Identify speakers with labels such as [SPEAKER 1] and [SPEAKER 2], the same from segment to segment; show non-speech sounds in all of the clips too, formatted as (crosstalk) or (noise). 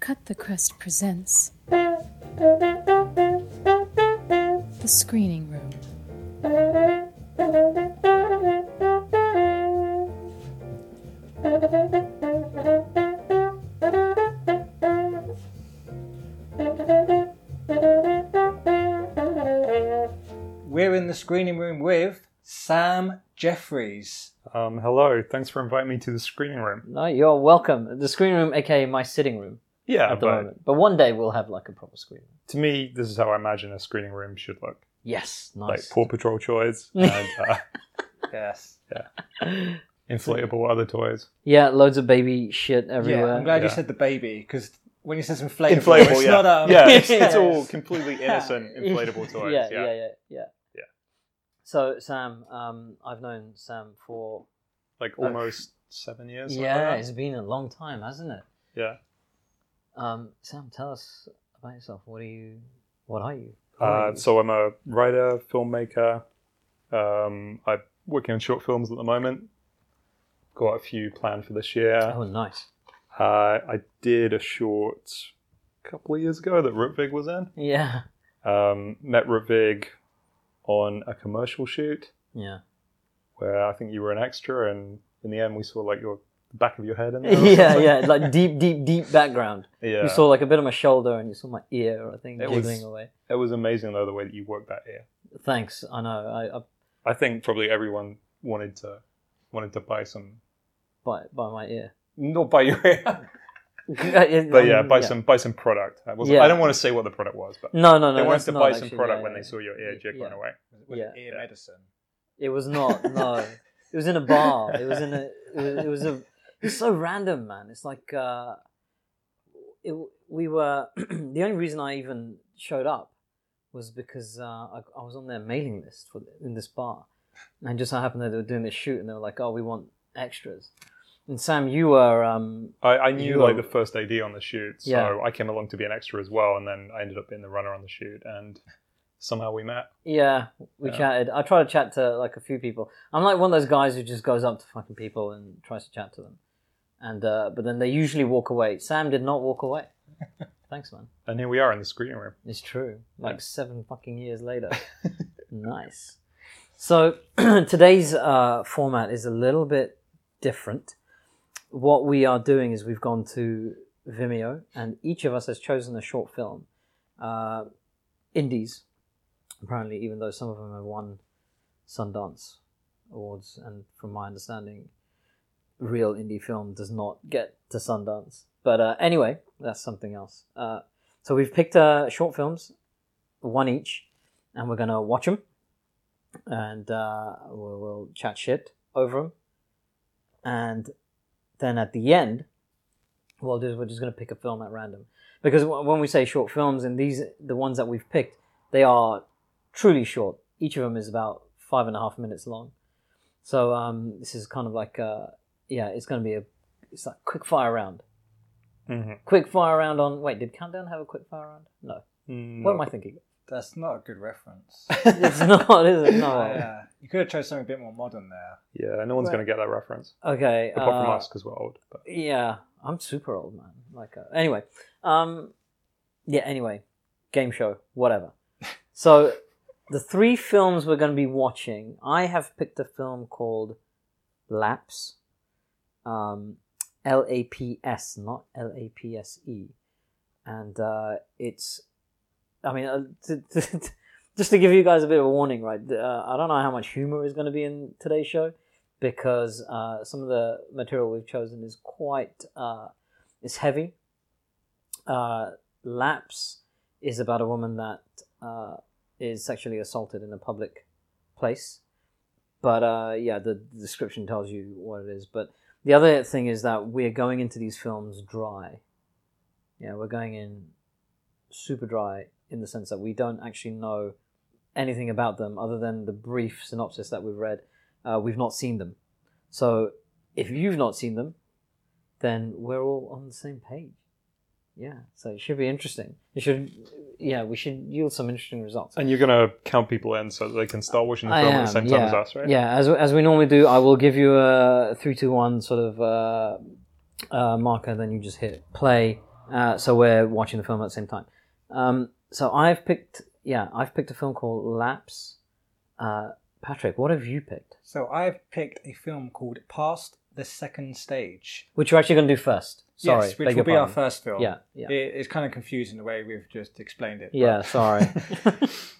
[SPEAKER 1] Cut the Crust presents The Screening Room.
[SPEAKER 2] We're in the screening room with Sam Jeffries.
[SPEAKER 3] Um, hello. Thanks for inviting me to the screening room.
[SPEAKER 4] No, you're welcome. The screen room, aka my sitting room
[SPEAKER 3] Yeah,
[SPEAKER 4] at the
[SPEAKER 3] but
[SPEAKER 4] moment. But one day we'll have like a proper screen room.
[SPEAKER 3] to me, this is how I imagine a screening room should look.
[SPEAKER 4] Yes,
[SPEAKER 3] Like
[SPEAKER 4] nice.
[SPEAKER 3] Paw Patrol toys and uh,
[SPEAKER 4] (laughs)
[SPEAKER 2] Yes.
[SPEAKER 3] inflatable other toys.
[SPEAKER 4] yeah, loads of baby shit everywhere.
[SPEAKER 2] Yeah, I'm glad you
[SPEAKER 3] Yeah.
[SPEAKER 2] said the baby because when you said inflatable,
[SPEAKER 3] Inflatable,
[SPEAKER 2] it's
[SPEAKER 3] yeah.
[SPEAKER 2] not um,
[SPEAKER 3] yeah, it's, it's
[SPEAKER 4] Yeah.
[SPEAKER 3] all completely innocent inflatable toys.
[SPEAKER 4] yeah,
[SPEAKER 3] Yeah,
[SPEAKER 4] yeah, yeah, yeah.
[SPEAKER 3] Yeah.
[SPEAKER 4] So Sam, um, I've known Sam for
[SPEAKER 3] Like almost seven years. something like
[SPEAKER 4] yeah,
[SPEAKER 3] that.
[SPEAKER 4] it's been a long time, hasn't it?
[SPEAKER 3] yeah.
[SPEAKER 4] Um, Sam, tell us about yourself. What are you? What are you? Who are
[SPEAKER 3] Uh,
[SPEAKER 4] you?
[SPEAKER 3] so I'm a writer, filmmaker. Um, I'm working on short films at the moment. Got a few planned for this year.
[SPEAKER 4] oh, nice.
[SPEAKER 3] Uh, I did a short a couple of years ago that Rutvig was in.
[SPEAKER 4] Yeah,
[SPEAKER 3] um, met Ravig on a commercial shoot (laughs)
[SPEAKER 4] yeah, (laughs)
[SPEAKER 3] where I think you were an extra, and in the end we saw like your the back of your head in
[SPEAKER 4] (laughs)
[SPEAKER 3] there. or
[SPEAKER 4] yeah,
[SPEAKER 3] something.
[SPEAKER 4] yeah. Like deep, deep, deep background.
[SPEAKER 3] yeah.
[SPEAKER 4] You saw like a bit of my shoulder, and you saw my ear. I think
[SPEAKER 3] It was-
[SPEAKER 4] jiggling away.
[SPEAKER 3] It was amazing though the way that you worked that ear.
[SPEAKER 4] Thanks. I know. I, I
[SPEAKER 3] I think probably everyone wanted to wanted to buy some,
[SPEAKER 4] by by my ear. (laughs)
[SPEAKER 3] not buy your (laughs) ear,
[SPEAKER 4] but
[SPEAKER 3] but yeah, buy some buy some product. I wasn't.
[SPEAKER 4] Mm, Yeah.
[SPEAKER 3] I don't want to say what the product was, but
[SPEAKER 4] No, no, no.
[SPEAKER 3] they
[SPEAKER 4] that's
[SPEAKER 3] wanted to
[SPEAKER 4] not
[SPEAKER 3] buy some
[SPEAKER 4] actually-
[SPEAKER 3] product
[SPEAKER 4] yeah,
[SPEAKER 3] when
[SPEAKER 4] yeah,
[SPEAKER 3] they saw your
[SPEAKER 4] yeah.
[SPEAKER 3] ear jiggling
[SPEAKER 4] Yeah.
[SPEAKER 3] away.
[SPEAKER 2] with
[SPEAKER 4] Yeah.
[SPEAKER 2] ear medicine.
[SPEAKER 4] It was not.
[SPEAKER 3] (laughs)
[SPEAKER 4] No, it was in a bar. It was in a. It was, it was a. It's so random, man. It's like uh, it, we were. (clears throat) the only reason I even showed up was because uh, I, I was on their mailing list for in this bar, and just so happened that they were doing this shoot, and they were like, "Oh, we want extras." And Sam, you were um,
[SPEAKER 3] I, I knew
[SPEAKER 4] You
[SPEAKER 3] like
[SPEAKER 4] are-
[SPEAKER 3] the first AD on the shoot, so
[SPEAKER 4] Yeah.
[SPEAKER 3] I came along to be an extra as well, and then I ended up being the runner on the shoot, and somehow we met.
[SPEAKER 4] Yeah, we
[SPEAKER 3] Yeah.
[SPEAKER 4] chatted. I try to chat to like a few people. I'm like one of those guys who just goes up to fucking people and tries to chat to them, and uh, but then they usually walk away. Sam did not walk away. Thanks, man.
[SPEAKER 3] And here we are in the screening room.
[SPEAKER 4] It's true. Like
[SPEAKER 3] Yeah.
[SPEAKER 4] seven fucking years later. nice. So (clears throat) today's uh, format is a little bit different. What we are doing is we've gone to Vimeo, and each of us has chosen a short film, uh, indies. Apparently, even though some of them have won Sundance awards, and from my understanding, real indie film does not get to Sundance. But uh, anyway, that's something else. Uh, so we've picked uh, short films, one each, and we're gonna watch them, and uh, we'll, we'll chat shit over them, and then at the end, what we'll do is we're just gonna pick a film at random because w- when we say short films and these the ones that we've picked, they are truly short. Each of them is about five and a half minutes long. So um, this is kind of like uh, yeah, it's gonna be a it's like quick fire round. Quick fire round on wait, did Countdown have a quick fire round? No.
[SPEAKER 3] Mm-hmm.
[SPEAKER 4] What am I thinking?
[SPEAKER 2] That's not a good reference.
[SPEAKER 4] (laughs)
[SPEAKER 2] (laughs)
[SPEAKER 4] It's not, is it?
[SPEAKER 3] (laughs)
[SPEAKER 4] No.
[SPEAKER 2] yeah. You could have chose something a bit more modern there.
[SPEAKER 3] Yeah, no one's
[SPEAKER 4] Right.
[SPEAKER 3] going to get that reference
[SPEAKER 4] Okay.
[SPEAKER 3] apart from
[SPEAKER 4] uh,
[SPEAKER 3] us because we're old. But
[SPEAKER 4] Yeah, I'm super old, man. Like, uh, anyway, um, yeah. Anyway, game show, whatever. so, the three films we're going to be watching. I have picked a film called Lapse, um, L A P S, not L A P S E, and uh, it's. I mean, uh, (laughs) t- t- t- just to give you guys a bit of a warning, right? Uh, I don't know how much humor is going to be in today's show because uh, some of the material we've chosen is quite uh, is heavy. Uh, Lapse is about a woman that uh, is sexually assaulted in a public place, but uh, yeah, the, the description tells you what it is. But the other thing is that we're going into these films dry. Yeah, we're going in super dry in the sense that we don't actually know anything about them other than the brief synopsis that we've read uh, we've not seen them. So if you've not seen them, then we're all on the same page. Yeah, so it should be interesting. It should, yeah, we should yield some interesting results.
[SPEAKER 3] and you're going to count people in so that they can start watching the
[SPEAKER 4] I
[SPEAKER 3] film at
[SPEAKER 4] am,
[SPEAKER 3] the same
[SPEAKER 4] yeah.
[SPEAKER 3] time as us, right?
[SPEAKER 4] Yeah, as, as we normally do, I will give you a three, two, one sort of uh, uh, marker, then you just hit play, Uh, so we're watching the film at the same time. Um, so I've picked, yeah, I've picked a film called Lapse. Uh, Patrick, what have you picked?
[SPEAKER 2] So I've picked a film called Past the Second Stage.
[SPEAKER 4] Which we're actually going to do first. Sorry,
[SPEAKER 2] yes,
[SPEAKER 4] beg
[SPEAKER 2] which will
[SPEAKER 4] your
[SPEAKER 2] be our
[SPEAKER 4] pardon.
[SPEAKER 2] first film.
[SPEAKER 4] Yeah, yeah.
[SPEAKER 2] It, it's kind of confusing the way we've just explained it. but- (laughs)
[SPEAKER 4] Yeah, sorry.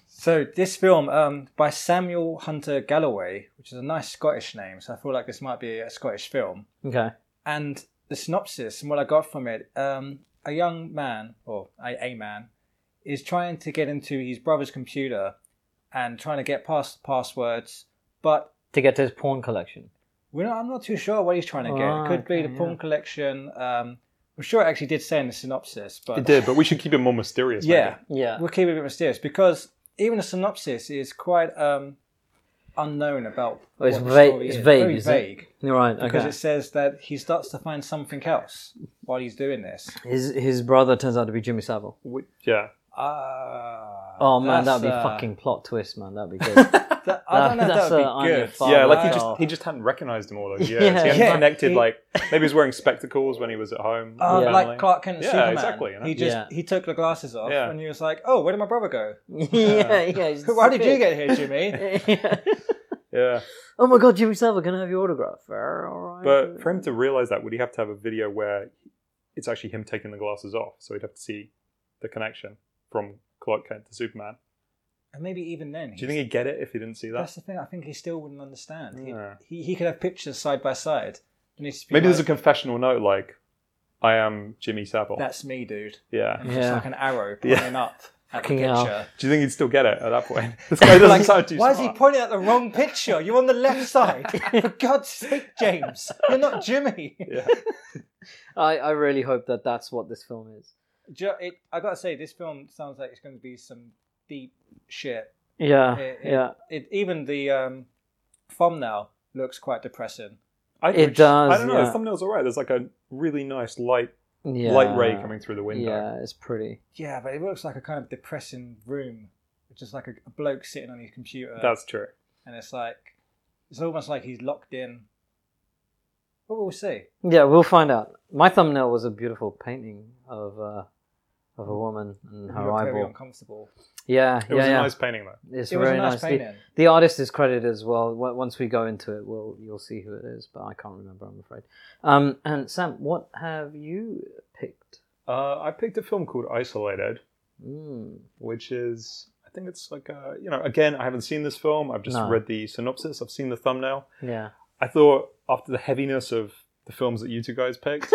[SPEAKER 2] So this film um, by Samuel Hunter Galloway, which is a nice Scottish name, so I feel like this might be a Scottish film.
[SPEAKER 4] okay.
[SPEAKER 2] And the synopsis and what I got from it, um, a young man or a, a man is trying to get into his brother's computer and trying to get past the passwords, but
[SPEAKER 4] To get to his porn collection.
[SPEAKER 2] we're not, I'm not too sure what he's trying to get.
[SPEAKER 4] Ah,
[SPEAKER 2] it could be
[SPEAKER 4] okay,
[SPEAKER 2] the porn collection. Um, I'm sure it actually did say in the synopsis, but
[SPEAKER 3] It did, but we should keep it more mysterious. maybe.
[SPEAKER 2] yeah,
[SPEAKER 4] Yeah.
[SPEAKER 2] we'll keep it a bit mysterious because even the synopsis is quite um, unknown about.
[SPEAKER 4] Oh, it's
[SPEAKER 2] what the
[SPEAKER 4] va-
[SPEAKER 2] story
[SPEAKER 4] it's
[SPEAKER 2] is.
[SPEAKER 4] vague,
[SPEAKER 2] Very
[SPEAKER 4] is it?
[SPEAKER 2] vague
[SPEAKER 4] You're right.
[SPEAKER 2] because
[SPEAKER 4] Okay.
[SPEAKER 2] it says that he starts to find something else while he's doing this.
[SPEAKER 4] His his brother turns out to be Jimmy Savile.
[SPEAKER 3] We- yeah.
[SPEAKER 2] Ah,
[SPEAKER 4] Oh man,
[SPEAKER 2] that's,
[SPEAKER 4] that'd be
[SPEAKER 2] uh,
[SPEAKER 4] fucking plot twist, man.
[SPEAKER 2] (laughs)
[SPEAKER 4] That'd be good.
[SPEAKER 2] that- I don't know
[SPEAKER 4] that's
[SPEAKER 2] if that
[SPEAKER 4] a-
[SPEAKER 2] would
[SPEAKER 4] I'm
[SPEAKER 2] be
[SPEAKER 4] your
[SPEAKER 2] good.
[SPEAKER 4] father.
[SPEAKER 3] yeah, like he
[SPEAKER 4] wow.
[SPEAKER 3] just he just hadn't recognized him all
[SPEAKER 4] (laughs)
[SPEAKER 3] those years.
[SPEAKER 4] Yeah.
[SPEAKER 3] He hadn't
[SPEAKER 2] Oh, Yeah.
[SPEAKER 3] connected
[SPEAKER 2] He-
[SPEAKER 3] like maybe he was wearing spectacles when he was at home.
[SPEAKER 2] Uh,
[SPEAKER 3] with family.
[SPEAKER 2] like Clark Kent, and
[SPEAKER 3] Yeah,
[SPEAKER 2] Superman.
[SPEAKER 3] exactly. you know?
[SPEAKER 2] He just
[SPEAKER 4] Yeah.
[SPEAKER 2] he took the glasses off,
[SPEAKER 3] Yeah.
[SPEAKER 2] and he was like, "Oh, where did my brother go?
[SPEAKER 4] (laughs) yeah, yeah.
[SPEAKER 2] (laughs)
[SPEAKER 3] (laughs)
[SPEAKER 4] he's
[SPEAKER 2] Why did you
[SPEAKER 4] sick.
[SPEAKER 2] get here,
[SPEAKER 4] (laughs)
[SPEAKER 2] Jimmy?"
[SPEAKER 4] Yeah.
[SPEAKER 3] yeah.
[SPEAKER 4] oh my god, Jimmy Savile, can I have your autograph? Uh, All right.
[SPEAKER 3] But for him to realize that, would he have to have a video where it's actually him taking the glasses off? So he'd have to see the connection from Clark Kent to Superman.
[SPEAKER 2] and maybe even then,
[SPEAKER 3] Do you think he'd get it if he didn't see that?
[SPEAKER 2] That's the thing. I think he still wouldn't understand. He-
[SPEAKER 3] Yeah.
[SPEAKER 2] He, he, could have pictures side by side. And he'd just be
[SPEAKER 3] Maybe there's a
[SPEAKER 2] like,
[SPEAKER 3] confessional note like, "I am Jimmy Savile."
[SPEAKER 2] That's me, dude.
[SPEAKER 3] yeah.
[SPEAKER 2] And just
[SPEAKER 4] Yeah.
[SPEAKER 2] like an arrow
[SPEAKER 3] Yeah.
[SPEAKER 2] pointing up at the
[SPEAKER 4] Fucking
[SPEAKER 2] picture.
[SPEAKER 4] hell.
[SPEAKER 3] Do you think he'd still get it at that point?
[SPEAKER 2] (laughs)
[SPEAKER 3] This guy doesn't sound too
[SPEAKER 2] Why is he (laughs)
[SPEAKER 3] smart.
[SPEAKER 2] pointing at the wrong picture? You're on the
[SPEAKER 4] (laughs)
[SPEAKER 2] left side. For God's sake, James. You're not Jimmy.
[SPEAKER 3] yeah.
[SPEAKER 4] I, I really hope that that's what this film is.
[SPEAKER 2] Do you know, it- I gotta say, this film sounds like it's going to be some deep shit.
[SPEAKER 4] Yeah,
[SPEAKER 2] It- it-
[SPEAKER 4] yeah.
[SPEAKER 2] It, even the um, thumbnail looks quite depressing.
[SPEAKER 3] I,
[SPEAKER 4] It
[SPEAKER 3] which-
[SPEAKER 4] does,
[SPEAKER 3] I don't know.
[SPEAKER 4] yeah.
[SPEAKER 3] The thumbnail's all right. There's like a really nice light
[SPEAKER 4] yeah.
[SPEAKER 3] light ray coming through the window.
[SPEAKER 4] Yeah, it's pretty.
[SPEAKER 2] Yeah, but it looks like a kind of depressing room, which is like a, a bloke sitting on his computer.
[SPEAKER 3] That's true.
[SPEAKER 2] and it's like it's almost like he's locked in. But we'll see.
[SPEAKER 4] Yeah, we'll find out. My thumbnail was a beautiful painting of uh, of a woman and
[SPEAKER 2] He
[SPEAKER 4] her
[SPEAKER 2] looked very
[SPEAKER 4] eyeball.
[SPEAKER 2] uncomfortable.
[SPEAKER 4] Yeah,
[SPEAKER 3] It
[SPEAKER 4] yeah,
[SPEAKER 3] was
[SPEAKER 4] yeah.
[SPEAKER 3] a nice painting though.
[SPEAKER 4] It's
[SPEAKER 2] It was a
[SPEAKER 4] very
[SPEAKER 2] nice
[SPEAKER 4] nice. The-
[SPEAKER 2] painting.
[SPEAKER 4] The, artist is credited as well. W- Once we go into it, we'll you'll see who it is, but I can't remember. I'm afraid. Um, and Sam, what have you picked?
[SPEAKER 3] Uh, I picked a film called Isolated,
[SPEAKER 4] Mm.
[SPEAKER 3] which is I think it's like a, you know again I haven't seen this film. I've just
[SPEAKER 4] No.
[SPEAKER 3] read the synopsis. I've seen the thumbnail.
[SPEAKER 4] Yeah,
[SPEAKER 3] I thought after the heaviness of the films that you two guys picked,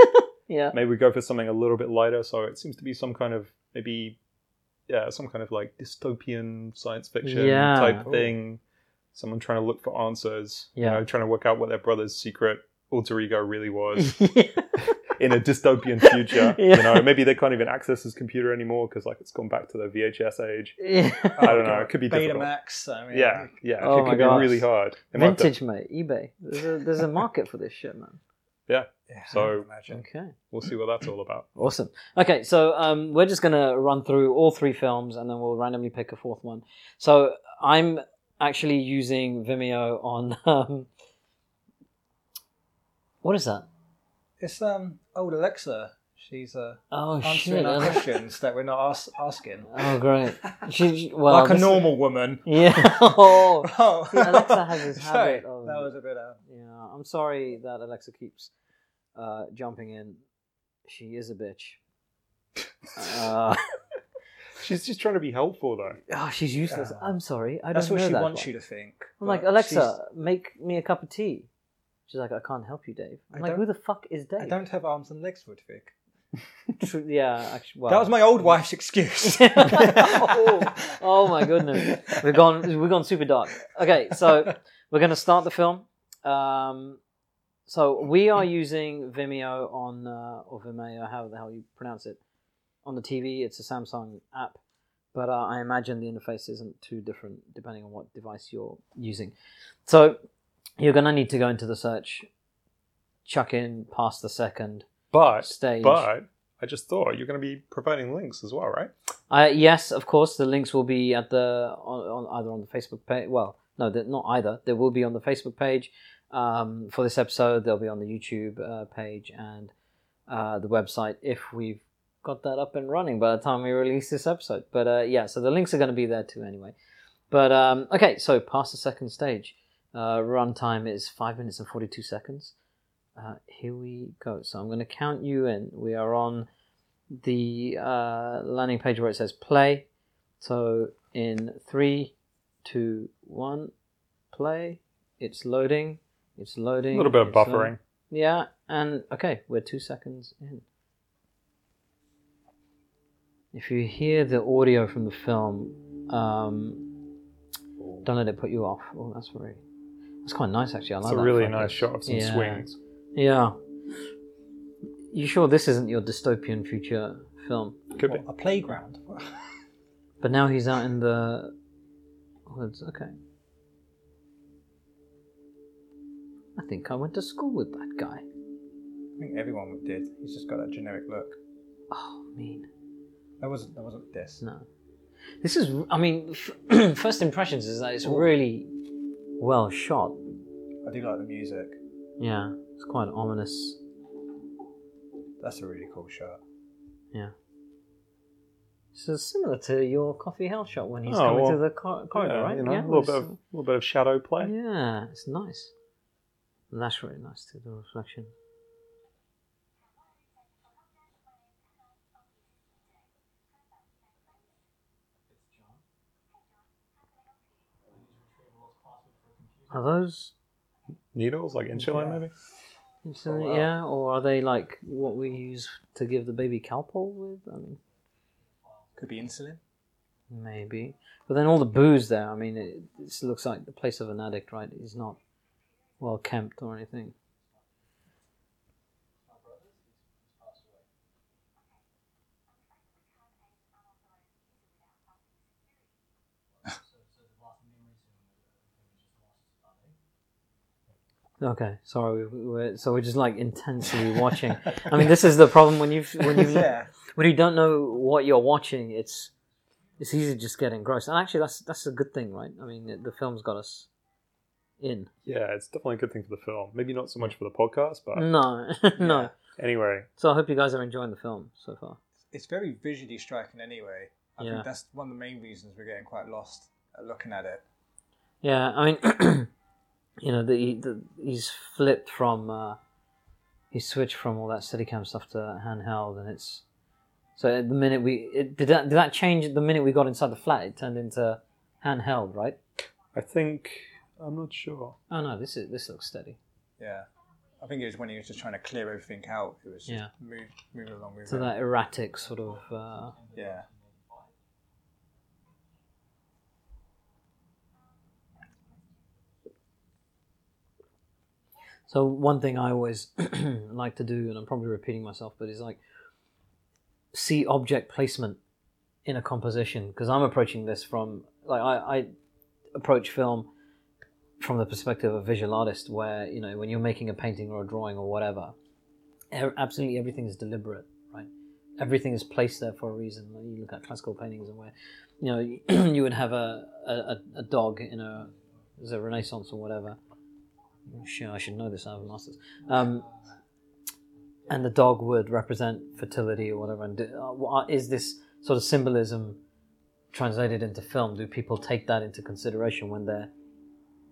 [SPEAKER 4] yeah.
[SPEAKER 3] maybe we go for something a little bit lighter. So it seems to be some kind of maybe yeah some kind of like dystopian science fiction
[SPEAKER 4] Yeah.
[SPEAKER 3] type
[SPEAKER 2] Ooh.
[SPEAKER 3] thing. Someone trying to look for answers.
[SPEAKER 4] Yeah.
[SPEAKER 3] You know, trying to work out what their brother's secret alter ego really
[SPEAKER 4] (laughs)
[SPEAKER 3] was. in a dystopian future.
[SPEAKER 4] Yeah.
[SPEAKER 3] You know, maybe they can't even access his computer anymore because like it's gone back to the VHS age.
[SPEAKER 4] yeah.
[SPEAKER 3] I don't know. It could be difficult.
[SPEAKER 2] Betamax. I mean,
[SPEAKER 3] Yeah, yeah.
[SPEAKER 4] Oh
[SPEAKER 3] it
[SPEAKER 4] my
[SPEAKER 3] could
[SPEAKER 4] gosh.
[SPEAKER 3] be really hard. They might have to-
[SPEAKER 4] Vintage, mate. eBay. There's a,
[SPEAKER 2] (laughs)
[SPEAKER 4] there's a market for this shit, man.
[SPEAKER 2] yeah,
[SPEAKER 3] So-
[SPEAKER 2] I imagine.
[SPEAKER 4] Okay.
[SPEAKER 3] We'll see what that's all about.
[SPEAKER 4] Awesome. Okay, so um, we're just gonna run through all three films, and then we'll randomly pick a fourth one. So I'm actually using Vimeo on. (laughs) Um, what is that?
[SPEAKER 2] It's um old Alexa. She's uh,
[SPEAKER 4] Oh
[SPEAKER 2] answering
[SPEAKER 4] shit!
[SPEAKER 2] our (laughs)
[SPEAKER 4] I-
[SPEAKER 2] questions that we're not ask- asking.
[SPEAKER 4] Oh great. She, she- well,
[SPEAKER 2] like a
[SPEAKER 4] this-
[SPEAKER 2] normal woman. (laughs)
[SPEAKER 4] Yeah. (laughs) Oh.
[SPEAKER 2] Oh,
[SPEAKER 4] See, Alexa has this
[SPEAKER 2] Sorry,
[SPEAKER 4] habit of-
[SPEAKER 2] that was a bit. Uh,
[SPEAKER 4] Yeah. I'm sorry that Alexa keeps uh, jumping in. She is a bitch. Uh, (laughs)
[SPEAKER 3] She's just trying to be helpful though.
[SPEAKER 4] oh, she's useless.
[SPEAKER 2] Yeah.
[SPEAKER 4] I'm sorry. I
[SPEAKER 2] that's
[SPEAKER 4] don't
[SPEAKER 2] what
[SPEAKER 4] know
[SPEAKER 2] she
[SPEAKER 4] that
[SPEAKER 2] wants
[SPEAKER 4] one.
[SPEAKER 2] you to think.
[SPEAKER 4] I'm like,
[SPEAKER 2] but
[SPEAKER 4] Alexa, make me a cup of tea. She's like, I can't help you, Dave. I'm
[SPEAKER 2] I
[SPEAKER 4] like,
[SPEAKER 2] don't-
[SPEAKER 4] who the fuck is Dave?
[SPEAKER 2] she's- I don't have arms and legs, Ludwig.
[SPEAKER 4] Tru- (laughs) yeah, actually, well.
[SPEAKER 2] That was my old wife's
[SPEAKER 4] (laughs)
[SPEAKER 2] excuse. (laughs)
[SPEAKER 4] oh, (laughs) oh my goodness, we've gone we've gone super dark. Okay, so we're gonna start the film. Um, so we are using Vimeo on uh, or Vimeo, how the hell you pronounce it, on the TV. It's a Samsung app, but uh, I imagine the interface isn't too different depending on what device you're using. So you're gonna need to go into the search, chuck in past the second
[SPEAKER 3] But
[SPEAKER 4] stage.
[SPEAKER 3] but I just thought you're going to be providing links as well, right?
[SPEAKER 4] Uh, yes, of course. The links will be at the on, on either on the Facebook page. Well, no, they're not either. They will be on the Facebook page um, for this episode. They'll be on the YouTube uh, page and uh, the website if we've got that up and running by the time we release this episode. But uh, yeah, so the links are going to be there too anyway. But um, okay, so past the second stage, uh, runtime is five minutes and forty-two seconds. Uh, here we go. So I'm going to count you in. We are on the uh, landing page where it says play. So in three, two, one, play. It's loading. It's loading.
[SPEAKER 3] A little bit of
[SPEAKER 4] It's loading.
[SPEAKER 3] buffering.
[SPEAKER 4] Yeah, and okay, we're two seconds in. If you hear the audio from the film, um, don't let it put you off. Oh, that's very, that's quite nice actually. I like
[SPEAKER 3] It's a
[SPEAKER 4] that
[SPEAKER 3] really
[SPEAKER 4] effect.
[SPEAKER 3] nice shot of some
[SPEAKER 4] Yeah.
[SPEAKER 3] swings.
[SPEAKER 4] Yeah. You sure this isn't your dystopian future film?
[SPEAKER 3] Could be.
[SPEAKER 2] What, a playground.
[SPEAKER 4] But now he's out in the woods. Okay. I think I went to school with that guy.
[SPEAKER 2] I think everyone did. He's just got that generic look.
[SPEAKER 4] Oh, mean.
[SPEAKER 2] That wasn't. That wasn't this.
[SPEAKER 4] No. This is, I mean, (clears throat) first impressions is that it's
[SPEAKER 3] Oh.
[SPEAKER 4] really well shot.
[SPEAKER 2] I do like the music.
[SPEAKER 4] Yeah, it's quite ominous.
[SPEAKER 2] That's a really cool shot.
[SPEAKER 4] Yeah. So similar to your coffee hell shot when he's
[SPEAKER 3] Oh,
[SPEAKER 4] coming
[SPEAKER 3] well,
[SPEAKER 4] through the cor- corridor,
[SPEAKER 3] Yeah,
[SPEAKER 4] right?
[SPEAKER 3] you know,
[SPEAKER 4] yeah,
[SPEAKER 3] a little
[SPEAKER 4] it's-
[SPEAKER 3] bit, of, a little bit of shadow play.
[SPEAKER 4] Yeah, it's nice. And that's really nice too, the reflection. Are those
[SPEAKER 3] Needles, like insulin,
[SPEAKER 2] Yeah.
[SPEAKER 3] maybe.
[SPEAKER 4] insulin?
[SPEAKER 2] wow.
[SPEAKER 4] Yeah, or are they like what we use to give the baby Calpol with? I mean,
[SPEAKER 2] Could be insulin.
[SPEAKER 4] Maybe. But then all the booze there, I mean, it, it looks like the place of an addict, right? He's not well kempt or anything. Okay, sorry. We, we're, so we're just like intensely watching. I mean, this is the problem when you've when
[SPEAKER 2] (laughs)
[SPEAKER 4] you've
[SPEAKER 2] yeah.
[SPEAKER 4] when you don't know what you're watching, it's it's easy to just get engrossed. And actually, that's that's a good thing, right? I mean, the, the film's got us in.
[SPEAKER 3] Yeah, it's definitely a good thing for the film. Maybe not so much for the podcast, but
[SPEAKER 4] No, (laughs)
[SPEAKER 2] Yeah.
[SPEAKER 4] no.
[SPEAKER 3] anyway,
[SPEAKER 4] So I hope you guys are enjoying the film so far.
[SPEAKER 2] It's very visually striking anyway. I
[SPEAKER 4] Yeah.
[SPEAKER 2] think that's one of the main reasons we're getting quite lost at looking at it.
[SPEAKER 4] Yeah, I mean, (clears throat) you know, the, the he's flipped from uh, he switched from all that Steadicam stuff to handheld, and it's so at the minute we it, did that did that change at the minute we got inside the flat? It turned into handheld, right?
[SPEAKER 3] I think I'm not sure.
[SPEAKER 4] Oh no, this is this looks steady.
[SPEAKER 2] Yeah. I think it was when he was just trying to clear everything out. It was just
[SPEAKER 4] Yeah.
[SPEAKER 2] move, move along with
[SPEAKER 4] So
[SPEAKER 2] it.
[SPEAKER 4] that erratic sort of. Uh,
[SPEAKER 2] Yeah.
[SPEAKER 4] So one thing I always (clears throat) like to do, and I'm probably repeating myself, but is like see object placement in a composition because I'm approaching this from like I, I approach film from the perspective of a visual artist, where you know when you're making a painting or a drawing or whatever, e- absolutely everything is deliberate, right? Everything is placed there for a reason. Like, you look at classical paintings and where you know (clears throat) you would have a a, a- a dog in a, is a Renaissance or whatever. Sure, I should know this. I have a master's. Um, and the dog would represent fertility or whatever. And do, uh, wha- is this sort of symbolism translated into film? Do people take that into consideration when they're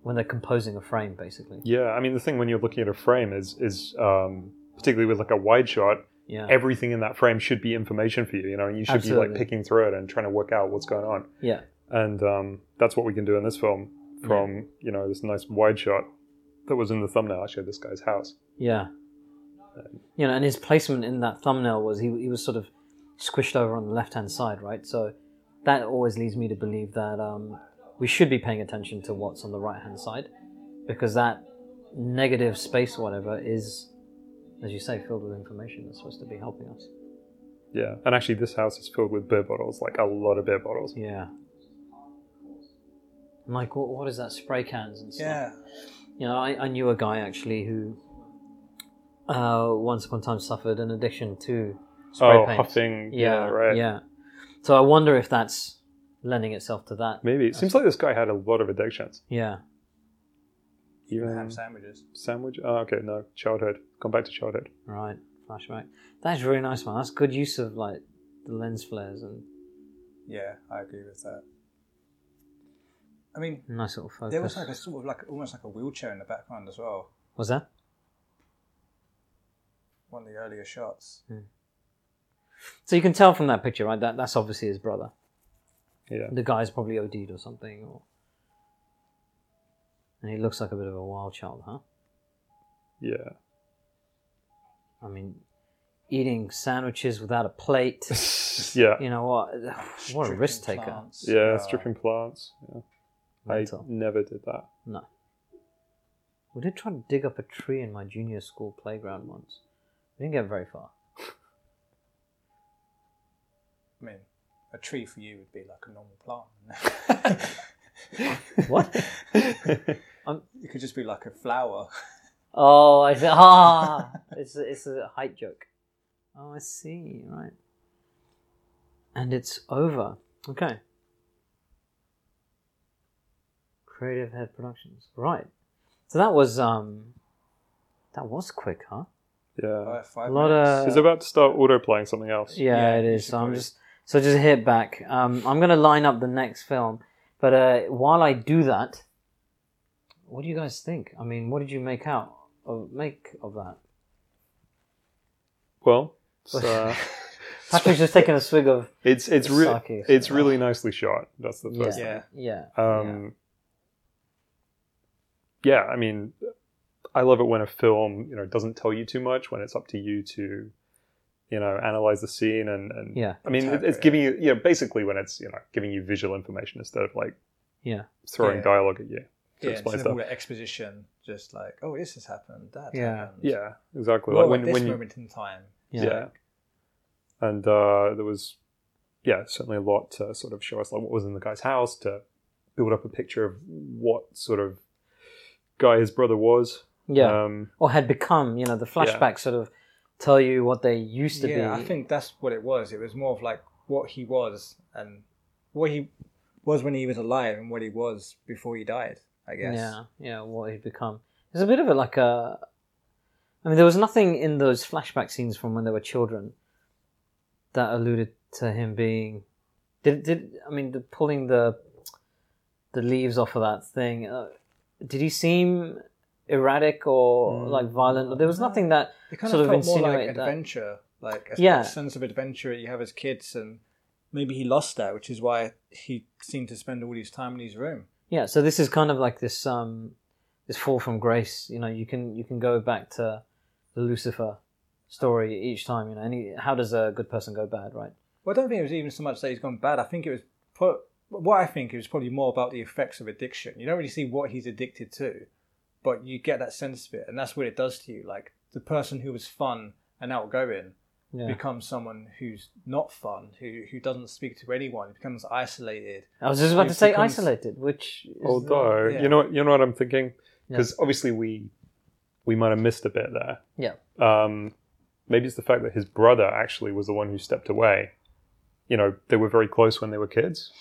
[SPEAKER 4] when they're composing a frame, basically?
[SPEAKER 3] Yeah, I mean the thing when you're looking at a frame is is um, particularly with like a wide shot,
[SPEAKER 4] Yeah,
[SPEAKER 3] everything in that frame should be information for you. You know, and you should be
[SPEAKER 4] Absolutely.
[SPEAKER 3] like picking through it and trying to work out what's going on.
[SPEAKER 4] yeah,
[SPEAKER 3] And um, that's what we can do in this film from you know this nice wide shot that was in the thumbnail actually of this guy's house.
[SPEAKER 4] yeah. Uh, You know, and his placement in that thumbnail was he, he was sort of squished over on the left hand side, right? So that always leads me to believe that um, we should be paying attention to what's on the right hand side because that negative space, whatever, is, as you say, filled with information that's supposed to be helping us.
[SPEAKER 3] Yeah, and actually this house is filled with beer bottles, like a lot of beer bottles.
[SPEAKER 4] Yeah. And Like, what, what is that? Spray cans and stuff.
[SPEAKER 2] Yeah.
[SPEAKER 4] You know, I, I knew a guy actually who uh, once upon a time suffered an addiction to spray
[SPEAKER 3] oh,
[SPEAKER 4] paint.
[SPEAKER 3] huffing. Yeah, right.
[SPEAKER 4] Yeah. So I wonder if that's lending itself to that.
[SPEAKER 3] Maybe it seems like this guy had a lot of addictions.
[SPEAKER 4] Yeah.
[SPEAKER 2] Ham
[SPEAKER 3] Even
[SPEAKER 2] sandwiches.
[SPEAKER 3] sandwich. Oh, okay, no, childhood. Gone back to childhood.
[SPEAKER 4] Right. flashback. That's really nice, man. That's good use of like the lens flares and
[SPEAKER 2] Yeah, I agree with that. I mean,
[SPEAKER 4] nice little focus.
[SPEAKER 2] there was like a sort of like almost like a wheelchair in the background as well.
[SPEAKER 4] What's that?
[SPEAKER 2] One of the earlier shots.
[SPEAKER 4] So you can tell from that picture, right? That that's obviously his brother.
[SPEAKER 3] Yeah.
[SPEAKER 4] The guy's probably OD'd or something, or and he looks like a bit of a wild child, huh? (laughs)
[SPEAKER 3] Yeah.
[SPEAKER 4] I mean, eating sandwiches without a plate.
[SPEAKER 2] (laughs)
[SPEAKER 3] Yeah.
[SPEAKER 4] you know what? What a
[SPEAKER 2] Stripping
[SPEAKER 4] risk taker.
[SPEAKER 2] plants.
[SPEAKER 3] Yeah,
[SPEAKER 2] Uh,
[SPEAKER 3] stripping plants. Yeah. I
[SPEAKER 4] Mental.
[SPEAKER 3] never did that.
[SPEAKER 4] No. We did try to dig up a tree in my junior school playground once. We didn't get very far.
[SPEAKER 2] I mean, a tree for you would be like a normal plant. (laughs)
[SPEAKER 3] (laughs)
[SPEAKER 4] What?
[SPEAKER 2] it could just be like a flower.
[SPEAKER 4] oh, I see. Ah, it's a, it's a height joke. Oh, I see. Right. And it's over. Okay. Creative Head Productions. Right. So that was um, that was quick, huh?
[SPEAKER 3] Yeah.
[SPEAKER 2] Five, five
[SPEAKER 4] A lot
[SPEAKER 2] minutes.
[SPEAKER 4] of-
[SPEAKER 3] He's about to start autoplaying something else.
[SPEAKER 4] Yeah,
[SPEAKER 2] Yeah,
[SPEAKER 4] it
[SPEAKER 2] you
[SPEAKER 4] is.
[SPEAKER 2] should
[SPEAKER 4] So I'm
[SPEAKER 2] probably-
[SPEAKER 4] just so just hit back. Um, I'm gonna line up the next film, but uh, while I do that, what do you guys think? I mean, what did you make out of make of that?
[SPEAKER 3] Well,
[SPEAKER 4] (laughs)
[SPEAKER 3] it's, uh,
[SPEAKER 4] Patrick's just taking a swig of
[SPEAKER 3] it's it's really
[SPEAKER 4] Sake.
[SPEAKER 3] it's really nicely shot. That's the
[SPEAKER 2] (laughs)
[SPEAKER 3] first.
[SPEAKER 2] Yeah.
[SPEAKER 4] yeah.
[SPEAKER 3] Um, yeah. I mean, I love it when a film you know doesn't tell you too much when it's up to you to, you know, analyze the scene and, and
[SPEAKER 4] Yeah.
[SPEAKER 3] I mean, it- it's
[SPEAKER 2] Interpret.
[SPEAKER 3] giving you you know basically when it's you know giving you visual information instead of like
[SPEAKER 4] Yeah.
[SPEAKER 3] throwing
[SPEAKER 2] Yeah.
[SPEAKER 3] dialogue at you. to
[SPEAKER 2] yeah,
[SPEAKER 3] explain
[SPEAKER 2] instead of all
[SPEAKER 3] stuff.
[SPEAKER 2] the exposition, just like, oh, this has happened, that
[SPEAKER 4] Yeah.
[SPEAKER 2] happened.
[SPEAKER 3] Yeah, exactly.
[SPEAKER 2] Well,
[SPEAKER 3] like when
[SPEAKER 2] at this
[SPEAKER 3] when you,
[SPEAKER 2] moment in time.
[SPEAKER 4] Yeah.
[SPEAKER 3] yeah. And uh, there was, yeah, certainly a lot to sort of show us like what was in the guy's house to build up a picture of what sort of guy his brother was.
[SPEAKER 2] Uh,
[SPEAKER 4] Yeah.
[SPEAKER 3] Um,
[SPEAKER 4] or had become, you know, the flashbacks sort of tell you what they used to be.
[SPEAKER 2] Yeah, I think that's what it was. It was more of like what he was and what he was when he was alive and what he was before he died, I guess.
[SPEAKER 4] Yeah, yeah, what he'd become. There's a bit of a like a. I mean, there was nothing in those flashback scenes from when they were children that alluded to him being. Did did I mean the, pulling the the leaves off of that thing? Uh, did he seem erratic or like violent? There was nothing that
[SPEAKER 2] Mm. It kind
[SPEAKER 4] sort
[SPEAKER 2] of felt
[SPEAKER 4] of
[SPEAKER 2] more like
[SPEAKER 4] insinuated that.
[SPEAKER 2] adventure, like a
[SPEAKER 4] Yeah.
[SPEAKER 2] sense of adventure you have as kids, and maybe he lost that, which is why he seemed to spend all his time in his room.
[SPEAKER 4] Yeah, so this is kind of like this um this fall from grace. You know, you can you can go back to the Lucifer story each time. You know, any how does a good person go bad, right?
[SPEAKER 2] Well, I don't think it was even so much that he's gone bad. I think it was put. What I think it was probably more about the effects of addiction. You don't really see what he's addicted to, but you get that sense of it, and that's what it does to you. Like the person who was fun and outgoing
[SPEAKER 4] Yeah.
[SPEAKER 2] becomes someone who's not fun, who who doesn't speak to anyone, becomes isolated.
[SPEAKER 4] I was just about
[SPEAKER 2] It
[SPEAKER 4] to say
[SPEAKER 2] becomes-
[SPEAKER 4] isolated, which is
[SPEAKER 3] although
[SPEAKER 2] yeah.
[SPEAKER 3] you know what- you know what I'm thinking
[SPEAKER 4] Yeah.
[SPEAKER 3] because obviously we we might have missed a bit there.
[SPEAKER 4] yeah,
[SPEAKER 3] Um, maybe it's the fact that his brother actually was the one who stepped away. You know, they were very close when they were kids.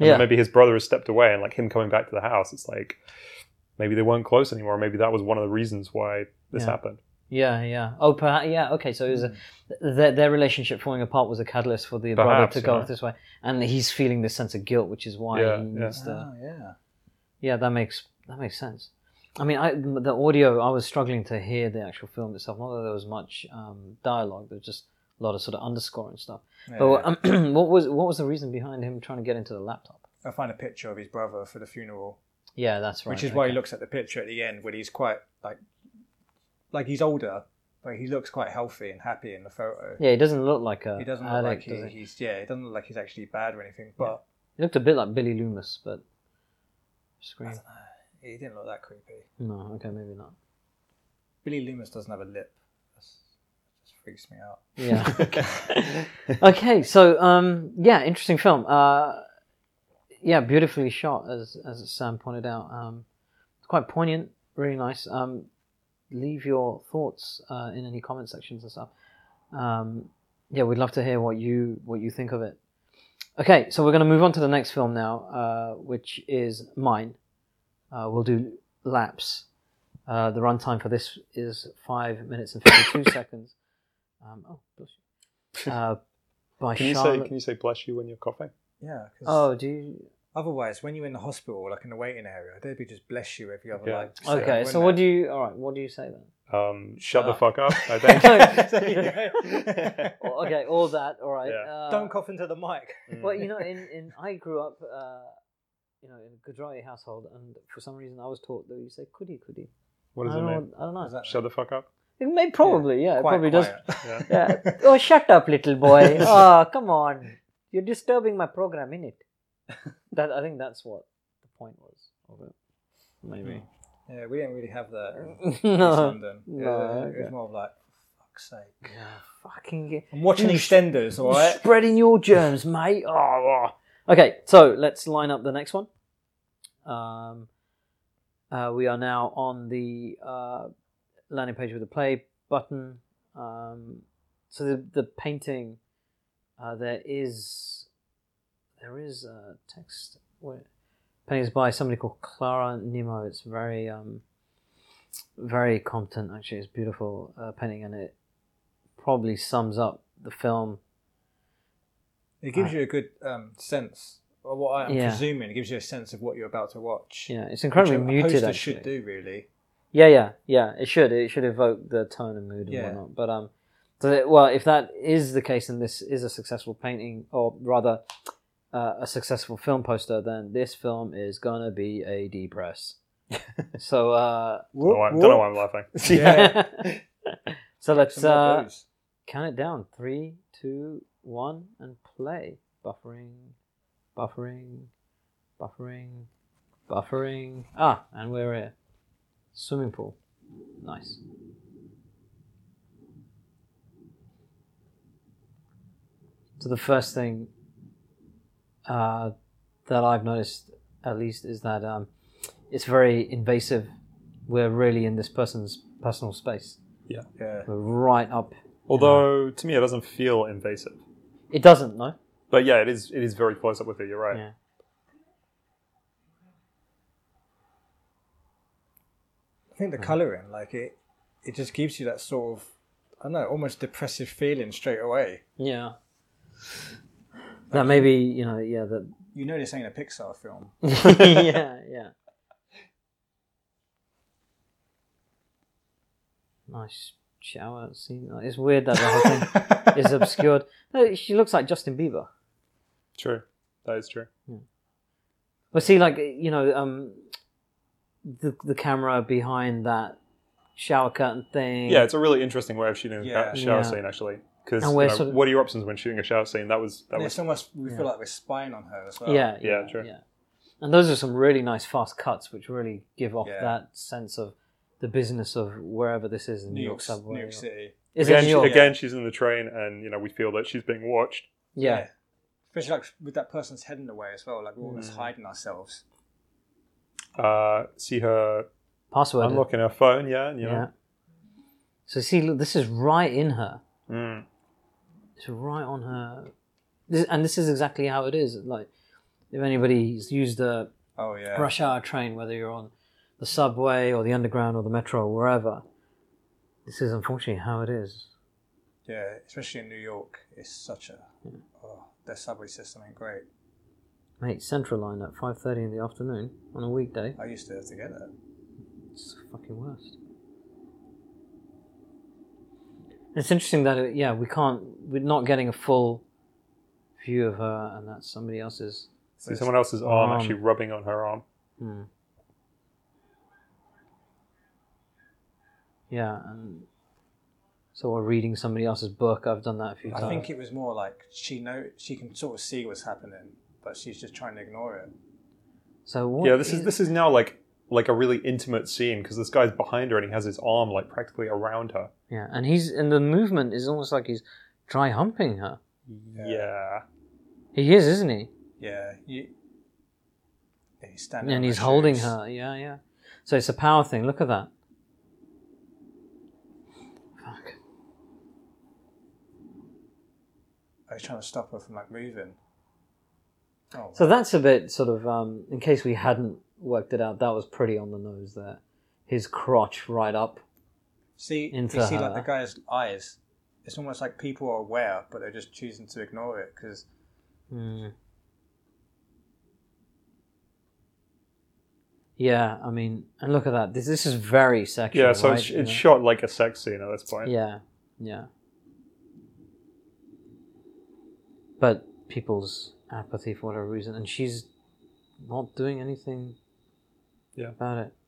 [SPEAKER 3] And
[SPEAKER 4] yeah,
[SPEAKER 3] then maybe his brother has stepped away and like him coming back to the house, it's like maybe they weren't close anymore. Maybe that was one of the reasons why this
[SPEAKER 4] Yeah.
[SPEAKER 3] happened.
[SPEAKER 4] yeah, yeah. Oh, perhaps, yeah. Okay, so it was a, their their relationship falling apart was a catalyst for the
[SPEAKER 3] Hmm. Perhaps,
[SPEAKER 4] brother to go
[SPEAKER 3] yeah.
[SPEAKER 4] this way, and he's feeling this sense of guilt, which is why
[SPEAKER 3] Yeah,
[SPEAKER 4] he
[SPEAKER 3] yeah.
[SPEAKER 4] needs to.
[SPEAKER 2] Oh yeah,
[SPEAKER 4] Yeah, that makes that makes sense. I mean, I, the audio, I was struggling to hear the actual film itself. Not that there was much um, dialogue. There was just a lot of sort of underscore and stuff. But um, what (clears throat) was what was the reason behind him trying to get into the laptop?
[SPEAKER 2] I find a picture of his brother for the funeral,
[SPEAKER 4] Yeah, that's right.
[SPEAKER 2] which is why he
[SPEAKER 4] okay.
[SPEAKER 2] looks at the picture at the end when he's quite like, like he's older, but he looks quite healthy and happy in the photo.
[SPEAKER 4] Yeah, he doesn't look like a
[SPEAKER 2] He doesn't look like
[SPEAKER 4] addict.
[SPEAKER 2] he,
[SPEAKER 4] does he?
[SPEAKER 2] he's yeah. He doesn't look like he's actually bad or anything, but
[SPEAKER 4] He looked a bit like Billy Loomis, but scream.
[SPEAKER 2] he didn't look that creepy.
[SPEAKER 4] No, okay, maybe not.
[SPEAKER 2] Billy Loomis doesn't have a lip. That's, just freaks me out.
[SPEAKER 4] Yeah. (laughs) okay, so um, yeah, interesting film. Uh, yeah, beautifully shot, as as Sam pointed out. Um, it's quite poignant, really nice. Um, leave your thoughts uh, in any comment sections and stuff. Um, yeah, we'd love to hear what you what you think of it. Okay, so we're going to move on to the next film now, uh, which is mine. Uh, we'll do
[SPEAKER 3] (coughs)
[SPEAKER 4] laps. Uh, the runtime for this is five minutes and fifty-two seconds. Um, oh, bless
[SPEAKER 3] (laughs)
[SPEAKER 4] you. Uh, by
[SPEAKER 3] Can you say
[SPEAKER 4] Charlotte.
[SPEAKER 3] can you say bless you when you're coughing?
[SPEAKER 2] Yeah, 'cause
[SPEAKER 4] Oh, do you?
[SPEAKER 2] otherwise, when you're in the hospital, like in the waiting area, they'd be just bless you every other
[SPEAKER 3] Yeah.
[SPEAKER 2] like. second,
[SPEAKER 4] Okay, so
[SPEAKER 2] wouldn't
[SPEAKER 4] what
[SPEAKER 2] they?
[SPEAKER 4] do you? All right, what do you say then?
[SPEAKER 3] Um, shut the
[SPEAKER 4] Uh.
[SPEAKER 3] fuck up. I think.
[SPEAKER 2] (laughs)
[SPEAKER 4] (laughs) Well, okay, all that. All right.
[SPEAKER 3] Yeah.
[SPEAKER 4] Uh,
[SPEAKER 2] Don't cough into the mic.
[SPEAKER 4] (laughs) Well, you know, in, in I grew up, uh, you know, in a Gujarati household, and for some reason I was taught that you say "kudi kudi."
[SPEAKER 3] what does
[SPEAKER 4] I
[SPEAKER 3] it
[SPEAKER 4] don't know.
[SPEAKER 3] mean?
[SPEAKER 4] what- I don't know.
[SPEAKER 2] Is that-
[SPEAKER 3] Shut the fuck up.
[SPEAKER 4] It may probably, yeah, it
[SPEAKER 2] Quiet,
[SPEAKER 4] probably does.
[SPEAKER 2] quiet.
[SPEAKER 4] (laughs)
[SPEAKER 3] Yeah.
[SPEAKER 4] Yeah. Oh, shut up, little boy. Oh, come on. You're disturbing my program, innit? That I think that's what the point was of it. Maybe.
[SPEAKER 2] Yeah, we didn't really have that
[SPEAKER 4] (laughs)
[SPEAKER 2] in East
[SPEAKER 4] no.
[SPEAKER 2] London.
[SPEAKER 4] No,
[SPEAKER 2] Yeah, It
[SPEAKER 4] okay.
[SPEAKER 2] was more of like, fuck's sake.
[SPEAKER 4] Yeah, fucking. ge-
[SPEAKER 2] I'm
[SPEAKER 4] (laughs)
[SPEAKER 2] watching
[SPEAKER 4] You
[SPEAKER 2] EastEnders, all
[SPEAKER 4] You're
[SPEAKER 2] right?
[SPEAKER 4] Spreading your germs, mate. Oh, oh. Okay, so let's line up the next one. Um, uh, we are now on the uh, landing page with the play button. Um, so the the painting uh, there is there is uh, text. Where, painting is by somebody called Clara Nemo. It's very um, very competent actually. It's beautiful uh, painting, and it probably sums up the film
[SPEAKER 2] It gives you a good um, sense, or what I'm
[SPEAKER 4] Yeah.
[SPEAKER 2] presuming, it gives you a sense of what you're about to watch.
[SPEAKER 4] Yeah, it's
[SPEAKER 2] Which
[SPEAKER 4] incredibly
[SPEAKER 2] a- a
[SPEAKER 4] muted.
[SPEAKER 2] poster
[SPEAKER 4] Actually.
[SPEAKER 2] should do, really.
[SPEAKER 4] Yeah, yeah, yeah. It should. It should evoke the tone and mood and
[SPEAKER 2] Yeah.
[SPEAKER 4] whatnot. But um, so that, well, if that is the case, and this is a successful painting, or rather, uh, a successful film poster, then this film is gonna be a D press.
[SPEAKER 2] (laughs)
[SPEAKER 4] so uh,
[SPEAKER 3] Don't know why- don't know why I'm laughing.
[SPEAKER 2] (laughs)
[SPEAKER 4] (laughs)
[SPEAKER 2] Yeah.
[SPEAKER 4] so let's
[SPEAKER 2] Some more
[SPEAKER 4] uh,
[SPEAKER 2] booze.
[SPEAKER 4] count it down: three, two, one, and play. Buffering, buffering, buffering, buffering. Ah, and we're at swimming pool. Nice. So the first thing uh, that I've noticed, at least, is that um, it's very invasive. We're really in this person's personal space.
[SPEAKER 2] yeah.
[SPEAKER 4] We're right up.
[SPEAKER 3] Although to me it doesn't feel invasive.
[SPEAKER 4] It doesn't, no.
[SPEAKER 3] But yeah, it is it is very close up with it. You're right.
[SPEAKER 4] Yeah.
[SPEAKER 2] I
[SPEAKER 4] Hmm.
[SPEAKER 2] think the colouring, like it, it just gives you that sort of, I don't know, almost depressive feeling straight away.
[SPEAKER 4] Yeah. That maybe you know yeah that
[SPEAKER 3] (laughs)
[SPEAKER 4] (laughs)
[SPEAKER 2] You know this ain't a Pixar film. (laughs)
[SPEAKER 4] Hmm. yeah yeah. Nice shower scene. It's weird that
[SPEAKER 3] (laughs)
[SPEAKER 4] the whole thing is obscured. No, She looks like Justin Bieber.
[SPEAKER 3] True. That is true.
[SPEAKER 4] But see, like you know, um, the the camera behind that shower curtain thing.
[SPEAKER 3] Yeah, it's a really interesting way of shooting a
[SPEAKER 2] Yeah.
[SPEAKER 3] ca- shower
[SPEAKER 4] Mm. Yeah.
[SPEAKER 3] scene actually. Because
[SPEAKER 4] And we're sort of-
[SPEAKER 3] what are your options when shooting a shower scene? That was that
[SPEAKER 2] And
[SPEAKER 3] was
[SPEAKER 2] it's almost we
[SPEAKER 4] yeah.
[SPEAKER 2] feel like we're spying on her as well.
[SPEAKER 4] yeah,
[SPEAKER 3] Yeah,
[SPEAKER 4] yeah,
[SPEAKER 3] true.
[SPEAKER 4] yeah. And those are some really nice fast cuts, which really give off
[SPEAKER 2] Yeah.
[SPEAKER 4] that sense of the business of wherever this is in
[SPEAKER 2] New York,
[SPEAKER 4] subway.
[SPEAKER 2] New York
[SPEAKER 4] or-
[SPEAKER 2] City.
[SPEAKER 4] Is
[SPEAKER 3] again,
[SPEAKER 4] it New York?
[SPEAKER 3] She, again she's in the train and you know we feel that she's being watched.
[SPEAKER 4] yeah.
[SPEAKER 2] Especially like with that person's head in the way as well. Like we're
[SPEAKER 4] Hmm.
[SPEAKER 2] almost hiding ourselves.
[SPEAKER 3] Uh, see her
[SPEAKER 4] password.
[SPEAKER 3] unlocking her phone. Yeah, and, you
[SPEAKER 4] yeah.
[SPEAKER 3] know.
[SPEAKER 4] So see, look, this is right in her.
[SPEAKER 3] Mm.
[SPEAKER 4] It's right on her. This, and this is exactly how it is. Like, if anybody's used a
[SPEAKER 2] Oh yeah.
[SPEAKER 4] rush hour train, whether you're on the subway or the underground or the metro or wherever, this is unfortunately how it is.
[SPEAKER 2] Yeah, especially in New York, it's such a.
[SPEAKER 4] Hmm.
[SPEAKER 2] Oh, their subway system ain't great.
[SPEAKER 4] Mate, Central Line at five thirty in the afternoon on a weekday.
[SPEAKER 2] I used to have to get it.
[SPEAKER 4] It's the fucking worst. It's interesting that it, yeah, we can't. We're not getting a full view of her, and that's somebody else's.
[SPEAKER 3] See someone else's arm
[SPEAKER 4] Arm.
[SPEAKER 3] actually rubbing on her arm.
[SPEAKER 4] Hmm. Yeah, and so we're reading somebody else's book. I've done that a few times.
[SPEAKER 2] I think it was more like she know she can sort of see what's happening, but she's just trying to ignore it.
[SPEAKER 4] so. What
[SPEAKER 3] Yeah, this is this is now like like a really intimate scene because this guy's behind her and he has his arm like practically around her.
[SPEAKER 4] Yeah, and he's and the movement is almost like he's dry humping her.
[SPEAKER 3] Yeah,
[SPEAKER 4] He is, isn't he?
[SPEAKER 2] Yeah, you. Yeah, he's standing. on
[SPEAKER 4] And he's
[SPEAKER 2] her
[SPEAKER 4] holding
[SPEAKER 2] shoes.
[SPEAKER 4] her. Yeah, yeah. So it's a power thing. Look at that. Fuck.
[SPEAKER 2] I was Oh, trying to stop her from like moving. Oh,
[SPEAKER 4] So that's a bit sort of, um, in case we hadn't worked it out, that was pretty on the nose there. His crotch right up.
[SPEAKER 2] see, you
[SPEAKER 4] into
[SPEAKER 2] see like
[SPEAKER 4] her.
[SPEAKER 2] the guy's eyes. it's almost like people are aware, but they're just choosing to ignore it because
[SPEAKER 4] Hmm. Yeah, I mean, and look at that. This this is very sexual.
[SPEAKER 3] Yeah, so
[SPEAKER 4] right?
[SPEAKER 3] it's, it's
[SPEAKER 4] Yeah.
[SPEAKER 3] shot like a sex scene at this point.
[SPEAKER 4] Yeah, yeah. But people's apathy for whatever reason, and she's not doing anything
[SPEAKER 3] Yeah.
[SPEAKER 4] about it. (sighs)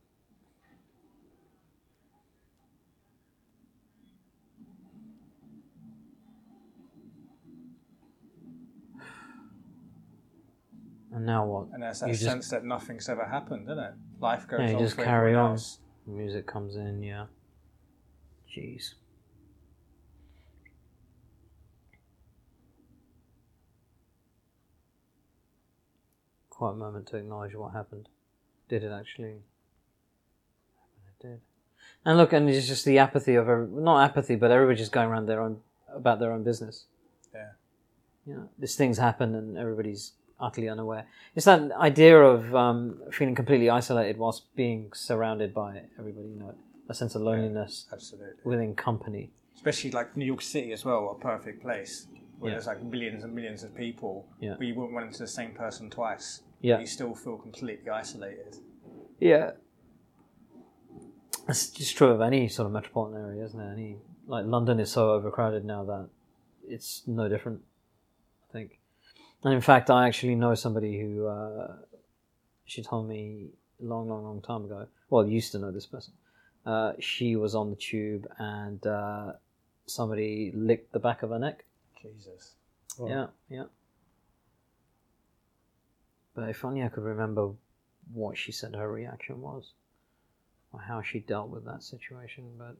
[SPEAKER 4] And now what?
[SPEAKER 2] and there's that
[SPEAKER 4] You just-
[SPEAKER 2] sense that nothing's ever happened, isn't it? Life goes
[SPEAKER 4] Yeah, you
[SPEAKER 2] on.
[SPEAKER 4] just
[SPEAKER 2] for
[SPEAKER 4] carry
[SPEAKER 2] everyone
[SPEAKER 4] on.
[SPEAKER 2] Else.
[SPEAKER 4] Music comes in, yeah. Jeez. Quite a moment to acknowledge what happened. Did it actually happen? It did. And look, and it's just the apathy of every, not apathy, but everybody just going around their own about their own business.
[SPEAKER 2] Yeah.
[SPEAKER 4] You know, these things happen, and everybody's utterly unaware. It's that idea of um, feeling completely isolated whilst being surrounded by everybody. You know, a sense of loneliness
[SPEAKER 2] Absolutely.
[SPEAKER 4] within company.
[SPEAKER 2] Especially like New York City as well, a perfect place where
[SPEAKER 4] Yeah.
[SPEAKER 2] there's like millions and millions of people,
[SPEAKER 4] Yeah.
[SPEAKER 2] but you wouldn't run into the same person twice.
[SPEAKER 4] Yeah.
[SPEAKER 2] You still feel completely isolated.
[SPEAKER 4] Yeah. It's just true of any sort of metropolitan area, isn't it? Any like London is so overcrowded now that it's no different. I think, and in fact, I actually know somebody who uh, she told me a long, long, long time ago. Well, used to know this person. Uh, she was on the tube and uh, somebody licked the back of her neck.
[SPEAKER 2] Jesus.
[SPEAKER 3] Wow.
[SPEAKER 4] Yeah, yeah. But if only I could remember what she said her reaction was, or how she dealt with that situation. But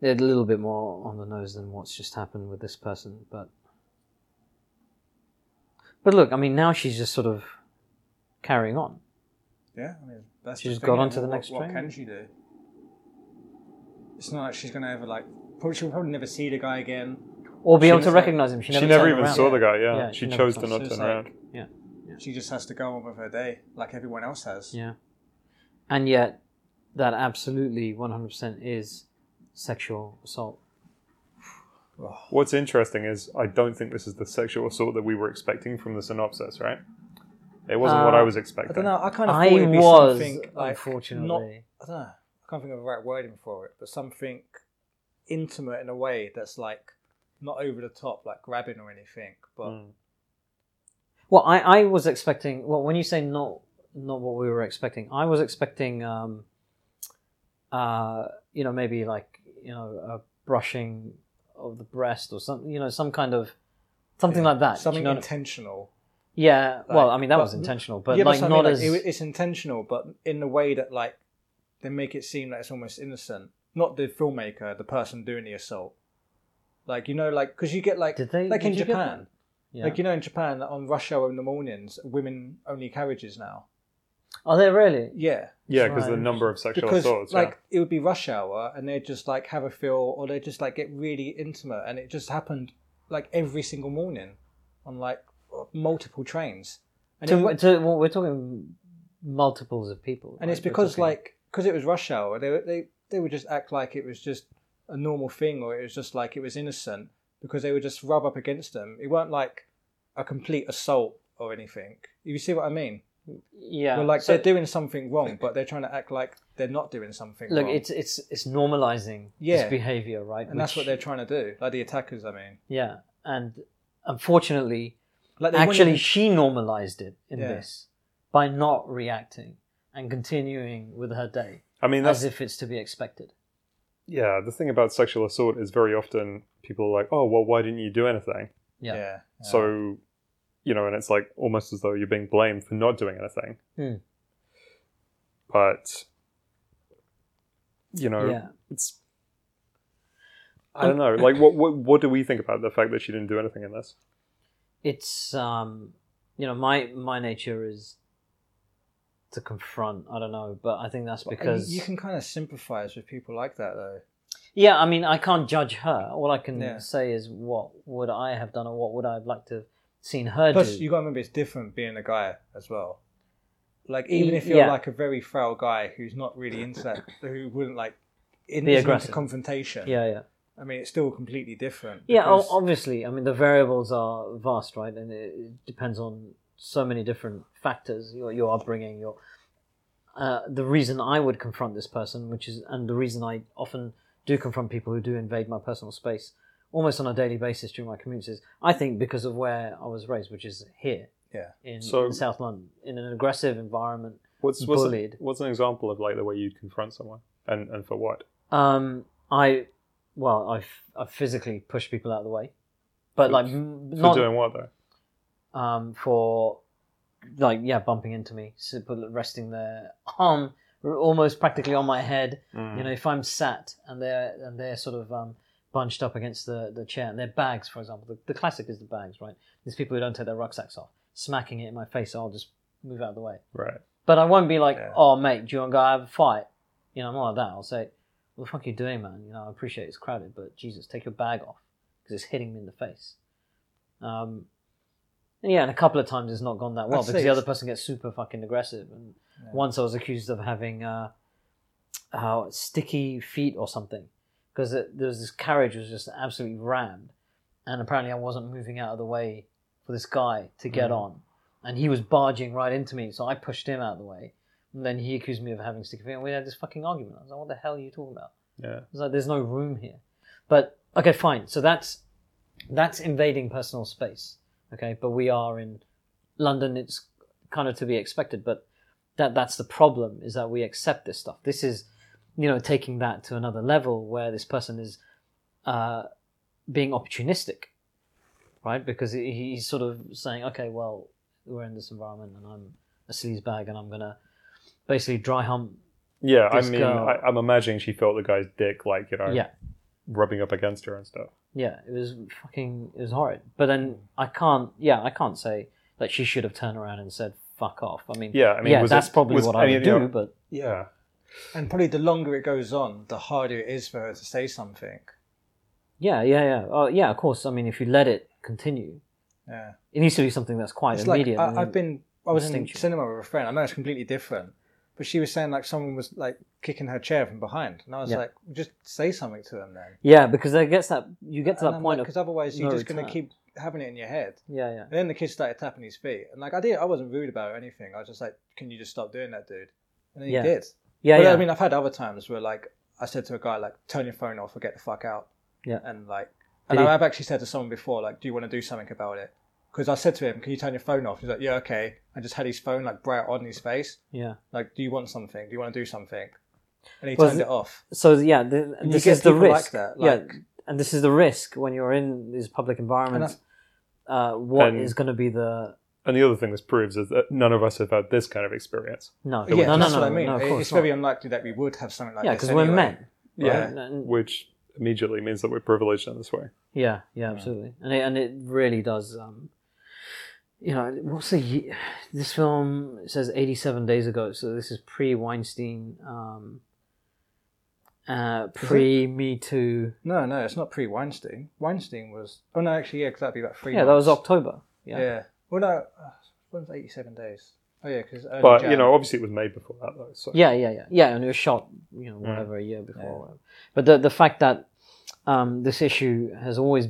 [SPEAKER 4] they're a little bit more on the nose than what's just happened with this person. But but look, I mean, now she's just sort of carrying on.
[SPEAKER 2] Yeah, I mean that's
[SPEAKER 4] She
[SPEAKER 2] the
[SPEAKER 4] just
[SPEAKER 2] thing,
[SPEAKER 4] got
[SPEAKER 2] like,
[SPEAKER 4] onto the
[SPEAKER 2] what-
[SPEAKER 4] next
[SPEAKER 2] What
[SPEAKER 4] train.
[SPEAKER 2] can she do? It's not like she's gonna ever like. Probably, she'll probably never see the guy again.
[SPEAKER 4] Or be
[SPEAKER 2] She
[SPEAKER 4] able
[SPEAKER 2] was
[SPEAKER 4] to
[SPEAKER 2] like-
[SPEAKER 4] recognize him. She
[SPEAKER 3] She
[SPEAKER 4] never,
[SPEAKER 3] never,
[SPEAKER 4] turned
[SPEAKER 3] even
[SPEAKER 4] around.
[SPEAKER 3] saw the guy, yeah.
[SPEAKER 4] Yeah, she
[SPEAKER 3] she,
[SPEAKER 4] never
[SPEAKER 3] chose
[SPEAKER 4] saw
[SPEAKER 3] to
[SPEAKER 4] him.
[SPEAKER 3] not
[SPEAKER 2] So
[SPEAKER 3] turn
[SPEAKER 2] it's like-
[SPEAKER 3] around.
[SPEAKER 2] She just has to go on with her day like everyone else has.
[SPEAKER 4] Yeah. And yet, that absolutely 100% is sexual assault.
[SPEAKER 3] What's interesting is I don't think this is the sexual assault that we were expecting from the synopsis, right? It wasn't what
[SPEAKER 4] Uh,
[SPEAKER 3] I was
[SPEAKER 2] I
[SPEAKER 3] expecting.
[SPEAKER 2] don't know. I kind of
[SPEAKER 4] I
[SPEAKER 2] thought it'd be
[SPEAKER 4] was,
[SPEAKER 2] something like
[SPEAKER 4] unfortunately.
[SPEAKER 2] not I don't know. I can't think of the right wording for it, but something intimate in a way that's like not over the top, like grabbing or anything. But
[SPEAKER 3] Mm.
[SPEAKER 4] Well, I, I was expecting. Well, when you say not not what we were expecting, I was expecting, um, uh, you know, maybe like you know, a brushing of the breast or something. You know, some kind of something like that.
[SPEAKER 2] something
[SPEAKER 4] you know?
[SPEAKER 2] intentional.
[SPEAKER 4] yeah. well, I mean, that
[SPEAKER 2] but-
[SPEAKER 4] was intentional, but
[SPEAKER 2] Yeah,
[SPEAKER 4] like
[SPEAKER 2] so I mean,
[SPEAKER 4] not
[SPEAKER 2] like,
[SPEAKER 4] as.
[SPEAKER 2] it- it's intentional, but in a way that like they make it seem like it's almost innocent. Not the filmmaker, the person doing the assault. Like you know, like because you get like
[SPEAKER 4] Did they-
[SPEAKER 2] like
[SPEAKER 4] did
[SPEAKER 2] in
[SPEAKER 4] you get
[SPEAKER 2] Japan,
[SPEAKER 4] yeah.
[SPEAKER 2] like you know, in Japan on rush hour in the mornings, women only carriages now.
[SPEAKER 4] Are they really?
[SPEAKER 2] Yeah,
[SPEAKER 3] Yeah, because the
[SPEAKER 4] Right.
[SPEAKER 3] number of sexual
[SPEAKER 2] because
[SPEAKER 3] assaults.
[SPEAKER 2] like it would be rush hour and they'd just like have a feel or they'd just like get really intimate and it just happened like every single morning on like multiple trains and, it, wa-
[SPEAKER 4] To, to, well, we're talking multiples of people.
[SPEAKER 2] and it's
[SPEAKER 4] right? We're
[SPEAKER 2] because
[SPEAKER 4] talking-
[SPEAKER 2] like because it was rush hour they, would- they they would just act like it was just a normal thing or it was just like it was innocent because they would just rub up against them it weren't like a complete assault or anything you see what i mean
[SPEAKER 4] yeah,
[SPEAKER 2] Well, like
[SPEAKER 4] So-
[SPEAKER 2] they're doing something wrong but they're trying to act like they're not doing something
[SPEAKER 4] look,
[SPEAKER 2] wrong
[SPEAKER 4] it's it's it's normalizing
[SPEAKER 2] Yeah.
[SPEAKER 4] this behavior, right?
[SPEAKER 2] and that's what
[SPEAKER 4] Which-
[SPEAKER 2] they're trying to do like the attackers i mean
[SPEAKER 4] Yeah, and unfortunately,
[SPEAKER 2] Like they wouldn't
[SPEAKER 4] actually,
[SPEAKER 2] even-
[SPEAKER 4] she normalized it in
[SPEAKER 2] Yeah.
[SPEAKER 4] this by not reacting and continuing with her day
[SPEAKER 3] I mean, that's
[SPEAKER 4] as if it's to be expected.
[SPEAKER 3] yeah. The thing about sexual assault is very often people are like, "Oh, well, why didn't you do anything?"
[SPEAKER 4] Yeah.
[SPEAKER 3] So, you know, and it's like almost as though you're being blamed for not doing anything.
[SPEAKER 4] Hmm.
[SPEAKER 3] But you know,
[SPEAKER 4] Yeah.
[SPEAKER 3] it's I don't know. Like, what, what what do we think about the fact that she didn't do anything in this?
[SPEAKER 4] It's um, you know, my my nature is to confront. I don't know, but I think that's
[SPEAKER 2] But you-
[SPEAKER 4] because
[SPEAKER 2] you can kind of sympathize with people like that, though.
[SPEAKER 4] yeah. I mean, I can't judge her. All I can
[SPEAKER 2] Yeah.
[SPEAKER 4] say is what would I have done, or what would I have liked to have seen her
[SPEAKER 2] Plus,
[SPEAKER 4] do.
[SPEAKER 2] you got to remember it's different being a guy as well. Like, even
[SPEAKER 4] Y-
[SPEAKER 2] if you're
[SPEAKER 4] yeah.
[SPEAKER 2] like a very frail guy who's not really into that, who wouldn't like in
[SPEAKER 4] Be
[SPEAKER 2] isn't into
[SPEAKER 4] aggressive.
[SPEAKER 2] confrontation,
[SPEAKER 4] yeah, yeah.
[SPEAKER 2] I mean, it's still completely different.
[SPEAKER 4] Yeah, o-
[SPEAKER 2] because-
[SPEAKER 4] obviously. I mean, the variables are vast, right? And it it depends on so many different factors: your your upbringing, your uh, the reason I would confront this person, which is, and the reason I often do confront people who do invade my personal space almost on a daily basis during my commutes is, I think, because of where I was raised, which is here
[SPEAKER 2] yeah.
[SPEAKER 4] in,
[SPEAKER 3] So-
[SPEAKER 4] in South London, in an aggressive environment.
[SPEAKER 3] What's what's,
[SPEAKER 4] Bullied.
[SPEAKER 3] what's an example of like the way you'd confront someone and and for what?
[SPEAKER 4] Um, I, well, I've I've physically pushed people out of the way, but like m- not
[SPEAKER 3] for doing what though?
[SPEAKER 4] um, for like yeah bumping into me so- but resting their arm almost practically on my head you know if i'm sat and they're and they're sort of um, bunched up against the, the chair and their bags for example the, the classic is the bags right there's people who don't take their rucksacks off smacking it in my face so i'll just move out of the way
[SPEAKER 3] Right.
[SPEAKER 4] but i won't be like
[SPEAKER 2] Yeah.
[SPEAKER 4] oh mate do you want to go have a fight you know i'm not like that i'll say what the fuck are you doing man you know i appreciate it's crowded but jesus take your bag off because it's hitting me in the face um, and yeah, and a couple of times it's not gone that well
[SPEAKER 2] I'd say
[SPEAKER 4] because the
[SPEAKER 2] it's-
[SPEAKER 4] other person gets super fucking aggressive. And once I was accused of having uh, uh, sticky feet or something because there was this carriage was just absolutely rammed, and apparently I wasn't moving out of the way for this guy to get on, and he was barging right into me, so I pushed him out of the way. And then he accused me of having sticky feet, and we had this fucking argument. I was like, "What the hell are you talking about?"
[SPEAKER 3] Yeah.
[SPEAKER 4] It's like there's no room here. But okay, fine. So that's that's invading personal space. Okay, but we are in London. It's kind of to be expected. But that that's the problem is that we accept this stuff. This is you know taking that to another level where this person is uh, being opportunistic, right? Because he, he's sort of saying, okay, well, we're in this environment, and I'm a sleaze bag, and I'm gonna basically dry hump.
[SPEAKER 3] Yeah, I
[SPEAKER 4] This
[SPEAKER 3] mean,
[SPEAKER 4] girl-
[SPEAKER 3] I, I'm imagining she felt the guy's dick, like you know,
[SPEAKER 4] Yeah.
[SPEAKER 3] rubbing up against her and stuff.
[SPEAKER 4] Yeah, it was fucking it was horrid. But then I can't yeah, I can't say that she should have turned around and said fuck off. I mean
[SPEAKER 3] Yeah, I mean, was
[SPEAKER 4] that's
[SPEAKER 3] it-
[SPEAKER 4] probably
[SPEAKER 3] was
[SPEAKER 4] what I
[SPEAKER 3] any
[SPEAKER 4] would
[SPEAKER 3] of your-
[SPEAKER 4] do, but
[SPEAKER 3] Yeah,
[SPEAKER 2] And probably the longer it goes on, the harder it is for her to say something.
[SPEAKER 4] yeah, yeah, yeah. Oh yeah, of course. I mean if you let it continue,
[SPEAKER 2] Yeah.
[SPEAKER 4] it needs to be something that's quite
[SPEAKER 2] It's like
[SPEAKER 4] immediate. and
[SPEAKER 2] I, I've been. I was in
[SPEAKER 4] instinctual.
[SPEAKER 2] cinema with a friend. I know it's completely different, but she was saying like someone was like kicking her chair from behind, and I was
[SPEAKER 4] Yeah.
[SPEAKER 2] like, just say something to them then.
[SPEAKER 4] Yeah, because there gets that you get to
[SPEAKER 2] And
[SPEAKER 4] that
[SPEAKER 2] I'm
[SPEAKER 4] point
[SPEAKER 2] like,
[SPEAKER 4] of
[SPEAKER 2] because otherwise you're
[SPEAKER 4] no
[SPEAKER 2] just going to
[SPEAKER 4] return.
[SPEAKER 2] keep having it in your head.
[SPEAKER 4] Yeah, yeah.
[SPEAKER 2] And then the kid started tapping his feet, and like I did, I wasn't rude about it or anything. I was just like, can you just stop doing that, dude? And then
[SPEAKER 4] Yeah.
[SPEAKER 2] he did.
[SPEAKER 4] Yeah,
[SPEAKER 2] but
[SPEAKER 4] yeah.
[SPEAKER 2] I mean, I've had other times where like I said to a guy like, turn your phone off or get the fuck out.
[SPEAKER 4] Yeah.
[SPEAKER 2] And like, and
[SPEAKER 4] Did he-
[SPEAKER 2] I've actually said to someone before like, do you want to do something about it? Because I said to him, can you turn your phone off? He's like, yeah, okay. And just had his phone like bright on his face.
[SPEAKER 4] yeah.
[SPEAKER 2] Like, do you want something? Do you want to do something? And he
[SPEAKER 4] Well,
[SPEAKER 2] turned
[SPEAKER 4] th-
[SPEAKER 2] it off.
[SPEAKER 4] So yeah, the,
[SPEAKER 2] you
[SPEAKER 4] this
[SPEAKER 2] get
[SPEAKER 4] is the
[SPEAKER 2] people like
[SPEAKER 4] risk.
[SPEAKER 2] that, like-
[SPEAKER 4] yeah, and this is the risk when you're in these public environments. Uh, what
[SPEAKER 3] And-
[SPEAKER 4] is going to be the
[SPEAKER 3] and the other thing this proves is that none of us have had this kind of experience.
[SPEAKER 4] no?
[SPEAKER 2] yeah,
[SPEAKER 4] no, no,
[SPEAKER 2] that's
[SPEAKER 4] no,
[SPEAKER 2] what I mean.
[SPEAKER 4] no, of
[SPEAKER 2] It-
[SPEAKER 4] course
[SPEAKER 2] it's
[SPEAKER 4] not.
[SPEAKER 2] very unlikely that we would have something like
[SPEAKER 4] yeah,
[SPEAKER 2] this.
[SPEAKER 4] because we're
[SPEAKER 2] anyway.
[SPEAKER 4] men.
[SPEAKER 3] Yeah.
[SPEAKER 4] right? And-
[SPEAKER 3] which immediately means that we're privileged in this way.
[SPEAKER 4] Yeah, yeah, absolutely, and it, and it really does. Um, you know, what's the ye- this film it says eighty seven days ago, so this is pre Weinstein, um, uh, pre Me Too.
[SPEAKER 2] No, no, it's not pre Weinstein. Weinstein was. Oh no, actually, yeah, 'cause that'd be about three.
[SPEAKER 4] Yeah, that was
[SPEAKER 2] months.
[SPEAKER 4] October. Yeah,
[SPEAKER 2] Yeah. Well, no, uh, when was eighty-seven days? Oh yeah, because
[SPEAKER 3] But you know, obviously, it was made before that though. So
[SPEAKER 4] yeah, yeah, yeah, yeah, and it was shot, you know,
[SPEAKER 2] Mm.
[SPEAKER 4] whatever a year before. Whatever. But the the fact that um, this issue has always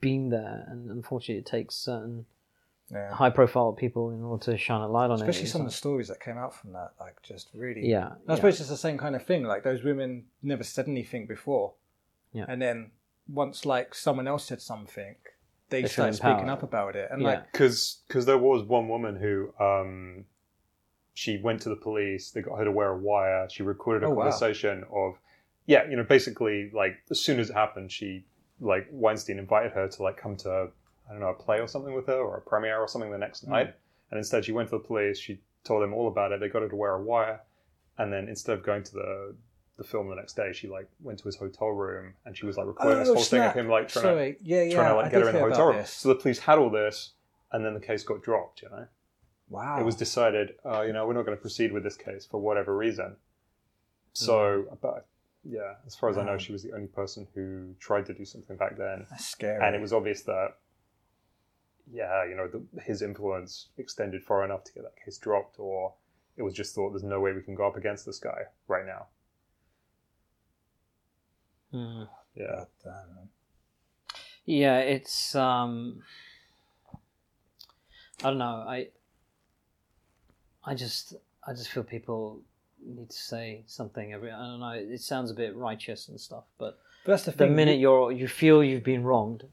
[SPEAKER 4] been there, and unfortunately, it takes certain
[SPEAKER 2] Yeah.
[SPEAKER 4] high profile people in order to shine a light on it.
[SPEAKER 2] especially
[SPEAKER 4] It's
[SPEAKER 2] some of
[SPEAKER 4] like-
[SPEAKER 2] the stories that came out from that, like just really.
[SPEAKER 4] yeah,
[SPEAKER 2] I
[SPEAKER 4] yeah.
[SPEAKER 2] suppose it's the same kind of thing. Like those women never said anything before,
[SPEAKER 4] Yeah.
[SPEAKER 2] and then once like someone else said something, they,
[SPEAKER 4] They feel
[SPEAKER 2] started speaking
[SPEAKER 4] empowered.
[SPEAKER 2] up about it, and
[SPEAKER 4] Yeah.
[SPEAKER 2] like
[SPEAKER 3] because because there was one woman who um, she went to the police. They got her to wear a wire. She recorded a
[SPEAKER 2] Oh, wow.
[SPEAKER 3] conversation of yeah, you know, basically like as soon as it happened, she like Weinstein invited her to like come to I don't know a play or something with her or a premiere or something the next
[SPEAKER 2] Hmm.
[SPEAKER 3] night. And instead, she went to the police. She told them all about it. They got her to wear a wire, and then instead of going to the the film the next day, she like went to his hotel room and she was like recording this whole
[SPEAKER 2] oh, snap.
[SPEAKER 3] thing of him like trying to
[SPEAKER 2] Sorry. yeah, yeah,
[SPEAKER 3] trying to
[SPEAKER 2] I
[SPEAKER 3] like get
[SPEAKER 2] did
[SPEAKER 3] her in the
[SPEAKER 2] hear
[SPEAKER 3] hotel
[SPEAKER 2] about
[SPEAKER 3] room.
[SPEAKER 2] this.
[SPEAKER 3] So the police had all this, and then the case got dropped. You know,
[SPEAKER 2] Wow,
[SPEAKER 3] it was decided, uh, you know, we're not going to proceed with this case for whatever reason. So, but yeah, as far as I know,
[SPEAKER 2] Wow.
[SPEAKER 3] she was the only person who tried to do something back then,
[SPEAKER 2] That's scary.
[SPEAKER 3] and it was obvious that, yeah, you know, the, his influence extended far enough to get that case dropped, or it was just thought there's no way we can go up against this guy right now.
[SPEAKER 4] Mm.
[SPEAKER 3] Yeah.
[SPEAKER 4] Yeah, it's um I don't know. I I just I just feel people need to say something every I don't know. It sounds a bit righteous and stuff, but
[SPEAKER 2] But that's the
[SPEAKER 4] the
[SPEAKER 2] thing.
[SPEAKER 4] minute you're you feel you've been wronged,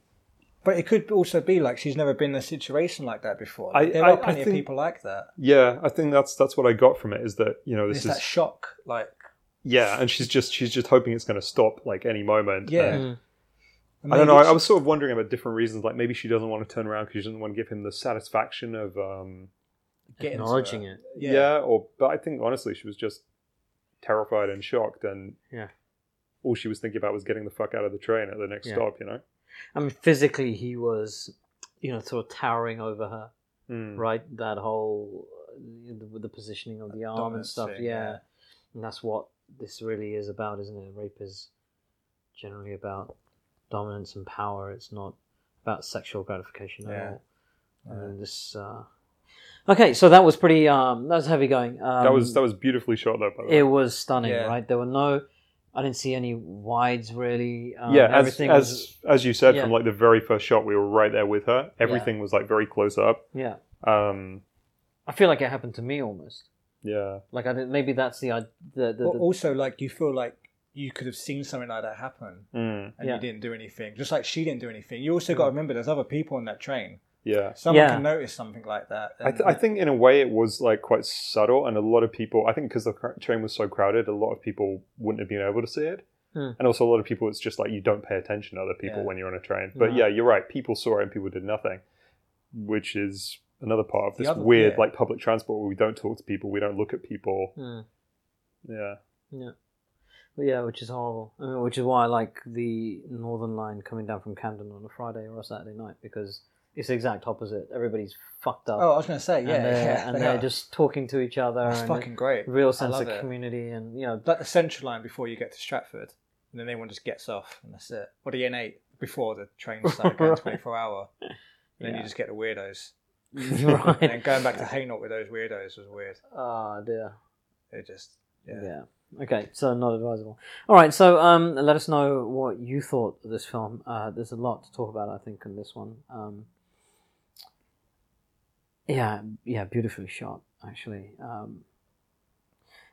[SPEAKER 2] but it could also be like she's never been in a situation like that before.
[SPEAKER 3] I-
[SPEAKER 2] there
[SPEAKER 3] I-
[SPEAKER 2] are
[SPEAKER 3] I
[SPEAKER 2] plenty of
[SPEAKER 3] think-
[SPEAKER 2] people like that.
[SPEAKER 3] Yeah, I think that's that's what I got from it is that you know
[SPEAKER 2] It's
[SPEAKER 3] this
[SPEAKER 2] that
[SPEAKER 3] is
[SPEAKER 2] shock, like
[SPEAKER 3] yeah, and she's just she's just hoping it's going to stop like any moment.
[SPEAKER 2] Yeah.
[SPEAKER 3] and-
[SPEAKER 4] Mm.
[SPEAKER 3] I don't know. I,
[SPEAKER 2] maybe
[SPEAKER 3] I was sort of wondering about different reasons. Like maybe she doesn't want to turn around because she doesn't want to give him the satisfaction of um,
[SPEAKER 2] get into
[SPEAKER 4] acknowledging
[SPEAKER 2] that.
[SPEAKER 4] it.
[SPEAKER 3] yeah.
[SPEAKER 2] Yeah.
[SPEAKER 3] Or but I think honestly she was just terrified and shocked, and
[SPEAKER 4] Yeah.
[SPEAKER 3] all she was thinking about was getting the fuck out of the train at the next
[SPEAKER 4] Yeah.
[SPEAKER 3] stop. You know.
[SPEAKER 4] I mean physically he was you know sort of towering over her,
[SPEAKER 3] Mm.
[SPEAKER 4] right? That whole uh, the, the positioning of the arm and
[SPEAKER 2] dominant
[SPEAKER 4] stuff,
[SPEAKER 2] thing,
[SPEAKER 4] yeah.
[SPEAKER 2] yeah.
[SPEAKER 4] And that's what this really is about, isn't it? Rape is generally about dominance and power. It's not about sexual gratification at
[SPEAKER 2] Yeah.
[SPEAKER 4] all. And this, uh... okay, so that was pretty. Um, that was heavy going. Um,
[SPEAKER 3] that was that was beautifully shot though. By the way.
[SPEAKER 4] It was stunning,
[SPEAKER 2] Yeah.
[SPEAKER 4] right? There were no. I didn't see any wides really. Um,
[SPEAKER 3] yeah, as
[SPEAKER 4] everything
[SPEAKER 3] as,
[SPEAKER 4] was,
[SPEAKER 3] as you said from
[SPEAKER 4] yeah.
[SPEAKER 3] like the very first shot, we were right there with her. Everything was like very close up.
[SPEAKER 4] yeah.
[SPEAKER 3] Um,
[SPEAKER 4] I feel like it happened to me almost.
[SPEAKER 3] yeah,
[SPEAKER 4] Like I didn't. Maybe that's the I- the the,
[SPEAKER 2] Al-
[SPEAKER 4] the
[SPEAKER 2] also, like you feel like you could have seen something like that happen
[SPEAKER 3] Mm,
[SPEAKER 2] and
[SPEAKER 4] Yeah.
[SPEAKER 2] you didn't do anything, just like she didn't do anything. You also got to remember there's other people on that train.
[SPEAKER 3] yeah.
[SPEAKER 2] Someone
[SPEAKER 4] Yeah.
[SPEAKER 2] can notice something like that.
[SPEAKER 3] I,
[SPEAKER 2] and-
[SPEAKER 3] th- I think in a way it was like quite subtle, and a lot of people. I think because the cr- train was so crowded, a lot of people wouldn't have been able to see it,
[SPEAKER 4] Hmm.
[SPEAKER 3] and also a lot of people. It's just like you don't pay attention to other people
[SPEAKER 2] Yeah.
[SPEAKER 3] when you're on a train. But
[SPEAKER 4] No.
[SPEAKER 3] yeah, you're right. People saw it, and people did nothing, which is another part of
[SPEAKER 2] The
[SPEAKER 3] this
[SPEAKER 2] other-
[SPEAKER 3] weird
[SPEAKER 2] yeah.
[SPEAKER 3] like public transport where we don't talk to people, we don't look at people.
[SPEAKER 4] Hmm.
[SPEAKER 3] Yeah,
[SPEAKER 4] But yeah, which is horrible. I mean, which is why I like the Northern Line coming down from Camden on a Friday or a Saturday night because it's the exact opposite. Everybody's fucked up.
[SPEAKER 2] Oh, I was going to say,
[SPEAKER 4] and
[SPEAKER 2] yeah,
[SPEAKER 4] they're,
[SPEAKER 2] yeah,
[SPEAKER 4] and
[SPEAKER 2] they
[SPEAKER 4] they're
[SPEAKER 2] are.
[SPEAKER 4] just talking to each other.
[SPEAKER 2] That's
[SPEAKER 4] and
[SPEAKER 2] fucking great.
[SPEAKER 4] real
[SPEAKER 2] I
[SPEAKER 4] sense
[SPEAKER 2] love
[SPEAKER 4] of
[SPEAKER 2] it.
[SPEAKER 4] community and you know.
[SPEAKER 2] Like the central line before you get to Stratford, and then everyone just gets off, and that's it. Or the N8 before the trains start going
[SPEAKER 4] (laughs) Right.
[SPEAKER 2] 24 hour. And then
[SPEAKER 4] Yeah.
[SPEAKER 2] you just get the weirdos. And then
[SPEAKER 4] (laughs) right.
[SPEAKER 2] going
[SPEAKER 4] (laughs)
[SPEAKER 2] back to Hainault with those weirdos was weird.
[SPEAKER 4] Ah, dear.
[SPEAKER 2] It just, yeah.
[SPEAKER 4] Yeah. Okay, so not advisable. All right, so um, let us know what you thought of this film. Uh, there's a lot to talk about, I think, in this one. Um, yeah, yeah, beautifully shot, actually. Um,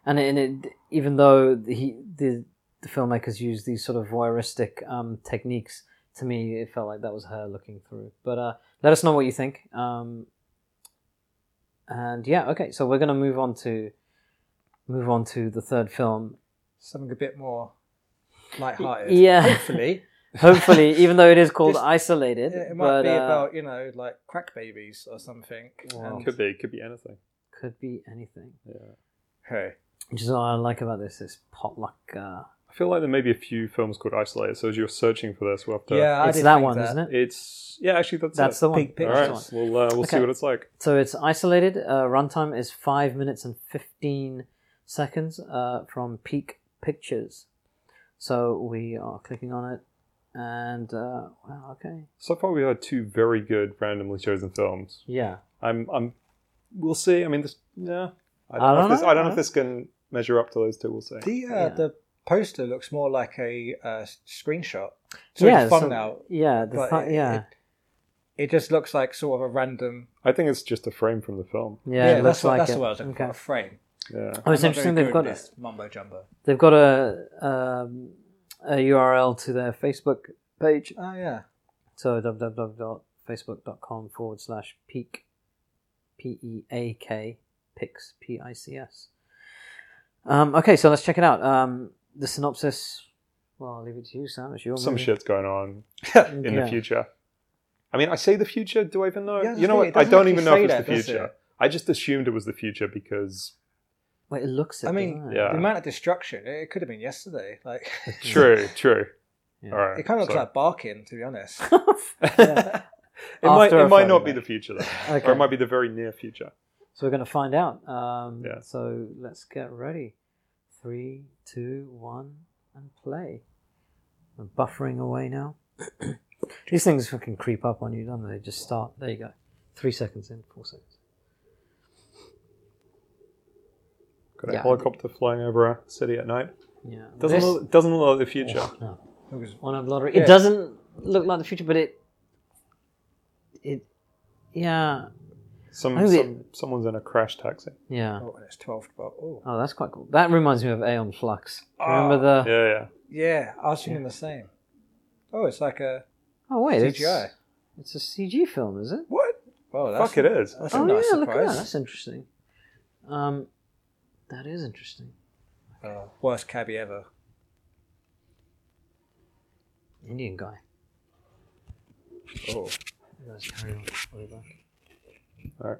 [SPEAKER 4] and it, and it, even though he the, the filmmakers used these sort of voyeuristic um, techniques, to me it felt like that was her looking through. But uh, let us know what you think. Um, and yeah, okay, so we're gonna move on to move on to the third film.
[SPEAKER 2] Something a bit more lighthearted.
[SPEAKER 4] Yeah. (laughs)
[SPEAKER 2] Hopefully. (laughs)
[SPEAKER 4] Hopefully, even though it is called
[SPEAKER 2] This-
[SPEAKER 4] Isolated,
[SPEAKER 2] It, it might
[SPEAKER 4] but,
[SPEAKER 2] be
[SPEAKER 4] uh,
[SPEAKER 2] about, you know, like crack babies or something.
[SPEAKER 4] Wow.
[SPEAKER 2] And-
[SPEAKER 3] could be, could be anything.
[SPEAKER 4] could be anything.
[SPEAKER 3] Yeah,
[SPEAKER 2] hey.
[SPEAKER 4] Which is what I like about this is potluck. Uh,
[SPEAKER 3] I feel like there may be a few films called Isolated. So as you're searching for this, we'll have to.
[SPEAKER 2] Yeah, I
[SPEAKER 4] it's
[SPEAKER 2] did
[SPEAKER 4] that
[SPEAKER 2] think
[SPEAKER 4] one,
[SPEAKER 2] that.
[SPEAKER 4] isn't it?
[SPEAKER 3] it's yeah. Actually, that's
[SPEAKER 4] That's
[SPEAKER 3] it.
[SPEAKER 4] the one.
[SPEAKER 2] Big picture.
[SPEAKER 3] All right,
[SPEAKER 4] That's the
[SPEAKER 3] we'll uh, we'll
[SPEAKER 4] Okay.
[SPEAKER 3] see what it's like.
[SPEAKER 4] So it's Isolated. Uh, runtime is five minutes and fifteen seconds uh, from Peak Pictures. So we are clicking on it, and uh, wow, okay,
[SPEAKER 3] So far, we have had two very good randomly chosen films.
[SPEAKER 4] yeah,
[SPEAKER 3] I'm, I'm, we'll see. I mean, this, yeah, I don't,
[SPEAKER 4] I
[SPEAKER 3] know.
[SPEAKER 4] don't
[SPEAKER 3] If this,
[SPEAKER 4] know,
[SPEAKER 3] I don't know
[SPEAKER 4] huh?
[SPEAKER 3] if this can measure up to those two. We'll see.
[SPEAKER 2] The, uh,
[SPEAKER 4] Yeah.
[SPEAKER 2] the poster looks more like a uh, screenshot. So
[SPEAKER 4] yeah,
[SPEAKER 2] it's fun
[SPEAKER 4] so-
[SPEAKER 2] now.
[SPEAKER 4] yeah, the
[SPEAKER 2] but
[SPEAKER 4] th-
[SPEAKER 2] it-
[SPEAKER 4] yeah,
[SPEAKER 2] it- It just looks like sort of a random
[SPEAKER 3] I think it's just a frame from the film.
[SPEAKER 4] yeah, it looks
[SPEAKER 2] that's what-
[SPEAKER 4] like
[SPEAKER 2] that's
[SPEAKER 4] it.
[SPEAKER 2] what I was looking for,
[SPEAKER 4] Okay.
[SPEAKER 2] a frame.
[SPEAKER 3] Yeah,
[SPEAKER 4] Oh, it's
[SPEAKER 2] I'm not
[SPEAKER 4] interesting.
[SPEAKER 2] very good
[SPEAKER 4] They've got
[SPEAKER 2] at
[SPEAKER 4] a,
[SPEAKER 2] this mumbo
[SPEAKER 4] (laughs)
[SPEAKER 2] jumbo.
[SPEAKER 4] they've got a, um, a URL to their Facebook page.
[SPEAKER 2] Oh yeah,
[SPEAKER 4] So www.facebook.com forward slash peak, P E A K, pics, P I C S. Um, okay, so let's check it out. Um, the synopsis, well, I'll leave it to you, Sam. It's your
[SPEAKER 3] some
[SPEAKER 4] movie.
[SPEAKER 3] shit's going on in
[SPEAKER 4] Yeah.
[SPEAKER 3] the future. I mean, I say the future. Do I even know?
[SPEAKER 2] Yeah, that's
[SPEAKER 3] you know
[SPEAKER 2] the thing,
[SPEAKER 3] what?
[SPEAKER 2] it doesn't
[SPEAKER 3] I don't
[SPEAKER 2] actually
[SPEAKER 3] even know if
[SPEAKER 2] say
[SPEAKER 3] it's the
[SPEAKER 2] that, does
[SPEAKER 3] future.
[SPEAKER 2] it?
[SPEAKER 3] I just assumed it was the future
[SPEAKER 2] (laughs)
[SPEAKER 3] because
[SPEAKER 4] Wait, it looks it.
[SPEAKER 2] I mean,
[SPEAKER 4] doesn't it?
[SPEAKER 3] yeah.
[SPEAKER 2] the amount of destruction. It, it could have been yesterday. Like (laughs)
[SPEAKER 3] true, true.
[SPEAKER 4] Yeah.
[SPEAKER 3] All right.
[SPEAKER 2] it kind of looks
[SPEAKER 3] so-
[SPEAKER 2] like barking, to be honest.
[SPEAKER 4] (laughs) Yeah.
[SPEAKER 3] it might
[SPEAKER 4] After a
[SPEAKER 3] it might not be
[SPEAKER 4] photograph.
[SPEAKER 3] the future
[SPEAKER 2] (laughs)
[SPEAKER 3] though,
[SPEAKER 4] Okay.
[SPEAKER 3] or it might be the very near future.
[SPEAKER 4] So we're going to find out. Um,
[SPEAKER 3] Yeah.
[SPEAKER 4] So let's get ready. Three, two, one, and play. I'm buffering
[SPEAKER 3] (clears throat)
[SPEAKER 4] away now. These things fucking creep up on you, don't they? They Just start. There you go. Three seconds in, four seconds.
[SPEAKER 3] Got a
[SPEAKER 4] Yeah.
[SPEAKER 3] helicopter flying over a city at night.
[SPEAKER 4] Yeah.
[SPEAKER 3] Doesn't
[SPEAKER 4] This-
[SPEAKER 3] look, doesn't look like the future.
[SPEAKER 4] No.
[SPEAKER 2] Because-
[SPEAKER 4] one of lottery.
[SPEAKER 2] Yeah.
[SPEAKER 4] It doesn't look like the future, but it, it, yeah,
[SPEAKER 3] Some,
[SPEAKER 4] Oh, yeah.
[SPEAKER 3] some someone's in a crash taxi.
[SPEAKER 4] yeah.
[SPEAKER 2] Oh, and it's 12th bar. Oh,
[SPEAKER 4] Oh, that's quite cool. That reminds me of Aeon Flux. Do you remember
[SPEAKER 3] Oh,
[SPEAKER 4] the?
[SPEAKER 3] Yeah, yeah.
[SPEAKER 2] yeah, I was thinking the same. Oh, it's like a
[SPEAKER 4] Oh wait,
[SPEAKER 2] CGI.
[SPEAKER 4] It's, it's a CG film, is it?
[SPEAKER 2] What? Well, that's,
[SPEAKER 3] Fuck, it eh? is.
[SPEAKER 2] That's
[SPEAKER 4] oh
[SPEAKER 2] a nice
[SPEAKER 4] yeah, look at that.
[SPEAKER 2] surprise.
[SPEAKER 4] That's interesting. Um, that is interesting.
[SPEAKER 2] Oh, worst cabbie ever.
[SPEAKER 4] Indian guy.
[SPEAKER 2] Oh,
[SPEAKER 4] You guys carry on. I'll be back.
[SPEAKER 3] All right.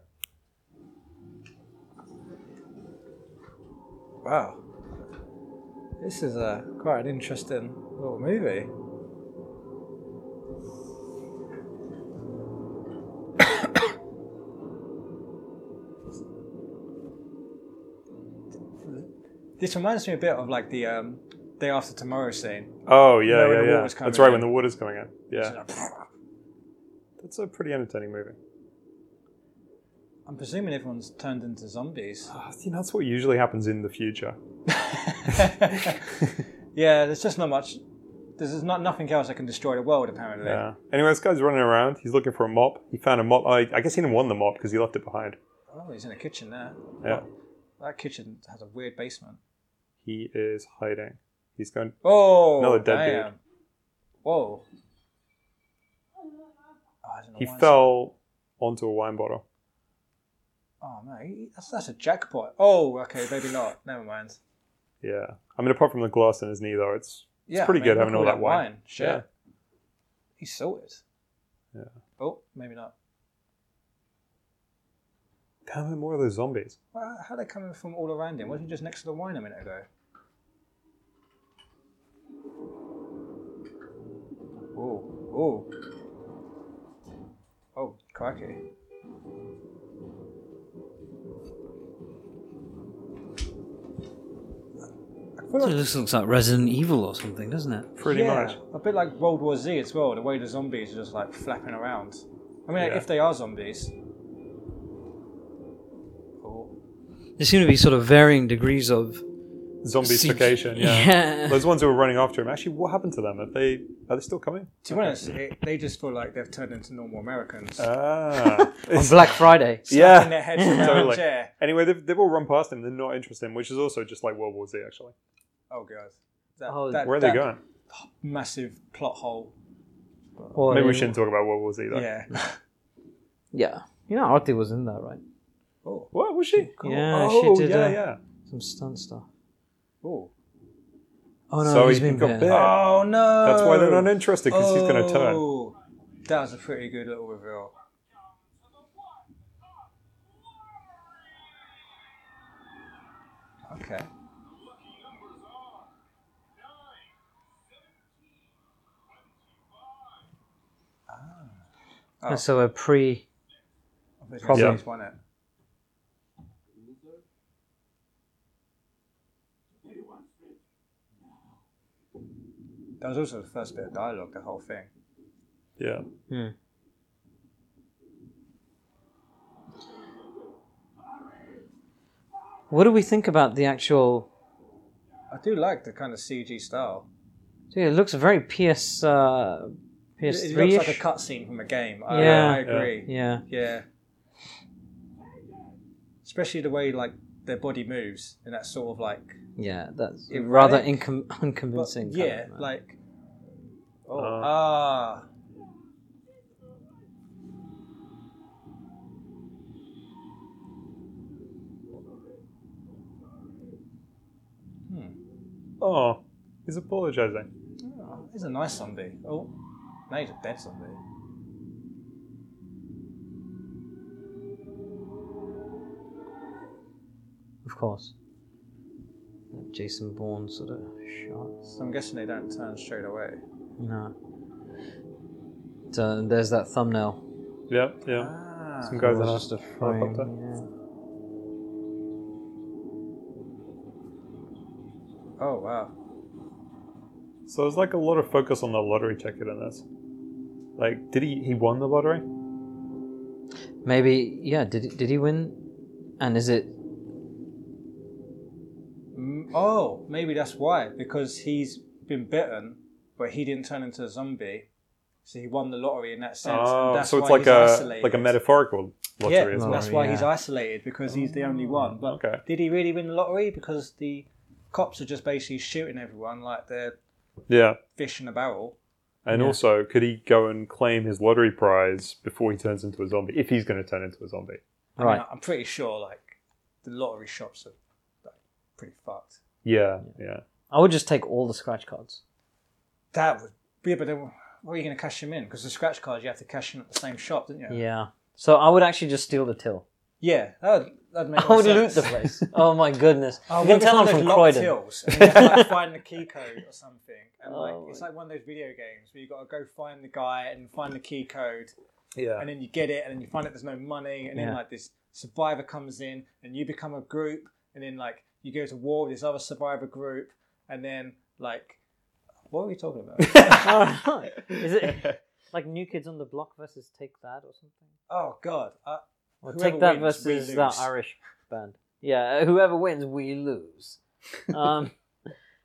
[SPEAKER 2] wow. This is a quite an interesting little movie. (coughs) this reminds me a bit of like the um, day after tomorrow scene.
[SPEAKER 3] Oh yeah,
[SPEAKER 2] No, when
[SPEAKER 3] yeah,
[SPEAKER 2] the
[SPEAKER 3] yeah.
[SPEAKER 2] water's coming
[SPEAKER 3] That's right
[SPEAKER 2] in.
[SPEAKER 3] when the water's coming in. Yeah,
[SPEAKER 2] It's like,
[SPEAKER 3] that's a pretty entertaining movie.
[SPEAKER 2] I'm presuming everyone's turned into
[SPEAKER 3] (laughs)
[SPEAKER 2] zombies. (laughs)
[SPEAKER 3] Ah, you know, that's what usually happens in the future.
[SPEAKER 2] yeah, there's just not much. There's not nothing else that can destroy the world apparently.
[SPEAKER 3] Yeah. Anyway, this guy's running around. He's looking for a mop. He found a mop. I, I guess he didn't want the mop because he left it behind.
[SPEAKER 2] Oh, he's in a kitchen there.
[SPEAKER 3] Yeah.
[SPEAKER 2] That kitchen has a weird basement.
[SPEAKER 3] He is hiding. He's going.
[SPEAKER 2] Oh,
[SPEAKER 3] Another dead
[SPEAKER 2] damn.
[SPEAKER 3] dude.
[SPEAKER 2] Whoa. Oh, I don't know
[SPEAKER 3] He
[SPEAKER 2] why it's-
[SPEAKER 3] fell onto a wine bottle.
[SPEAKER 2] Oh no, he- that's, that's a jackpot. Oh, okay, maybe not. Never mind.
[SPEAKER 3] Yeah. I mean, apart from the glass in his knee, though, it's
[SPEAKER 2] Yeah, I
[SPEAKER 3] pretty
[SPEAKER 2] mean,
[SPEAKER 3] good
[SPEAKER 2] look
[SPEAKER 3] having
[SPEAKER 2] at
[SPEAKER 3] all that wine.
[SPEAKER 2] Shit.
[SPEAKER 3] Yeah.
[SPEAKER 2] He's sorted.
[SPEAKER 3] Yeah.
[SPEAKER 2] Oh, maybe not.
[SPEAKER 3] damn it, more of those zombies.
[SPEAKER 2] Well, how are they coming from all around him? Wasn't he just next to the wine a minute ago? Oh, oh. Oh, crikey. I feel like-
[SPEAKER 4] this looks like Resident Evil or something, doesn't it?
[SPEAKER 3] Pretty
[SPEAKER 2] yeah,
[SPEAKER 3] much.
[SPEAKER 2] A bit like World War Z as well, the way the zombies are just like flapping around. I mean,
[SPEAKER 3] Yeah.
[SPEAKER 2] if they are zombies. Oh.
[SPEAKER 4] There seem to be sort of varying degrees of
[SPEAKER 2] (laughs)
[SPEAKER 3] Zombification. Yeah.
[SPEAKER 4] Yeah.
[SPEAKER 3] Those ones who were running after him. Actually, what happened to them? Are they are they still coming?
[SPEAKER 2] To be honest, it, they just feel like they've turned into normal Americans.
[SPEAKER 3] (laughs) Ah.
[SPEAKER 4] on
[SPEAKER 3] (laughs)
[SPEAKER 4] Black Friday.
[SPEAKER 2] Stuck in their heads around
[SPEAKER 3] totally.
[SPEAKER 2] a chair.
[SPEAKER 3] Anyway, they've, they've all run past him. They're not interested in, which is also just like World War Z, actually.
[SPEAKER 2] Oh god. That,
[SPEAKER 4] Oh,
[SPEAKER 2] that-
[SPEAKER 3] Where are they
[SPEAKER 2] that
[SPEAKER 3] going?
[SPEAKER 2] Massive plot hole.
[SPEAKER 4] Or
[SPEAKER 3] Maybe we
[SPEAKER 4] in-
[SPEAKER 3] shouldn't talk about World War Z, though.
[SPEAKER 2] Yeah.
[SPEAKER 3] (laughs)
[SPEAKER 4] Yeah. You know, Artie was in that, right?
[SPEAKER 2] oh,
[SPEAKER 3] What was she?
[SPEAKER 4] Cool. Yeah, she
[SPEAKER 3] oh,
[SPEAKER 4] did,
[SPEAKER 3] yeah,
[SPEAKER 4] uh,
[SPEAKER 3] yeah.
[SPEAKER 4] Some stunt stuff.
[SPEAKER 3] (laughs)
[SPEAKER 2] oh.
[SPEAKER 4] Oh no,
[SPEAKER 3] So
[SPEAKER 4] he's
[SPEAKER 3] he
[SPEAKER 4] been
[SPEAKER 3] got
[SPEAKER 4] banned.
[SPEAKER 3] bit.
[SPEAKER 2] Oh no.
[SPEAKER 3] That's why they're not interested because he's going to turn.
[SPEAKER 2] Oh, That was a pretty good little reveal. Okay. Oh.
[SPEAKER 4] And so a pre.
[SPEAKER 2] Probably
[SPEAKER 3] Yeah.
[SPEAKER 2] he's won it. That was also the first bit of dialogue, the whole thing.
[SPEAKER 3] Yeah.
[SPEAKER 4] Hmm. What do we think about the actual?
[SPEAKER 2] I do like the kind of CG style.
[SPEAKER 4] Dude, it looks very PS uh,
[SPEAKER 2] It,
[SPEAKER 4] PS
[SPEAKER 2] it
[SPEAKER 4] three
[SPEAKER 2] looks like a cutscene from a game. I,
[SPEAKER 4] Yeah.
[SPEAKER 2] I agree. Yeah.
[SPEAKER 4] Yeah,
[SPEAKER 2] Especially the way like their body moves in that sort of like
[SPEAKER 4] yeah, that's
[SPEAKER 2] It-
[SPEAKER 4] rather
[SPEAKER 2] right?
[SPEAKER 4] incom-
[SPEAKER 2] but-
[SPEAKER 4] (laughs) unconvincing. colour,
[SPEAKER 2] yeah,
[SPEAKER 4] man.
[SPEAKER 2] like oh
[SPEAKER 3] Uh.
[SPEAKER 2] ah
[SPEAKER 3] Oh, he's apologizing.
[SPEAKER 2] Oh, he's a nice zombie. Oh, now he's a dead zombie.
[SPEAKER 4] of course, Jason Bourne sort of shots.
[SPEAKER 2] So I'm guessing they don't turn straight away.
[SPEAKER 4] No. So, and there's that thumbnail.
[SPEAKER 3] Yeah, yeah.
[SPEAKER 2] Ah,
[SPEAKER 3] Some guys
[SPEAKER 4] It
[SPEAKER 3] in
[SPEAKER 4] was
[SPEAKER 3] a
[SPEAKER 4] just a frame.
[SPEAKER 3] helicopter.
[SPEAKER 4] yeah.
[SPEAKER 2] oh wow.
[SPEAKER 3] So there's like a lot of focus on the lottery ticket in this. Like, did he he won the lottery?
[SPEAKER 4] Maybe yeah. Did he- did he win? And is it
[SPEAKER 2] Mm, Oh, maybe that's why because he's been bitten but he didn't turn into a zombie, so he won the lottery in that sense. and
[SPEAKER 3] Oh,
[SPEAKER 2] that's
[SPEAKER 3] so it's
[SPEAKER 2] why
[SPEAKER 3] like
[SPEAKER 2] he's
[SPEAKER 3] a
[SPEAKER 2] isolated.
[SPEAKER 3] like a metaphorical
[SPEAKER 2] yeah,
[SPEAKER 3] lottery as well.
[SPEAKER 2] that's why he's
[SPEAKER 4] yeah.
[SPEAKER 2] isolated because he's the only one. But
[SPEAKER 3] okay.
[SPEAKER 2] did he really win the lottery? Because the cops are just basically shooting everyone like they're
[SPEAKER 3] Yeah.
[SPEAKER 2] fish in a barrel.
[SPEAKER 3] And
[SPEAKER 4] Yeah.
[SPEAKER 3] also, could he go and claim his lottery prize before he turns into a zombie? If he's going to turn into a zombie,
[SPEAKER 2] I
[SPEAKER 4] All right.
[SPEAKER 2] mean, I'm pretty sure like the lottery shops are like pretty fucked.
[SPEAKER 3] yeah, yeah.
[SPEAKER 4] I would just take all the scratch cards.
[SPEAKER 2] That would be, but then where are you going to cash them in? Because the scratch cards you have to cash in at the same shop, didn't you?
[SPEAKER 4] Yeah. So I would actually just steal
[SPEAKER 2] (laughs)
[SPEAKER 4] the till.
[SPEAKER 2] Yeah, that would, that'd make
[SPEAKER 4] (laughs) I
[SPEAKER 2] more
[SPEAKER 4] would loot
[SPEAKER 2] sense.
[SPEAKER 4] the place. Oh my goodness!
[SPEAKER 2] (laughs) Oh,
[SPEAKER 4] you can
[SPEAKER 2] what if
[SPEAKER 4] tell
[SPEAKER 2] one
[SPEAKER 4] I'm
[SPEAKER 2] of those
[SPEAKER 4] from
[SPEAKER 2] locked
[SPEAKER 4] Croydon.
[SPEAKER 2] hills and you have to, like, find the key code or something. And like
[SPEAKER 4] Oh,
[SPEAKER 2] it's
[SPEAKER 4] my-
[SPEAKER 2] like one of those video games where you got to go find the guy and find the key code,
[SPEAKER 3] Yeah. (laughs)
[SPEAKER 2] and then you get it, and then you find out there's no money, and then
[SPEAKER 4] Yeah.
[SPEAKER 2] like this survivor comes in, and you become a group, and then like you go to war with this other survivor group, and then like what are we talking about?
[SPEAKER 4] (laughs) All right. Is it like New Kids on the Block versus Take That or something?
[SPEAKER 2] oh God, uh,
[SPEAKER 4] Or
[SPEAKER 2] Whoever
[SPEAKER 4] Take That
[SPEAKER 2] wins, we
[SPEAKER 4] versus that
[SPEAKER 2] lose.
[SPEAKER 4] Irish band. Yeah, uh, whoever wins,
[SPEAKER 2] (laughs)
[SPEAKER 4] we lose. Um,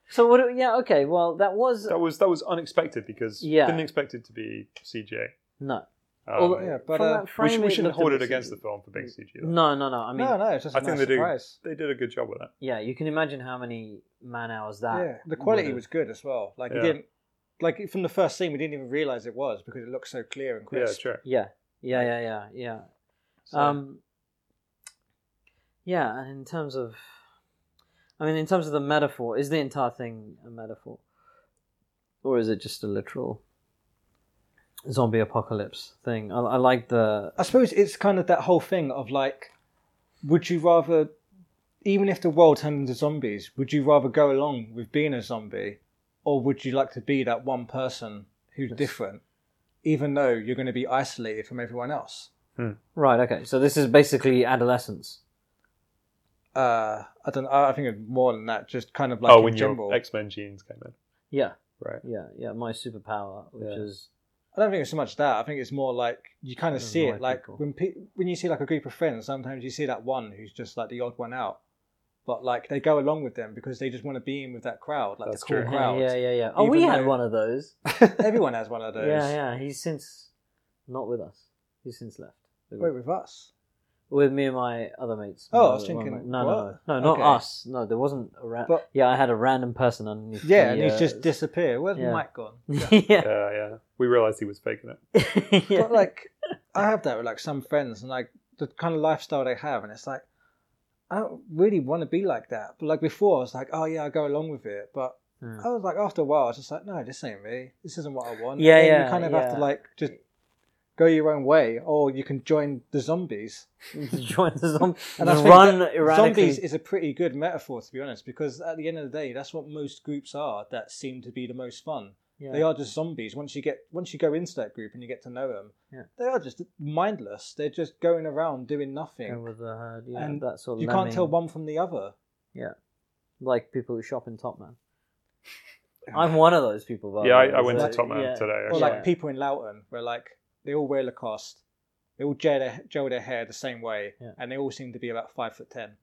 [SPEAKER 4] so what? do- Yeah, okay. Well, that was
[SPEAKER 3] That was that was unexpected because
[SPEAKER 4] Yeah.
[SPEAKER 3] didn't expect it to be CJ.
[SPEAKER 4] no.
[SPEAKER 3] Um,
[SPEAKER 4] Although-
[SPEAKER 2] yeah, but
[SPEAKER 4] from
[SPEAKER 2] uh,
[SPEAKER 4] that
[SPEAKER 3] we,
[SPEAKER 4] frame,
[SPEAKER 3] should, we shouldn't
[SPEAKER 4] looked a
[SPEAKER 3] hold
[SPEAKER 4] bit
[SPEAKER 3] it against
[SPEAKER 4] CG.
[SPEAKER 3] the
[SPEAKER 4] (laughs)
[SPEAKER 3] film for being CG. though.
[SPEAKER 4] No, no, no. I mean,
[SPEAKER 2] no, no, it's just a
[SPEAKER 3] I think
[SPEAKER 2] nice
[SPEAKER 3] they do.
[SPEAKER 2] surprise.
[SPEAKER 3] They did a good job with that.
[SPEAKER 4] yeah, you can imagine how many man hours that.
[SPEAKER 2] Yeah, the quality
[SPEAKER 4] would've-
[SPEAKER 2] was good as well. Like
[SPEAKER 3] Yeah.
[SPEAKER 2] you didn't. Like from the first scene, we didn't even realize it was because it looked so clear and
[SPEAKER 3] Yeah,
[SPEAKER 2] crisp.
[SPEAKER 3] sure.
[SPEAKER 4] Yeah, yeah, yeah, yeah, yeah.
[SPEAKER 3] So-
[SPEAKER 4] Um, yeah, and in terms of, I mean, in terms of the metaphor, is the entire thing a metaphor, or is it just a literal zombie apocalypse thing? I, I like the
[SPEAKER 2] I suppose it's kind of that whole thing of like, would you rather, even if the world turned into zombies, would you rather go along with being a zombie, or would you like to be that one person who's different, even though you're going to be isolated from everyone else?
[SPEAKER 4] right. Okay, so this is basically adolescence.
[SPEAKER 2] Uh, I don't. I I think it's more than that. Just kind of like
[SPEAKER 3] oh,
[SPEAKER 2] in
[SPEAKER 3] when
[SPEAKER 2] general.
[SPEAKER 3] your X Men genes came in,
[SPEAKER 4] Yeah,
[SPEAKER 3] right?
[SPEAKER 4] yeah, yeah. My superpower, which
[SPEAKER 3] Yeah.
[SPEAKER 4] is
[SPEAKER 2] I don't think it's so much that. I think it's more like you kind of
[SPEAKER 4] Doesn't
[SPEAKER 2] see
[SPEAKER 4] like
[SPEAKER 2] it. Like
[SPEAKER 4] people.
[SPEAKER 2] when pe- when you see like a group of friends, sometimes you see that one who's just like the odd one out, but like they go along with them because they just want to be in with that crowd, like
[SPEAKER 3] That's
[SPEAKER 2] the cool
[SPEAKER 3] true.
[SPEAKER 2] crowd. (laughs)
[SPEAKER 4] yeah, yeah, yeah. Oh, we
[SPEAKER 2] Even
[SPEAKER 4] had
[SPEAKER 2] though-
[SPEAKER 4] one of those.
[SPEAKER 2] Everyone has one of those.
[SPEAKER 4] Yeah, yeah. He's since not with us. He's since left. the
[SPEAKER 2] Wait
[SPEAKER 4] group.
[SPEAKER 2] with us.
[SPEAKER 4] With me and my other mates.
[SPEAKER 2] Oh, I was
[SPEAKER 4] No, one
[SPEAKER 2] thinking,
[SPEAKER 4] mate. No,
[SPEAKER 2] what?
[SPEAKER 4] no, no, no, not
[SPEAKER 2] Okay.
[SPEAKER 4] us. No, there wasn't a ra-
[SPEAKER 2] But-
[SPEAKER 4] Yeah, I had a random person underneath.
[SPEAKER 2] Yeah,
[SPEAKER 4] the,
[SPEAKER 2] and he's
[SPEAKER 4] uh,
[SPEAKER 2] just disappeared. Where's
[SPEAKER 4] yeah.
[SPEAKER 2] Mike gone?
[SPEAKER 3] Yeah,
[SPEAKER 4] (laughs) yeah,
[SPEAKER 3] yeah. We realized he was faking it.
[SPEAKER 2] (laughs)
[SPEAKER 4] yeah.
[SPEAKER 2] But
[SPEAKER 4] (laughs)
[SPEAKER 2] like, I have that with like some friends and like the kind of lifestyle they have, and it's like, I don't really want to be like that. But like before, I was like, oh yeah, I go along with it. But
[SPEAKER 4] Hmm.
[SPEAKER 2] I was like, after a while, I was just like, no, this ain't me. This isn't what I want.
[SPEAKER 4] Yeah,
[SPEAKER 2] And then
[SPEAKER 4] yeah,
[SPEAKER 2] You kind of have to
[SPEAKER 4] yeah.
[SPEAKER 2] like just go your own way, or you can join the zombies.
[SPEAKER 4] join the zombie
[SPEAKER 2] And I think
[SPEAKER 4] run
[SPEAKER 2] that
[SPEAKER 4] erratically.
[SPEAKER 2] Zombies is a pretty good metaphor, to be honest, because at the end of the day, that's what most groups are that seem to be the most fun.
[SPEAKER 4] yeah.
[SPEAKER 2] They are just zombies. Once you get once you go into that group and you get to know them,
[SPEAKER 4] Yeah.
[SPEAKER 2] they are just mindless. They're just going around doing nothing,
[SPEAKER 4] Go with the herd. Yeah,
[SPEAKER 2] and
[SPEAKER 4] that sort of
[SPEAKER 2] you
[SPEAKER 4] lemming,
[SPEAKER 2] can't tell one from the other.
[SPEAKER 4] like people who shop in
[SPEAKER 2] (laughs)
[SPEAKER 4] Top Man. I'm one of those people. By the
[SPEAKER 3] yeah, I,
[SPEAKER 4] way,
[SPEAKER 3] I went
[SPEAKER 4] so-
[SPEAKER 3] to Top Man
[SPEAKER 4] yeah.
[SPEAKER 3] today.
[SPEAKER 2] Or
[SPEAKER 3] Actually.
[SPEAKER 2] like
[SPEAKER 4] Yeah.
[SPEAKER 2] people in Loughton, where like they all wear Lacoste, they all gel their, gel their hair the same way,
[SPEAKER 4] Yeah.
[SPEAKER 2] and they all seem to be about five foot ten.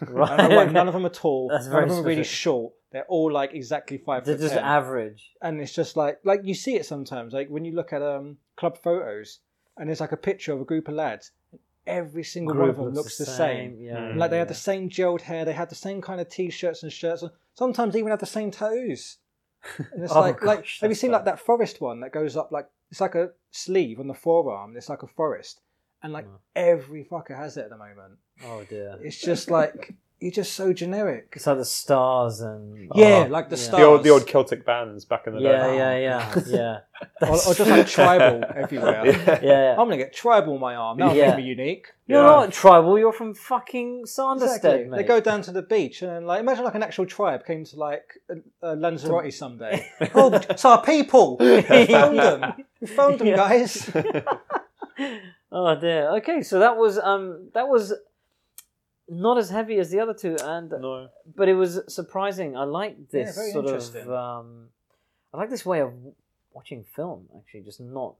[SPEAKER 2] I don't know why
[SPEAKER 4] (laughs) Right. (laughs)
[SPEAKER 2] none of them are tall.
[SPEAKER 4] That's
[SPEAKER 2] none of
[SPEAKER 4] very
[SPEAKER 2] them are really
[SPEAKER 4] specific.
[SPEAKER 2] short. They're all like exactly five
[SPEAKER 4] They're
[SPEAKER 2] foot
[SPEAKER 4] just
[SPEAKER 2] ten.
[SPEAKER 4] average.
[SPEAKER 2] and it's just like like you see it sometimes. Like when you look at um club photos, and there's like a picture of a group of lads. Every single one of them looks the same.
[SPEAKER 4] Yeah,
[SPEAKER 3] Mm.
[SPEAKER 4] yeah,
[SPEAKER 2] And, Like they had
[SPEAKER 4] yeah.
[SPEAKER 2] the same gelled hair. They had the same kind of t-shirts and shirts. and Sometimes they even had the same
[SPEAKER 4] (laughs)
[SPEAKER 2] tattoos. And it's
[SPEAKER 4] Oh,
[SPEAKER 2] like like
[SPEAKER 4] gosh,
[SPEAKER 2] have you
[SPEAKER 4] that's
[SPEAKER 2] seen
[SPEAKER 4] bad.
[SPEAKER 2] like that forest one that goes up like it's like a sleeve on the forearm. It's like a forest, and like
[SPEAKER 4] Oh.
[SPEAKER 2] every fucker has it at the moment.
[SPEAKER 4] Oh dear.
[SPEAKER 2] It's just
[SPEAKER 4] (laughs)
[SPEAKER 2] like you're just so generic.
[SPEAKER 4] It's like the stars and
[SPEAKER 2] Yeah,
[SPEAKER 3] Oh.
[SPEAKER 2] like the
[SPEAKER 4] Yeah.
[SPEAKER 3] the old the
[SPEAKER 2] stars.
[SPEAKER 3] old Celtic bands back in the
[SPEAKER 4] yeah,
[SPEAKER 3] day.
[SPEAKER 4] yeah, yeah, yeah,
[SPEAKER 2] or, or just like Oh, tribal
[SPEAKER 3] (laughs)
[SPEAKER 2] everywhere.
[SPEAKER 4] (laughs) yeah. yeah.
[SPEAKER 2] I'm gonna get tribal on my arm. That'll
[SPEAKER 4] Yeah.
[SPEAKER 2] make me unique.
[SPEAKER 4] You're
[SPEAKER 3] Yeah.
[SPEAKER 4] not tribal. You're from fucking Sanderstead,
[SPEAKER 2] Exactly.
[SPEAKER 4] mate.
[SPEAKER 2] They go down to the beach and then, like imagine like an actual tribe came to like uh, uh, Lanzarote someday. (laughs) oh, it's our
[SPEAKER 4] (laughs)
[SPEAKER 2] people. We found them. We found them,
[SPEAKER 4] Yeah. (laughs)
[SPEAKER 2] guys.
[SPEAKER 4] oh dear. Okay, so that was um that was not as heavy as the other two, and
[SPEAKER 3] No.
[SPEAKER 4] but it was surprising. I like this
[SPEAKER 2] very
[SPEAKER 4] sort of
[SPEAKER 2] interesting.
[SPEAKER 4] um, I like this way of watching film. Actually, just not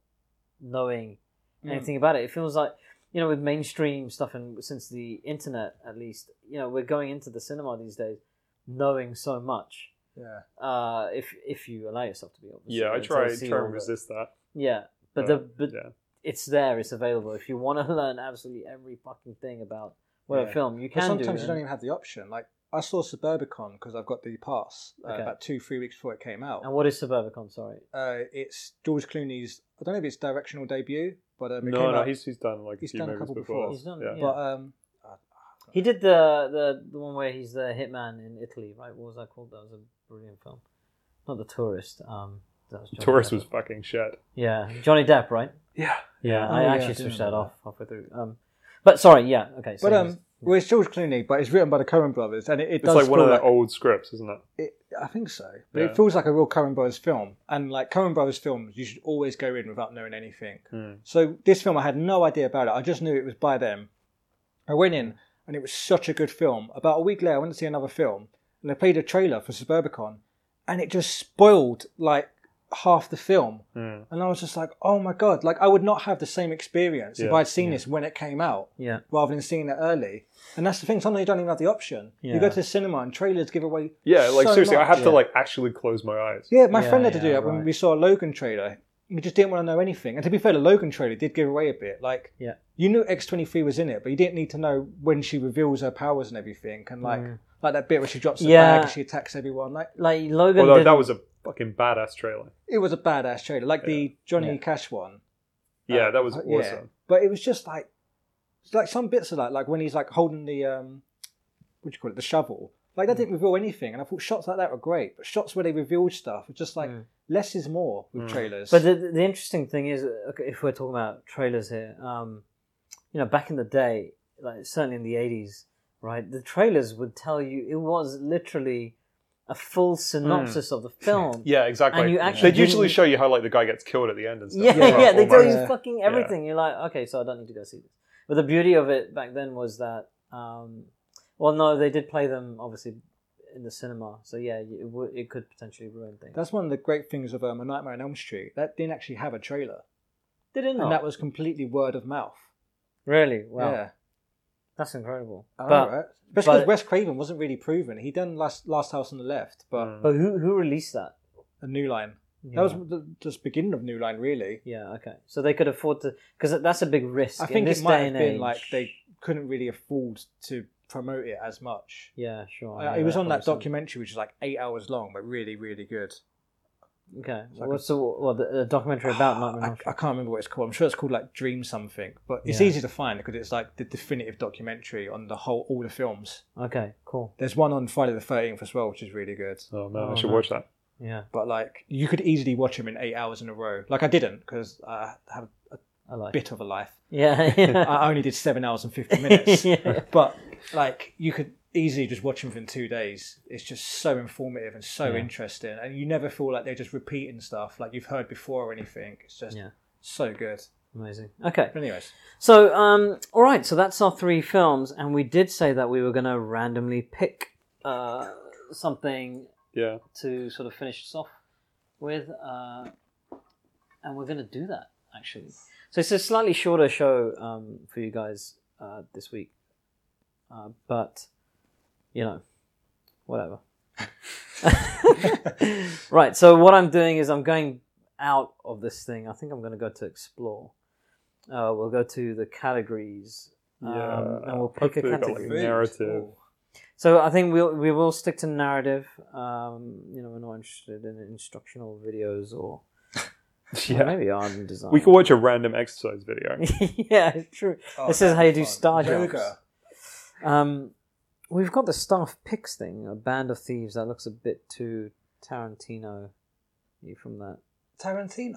[SPEAKER 4] knowing
[SPEAKER 2] Mm.
[SPEAKER 4] anything about it. It feels like you know with mainstream stuff and since the internet at least, you know, we're going into the cinema these days knowing so much
[SPEAKER 2] Yeah.
[SPEAKER 4] Uh, if if you allow yourself to be, obviously.
[SPEAKER 3] Yeah, I
[SPEAKER 4] Until
[SPEAKER 3] try
[SPEAKER 4] you see
[SPEAKER 3] try
[SPEAKER 4] all
[SPEAKER 3] and
[SPEAKER 4] the-
[SPEAKER 3] resist that.
[SPEAKER 4] Yeah, but the but
[SPEAKER 3] Uh, yeah.
[SPEAKER 4] it's there. It's available. If you want to (laughs) learn absolutely every fucking thing about well,
[SPEAKER 2] Yeah.
[SPEAKER 4] film, you
[SPEAKER 2] But
[SPEAKER 4] can
[SPEAKER 2] sometimes
[SPEAKER 4] do.
[SPEAKER 2] you don't
[SPEAKER 4] and-
[SPEAKER 2] even have the option. Like I saw Suburbicon because I've got the pass uh,
[SPEAKER 4] Okay.
[SPEAKER 2] about two, three weeks before it came out.
[SPEAKER 4] And what is Suburbicon? Sorry,
[SPEAKER 2] Uh, it's George Clooney's. I don't know if it's directional debut, but um, it
[SPEAKER 3] No,
[SPEAKER 2] came
[SPEAKER 3] no,
[SPEAKER 2] out,
[SPEAKER 3] he's he's done like
[SPEAKER 2] he's
[SPEAKER 3] a few
[SPEAKER 2] done a
[SPEAKER 3] movies
[SPEAKER 2] couple
[SPEAKER 3] before.
[SPEAKER 2] before.
[SPEAKER 4] He's done-
[SPEAKER 3] yeah.
[SPEAKER 4] yeah.
[SPEAKER 2] But um,
[SPEAKER 4] he did the the the one where he's the hitman in Italy, right? What was that called? That was a brilliant film. Not the tourist. Um, that was Johnny
[SPEAKER 3] Taurus
[SPEAKER 4] Depp.
[SPEAKER 3] was fucking shit.
[SPEAKER 4] yeah Johnny Depp, right?
[SPEAKER 2] yeah,
[SPEAKER 4] Yeah,
[SPEAKER 2] Oh,
[SPEAKER 4] I
[SPEAKER 2] yeah, I
[SPEAKER 4] actually
[SPEAKER 2] do
[SPEAKER 4] switched that
[SPEAKER 2] remember
[SPEAKER 4] off halfway through. Um, but sorry, yeah, okay. So
[SPEAKER 2] but um, well, it's George Clooney, but it's written by the Coen Brothers, and it, it
[SPEAKER 3] It's
[SPEAKER 2] does
[SPEAKER 3] like one
[SPEAKER 2] feel
[SPEAKER 3] of their
[SPEAKER 2] like
[SPEAKER 3] old scripts, isn't it?
[SPEAKER 2] it, I think so. But
[SPEAKER 3] Yeah.
[SPEAKER 2] it feels like a real Coen Brothers film, and like Coen Brothers films, you should always go in without knowing anything.
[SPEAKER 3] Hmm.
[SPEAKER 2] So this film, I had no idea about it. I just knew it was by them. I went in, and it was such a good film. About a week later, I went to see another film, and they played a trailer for Suburbicon, and it just spoiled like half the film.
[SPEAKER 3] Mm.
[SPEAKER 2] And I was just like, oh my god! Like I would not have the same experience if
[SPEAKER 3] Yeah.
[SPEAKER 2] I'd seen this when it came out
[SPEAKER 4] yeah,
[SPEAKER 2] rather than seeing it early. And that's the thing. Sometimes you don't even have the option. You
[SPEAKER 4] Yeah.
[SPEAKER 2] go to the cinema and trailers give away.
[SPEAKER 3] Yeah, like
[SPEAKER 2] so
[SPEAKER 3] seriously, I
[SPEAKER 2] much.
[SPEAKER 3] have to
[SPEAKER 4] Yeah.
[SPEAKER 3] like actually close my eyes.
[SPEAKER 2] Yeah, my
[SPEAKER 4] Yeah,
[SPEAKER 2] friend had to do
[SPEAKER 4] yeah,
[SPEAKER 2] that when
[SPEAKER 4] right.
[SPEAKER 2] we saw a Logan trailer. He just didn't want to know anything. And to be fair, the Logan trailer did give away a bit. Like
[SPEAKER 4] Yeah.
[SPEAKER 2] you knew X twenty three was in it, but you didn't need to know when she reveals her powers and everything. And like like that bit where she drops the
[SPEAKER 4] Mm. Yeah.
[SPEAKER 2] bag and she attacks everyone. Like
[SPEAKER 4] like Logan.
[SPEAKER 3] Although that
[SPEAKER 4] didn't-
[SPEAKER 3] was a fucking badass
[SPEAKER 4] Uh,
[SPEAKER 3] trailer.
[SPEAKER 2] it was a badass trailer, like the Johnny
[SPEAKER 4] Yeah.
[SPEAKER 2] Cash one.
[SPEAKER 3] Yeah,
[SPEAKER 2] Uh,
[SPEAKER 3] that was
[SPEAKER 2] uh,
[SPEAKER 3] awesome.
[SPEAKER 2] yeah. But it was just like, it's like some bits of that, like when he's like holding the um, what do you call it, the shovel. Like
[SPEAKER 3] Mm.
[SPEAKER 2] that didn't reveal anything, and I thought shots like that were great. But shots where they revealed stuff were just like
[SPEAKER 4] Mm.
[SPEAKER 2] less is more
[SPEAKER 3] Mm.
[SPEAKER 2] with trailers.
[SPEAKER 4] But the, the interesting thing is, okay, if we're talking about trailers here, um, you know, back in the day, like certainly in the eighties, right, the trailers would tell you it was literally a full
[SPEAKER 3] Hmm.
[SPEAKER 4] synopsis of the film.
[SPEAKER 3] Yeah, exactly.
[SPEAKER 4] And you
[SPEAKER 3] They'd
[SPEAKER 4] actually
[SPEAKER 3] usually
[SPEAKER 4] didn't-
[SPEAKER 3] show you how like the guy gets killed at the end and stuff.
[SPEAKER 4] yeah,
[SPEAKER 2] Yeah, uh,
[SPEAKER 4] yeah, They tell you
[SPEAKER 2] almost.
[SPEAKER 4] fucking
[SPEAKER 3] Yeah.
[SPEAKER 4] everything. You're like, okay, so I don't need to go see this. But the beauty of it back then was that, um, well, no, they did play them obviously in the cinema. So yeah, it, w- it could potentially ruin things.
[SPEAKER 2] that's one of the great things of um, A Nightmare on Elm Street. That didn't actually have a trailer,
[SPEAKER 4] They didn't.
[SPEAKER 2] and that was completely word of mouth.
[SPEAKER 4] really wow.
[SPEAKER 2] Yeah,
[SPEAKER 4] That's incredible.
[SPEAKER 2] I
[SPEAKER 4] But-
[SPEAKER 2] know, right? Especially because
[SPEAKER 4] but-
[SPEAKER 2] Wes Craven wasn't really proven. He done Last Last House on the Left, but
[SPEAKER 3] Mm.
[SPEAKER 4] But who who released that?
[SPEAKER 2] A New Line.
[SPEAKER 4] Yeah.
[SPEAKER 2] That was the, just beginning of New Line, really.
[SPEAKER 4] Yeah. Okay. So they could afford to because that's a big risk.
[SPEAKER 2] I
[SPEAKER 4] in
[SPEAKER 2] think
[SPEAKER 4] this
[SPEAKER 2] it might
[SPEAKER 4] day
[SPEAKER 2] have
[SPEAKER 4] and
[SPEAKER 2] been
[SPEAKER 4] age.
[SPEAKER 2] like they couldn't really afford to promote it as much.
[SPEAKER 4] Yeah. Sure.
[SPEAKER 2] Uh,
[SPEAKER 4] yeah,
[SPEAKER 2] it was on that
[SPEAKER 4] probably
[SPEAKER 2] documentary, which is like eight hours long, but really, really good.
[SPEAKER 4] some- Okay.
[SPEAKER 2] so I Ah,
[SPEAKER 4] What's the what the, the documentary about? Nightmare
[SPEAKER 2] (sighs) I,
[SPEAKER 4] on Elm
[SPEAKER 2] I
[SPEAKER 4] Street?
[SPEAKER 2] can't remember what it's called. I'm sure it's called like Dream something, but it's
[SPEAKER 4] Yeah.
[SPEAKER 2] easy to find because it's like the definitive documentary on the whole all the films.
[SPEAKER 4] Okay. Cool.
[SPEAKER 2] There's one on Friday the Thirteenth as well, which is really good.
[SPEAKER 3] Oh man,
[SPEAKER 4] Oh,
[SPEAKER 3] I should
[SPEAKER 4] no.
[SPEAKER 3] watch that.
[SPEAKER 4] Yeah.
[SPEAKER 2] But like you could easily watch them in eight hours in a row. Like I didn't because I have a
[SPEAKER 4] I like.
[SPEAKER 2] bit of a life.
[SPEAKER 4] Yeah. yeah.
[SPEAKER 2] (laughs) I only did seven hours and fifty minutes.
[SPEAKER 4] (laughs) Yeah.
[SPEAKER 2] But like you could easily just watch them in two days. It's just so informative and so
[SPEAKER 4] Yeah.
[SPEAKER 2] interesting, and you never feel like they're just repeating stuff like you've heard before or anything. It's just
[SPEAKER 4] Yeah.
[SPEAKER 2] so good.
[SPEAKER 4] Amazing. Okay.
[SPEAKER 2] But anyways,
[SPEAKER 4] So um, all right. So that's our three films, and we did say that we were going to randomly pick uh something (laughs)
[SPEAKER 3] Yeah.
[SPEAKER 4] to sort of finish us off with, uh, and we're going to do that actually. So it's a slightly shorter show um, for you guys uh, this week, uh, but you know, whatever.
[SPEAKER 3] (laughs)
[SPEAKER 4] (laughs) right. So what I'm doing is I'm going out of this thing. I think I'm going to go to explore. Uh, we'll go to the categories. Um,
[SPEAKER 3] Yeah.
[SPEAKER 4] and we'll pick a
[SPEAKER 3] Hopefully we've got, like,
[SPEAKER 4] category.
[SPEAKER 3] Narrative.
[SPEAKER 2] Ooh.
[SPEAKER 4] So I think we'll we will stick to narrative. Um, you know, we're not interested in instructional videos or
[SPEAKER 3] Yeah.
[SPEAKER 4] or maybe art and design.
[SPEAKER 3] We could watch a random exercise video.
[SPEAKER 4] (laughs) yeah, it's true.
[SPEAKER 2] Oh,
[SPEAKER 4] this is
[SPEAKER 2] that'd
[SPEAKER 4] how you
[SPEAKER 2] be
[SPEAKER 4] do
[SPEAKER 2] fun.
[SPEAKER 4] star jobs.
[SPEAKER 2] Yoga.
[SPEAKER 4] Um, we've got the staff picks thing, a band of thieves that looks a bit too Tarantino. You from that?
[SPEAKER 2] Tarantino.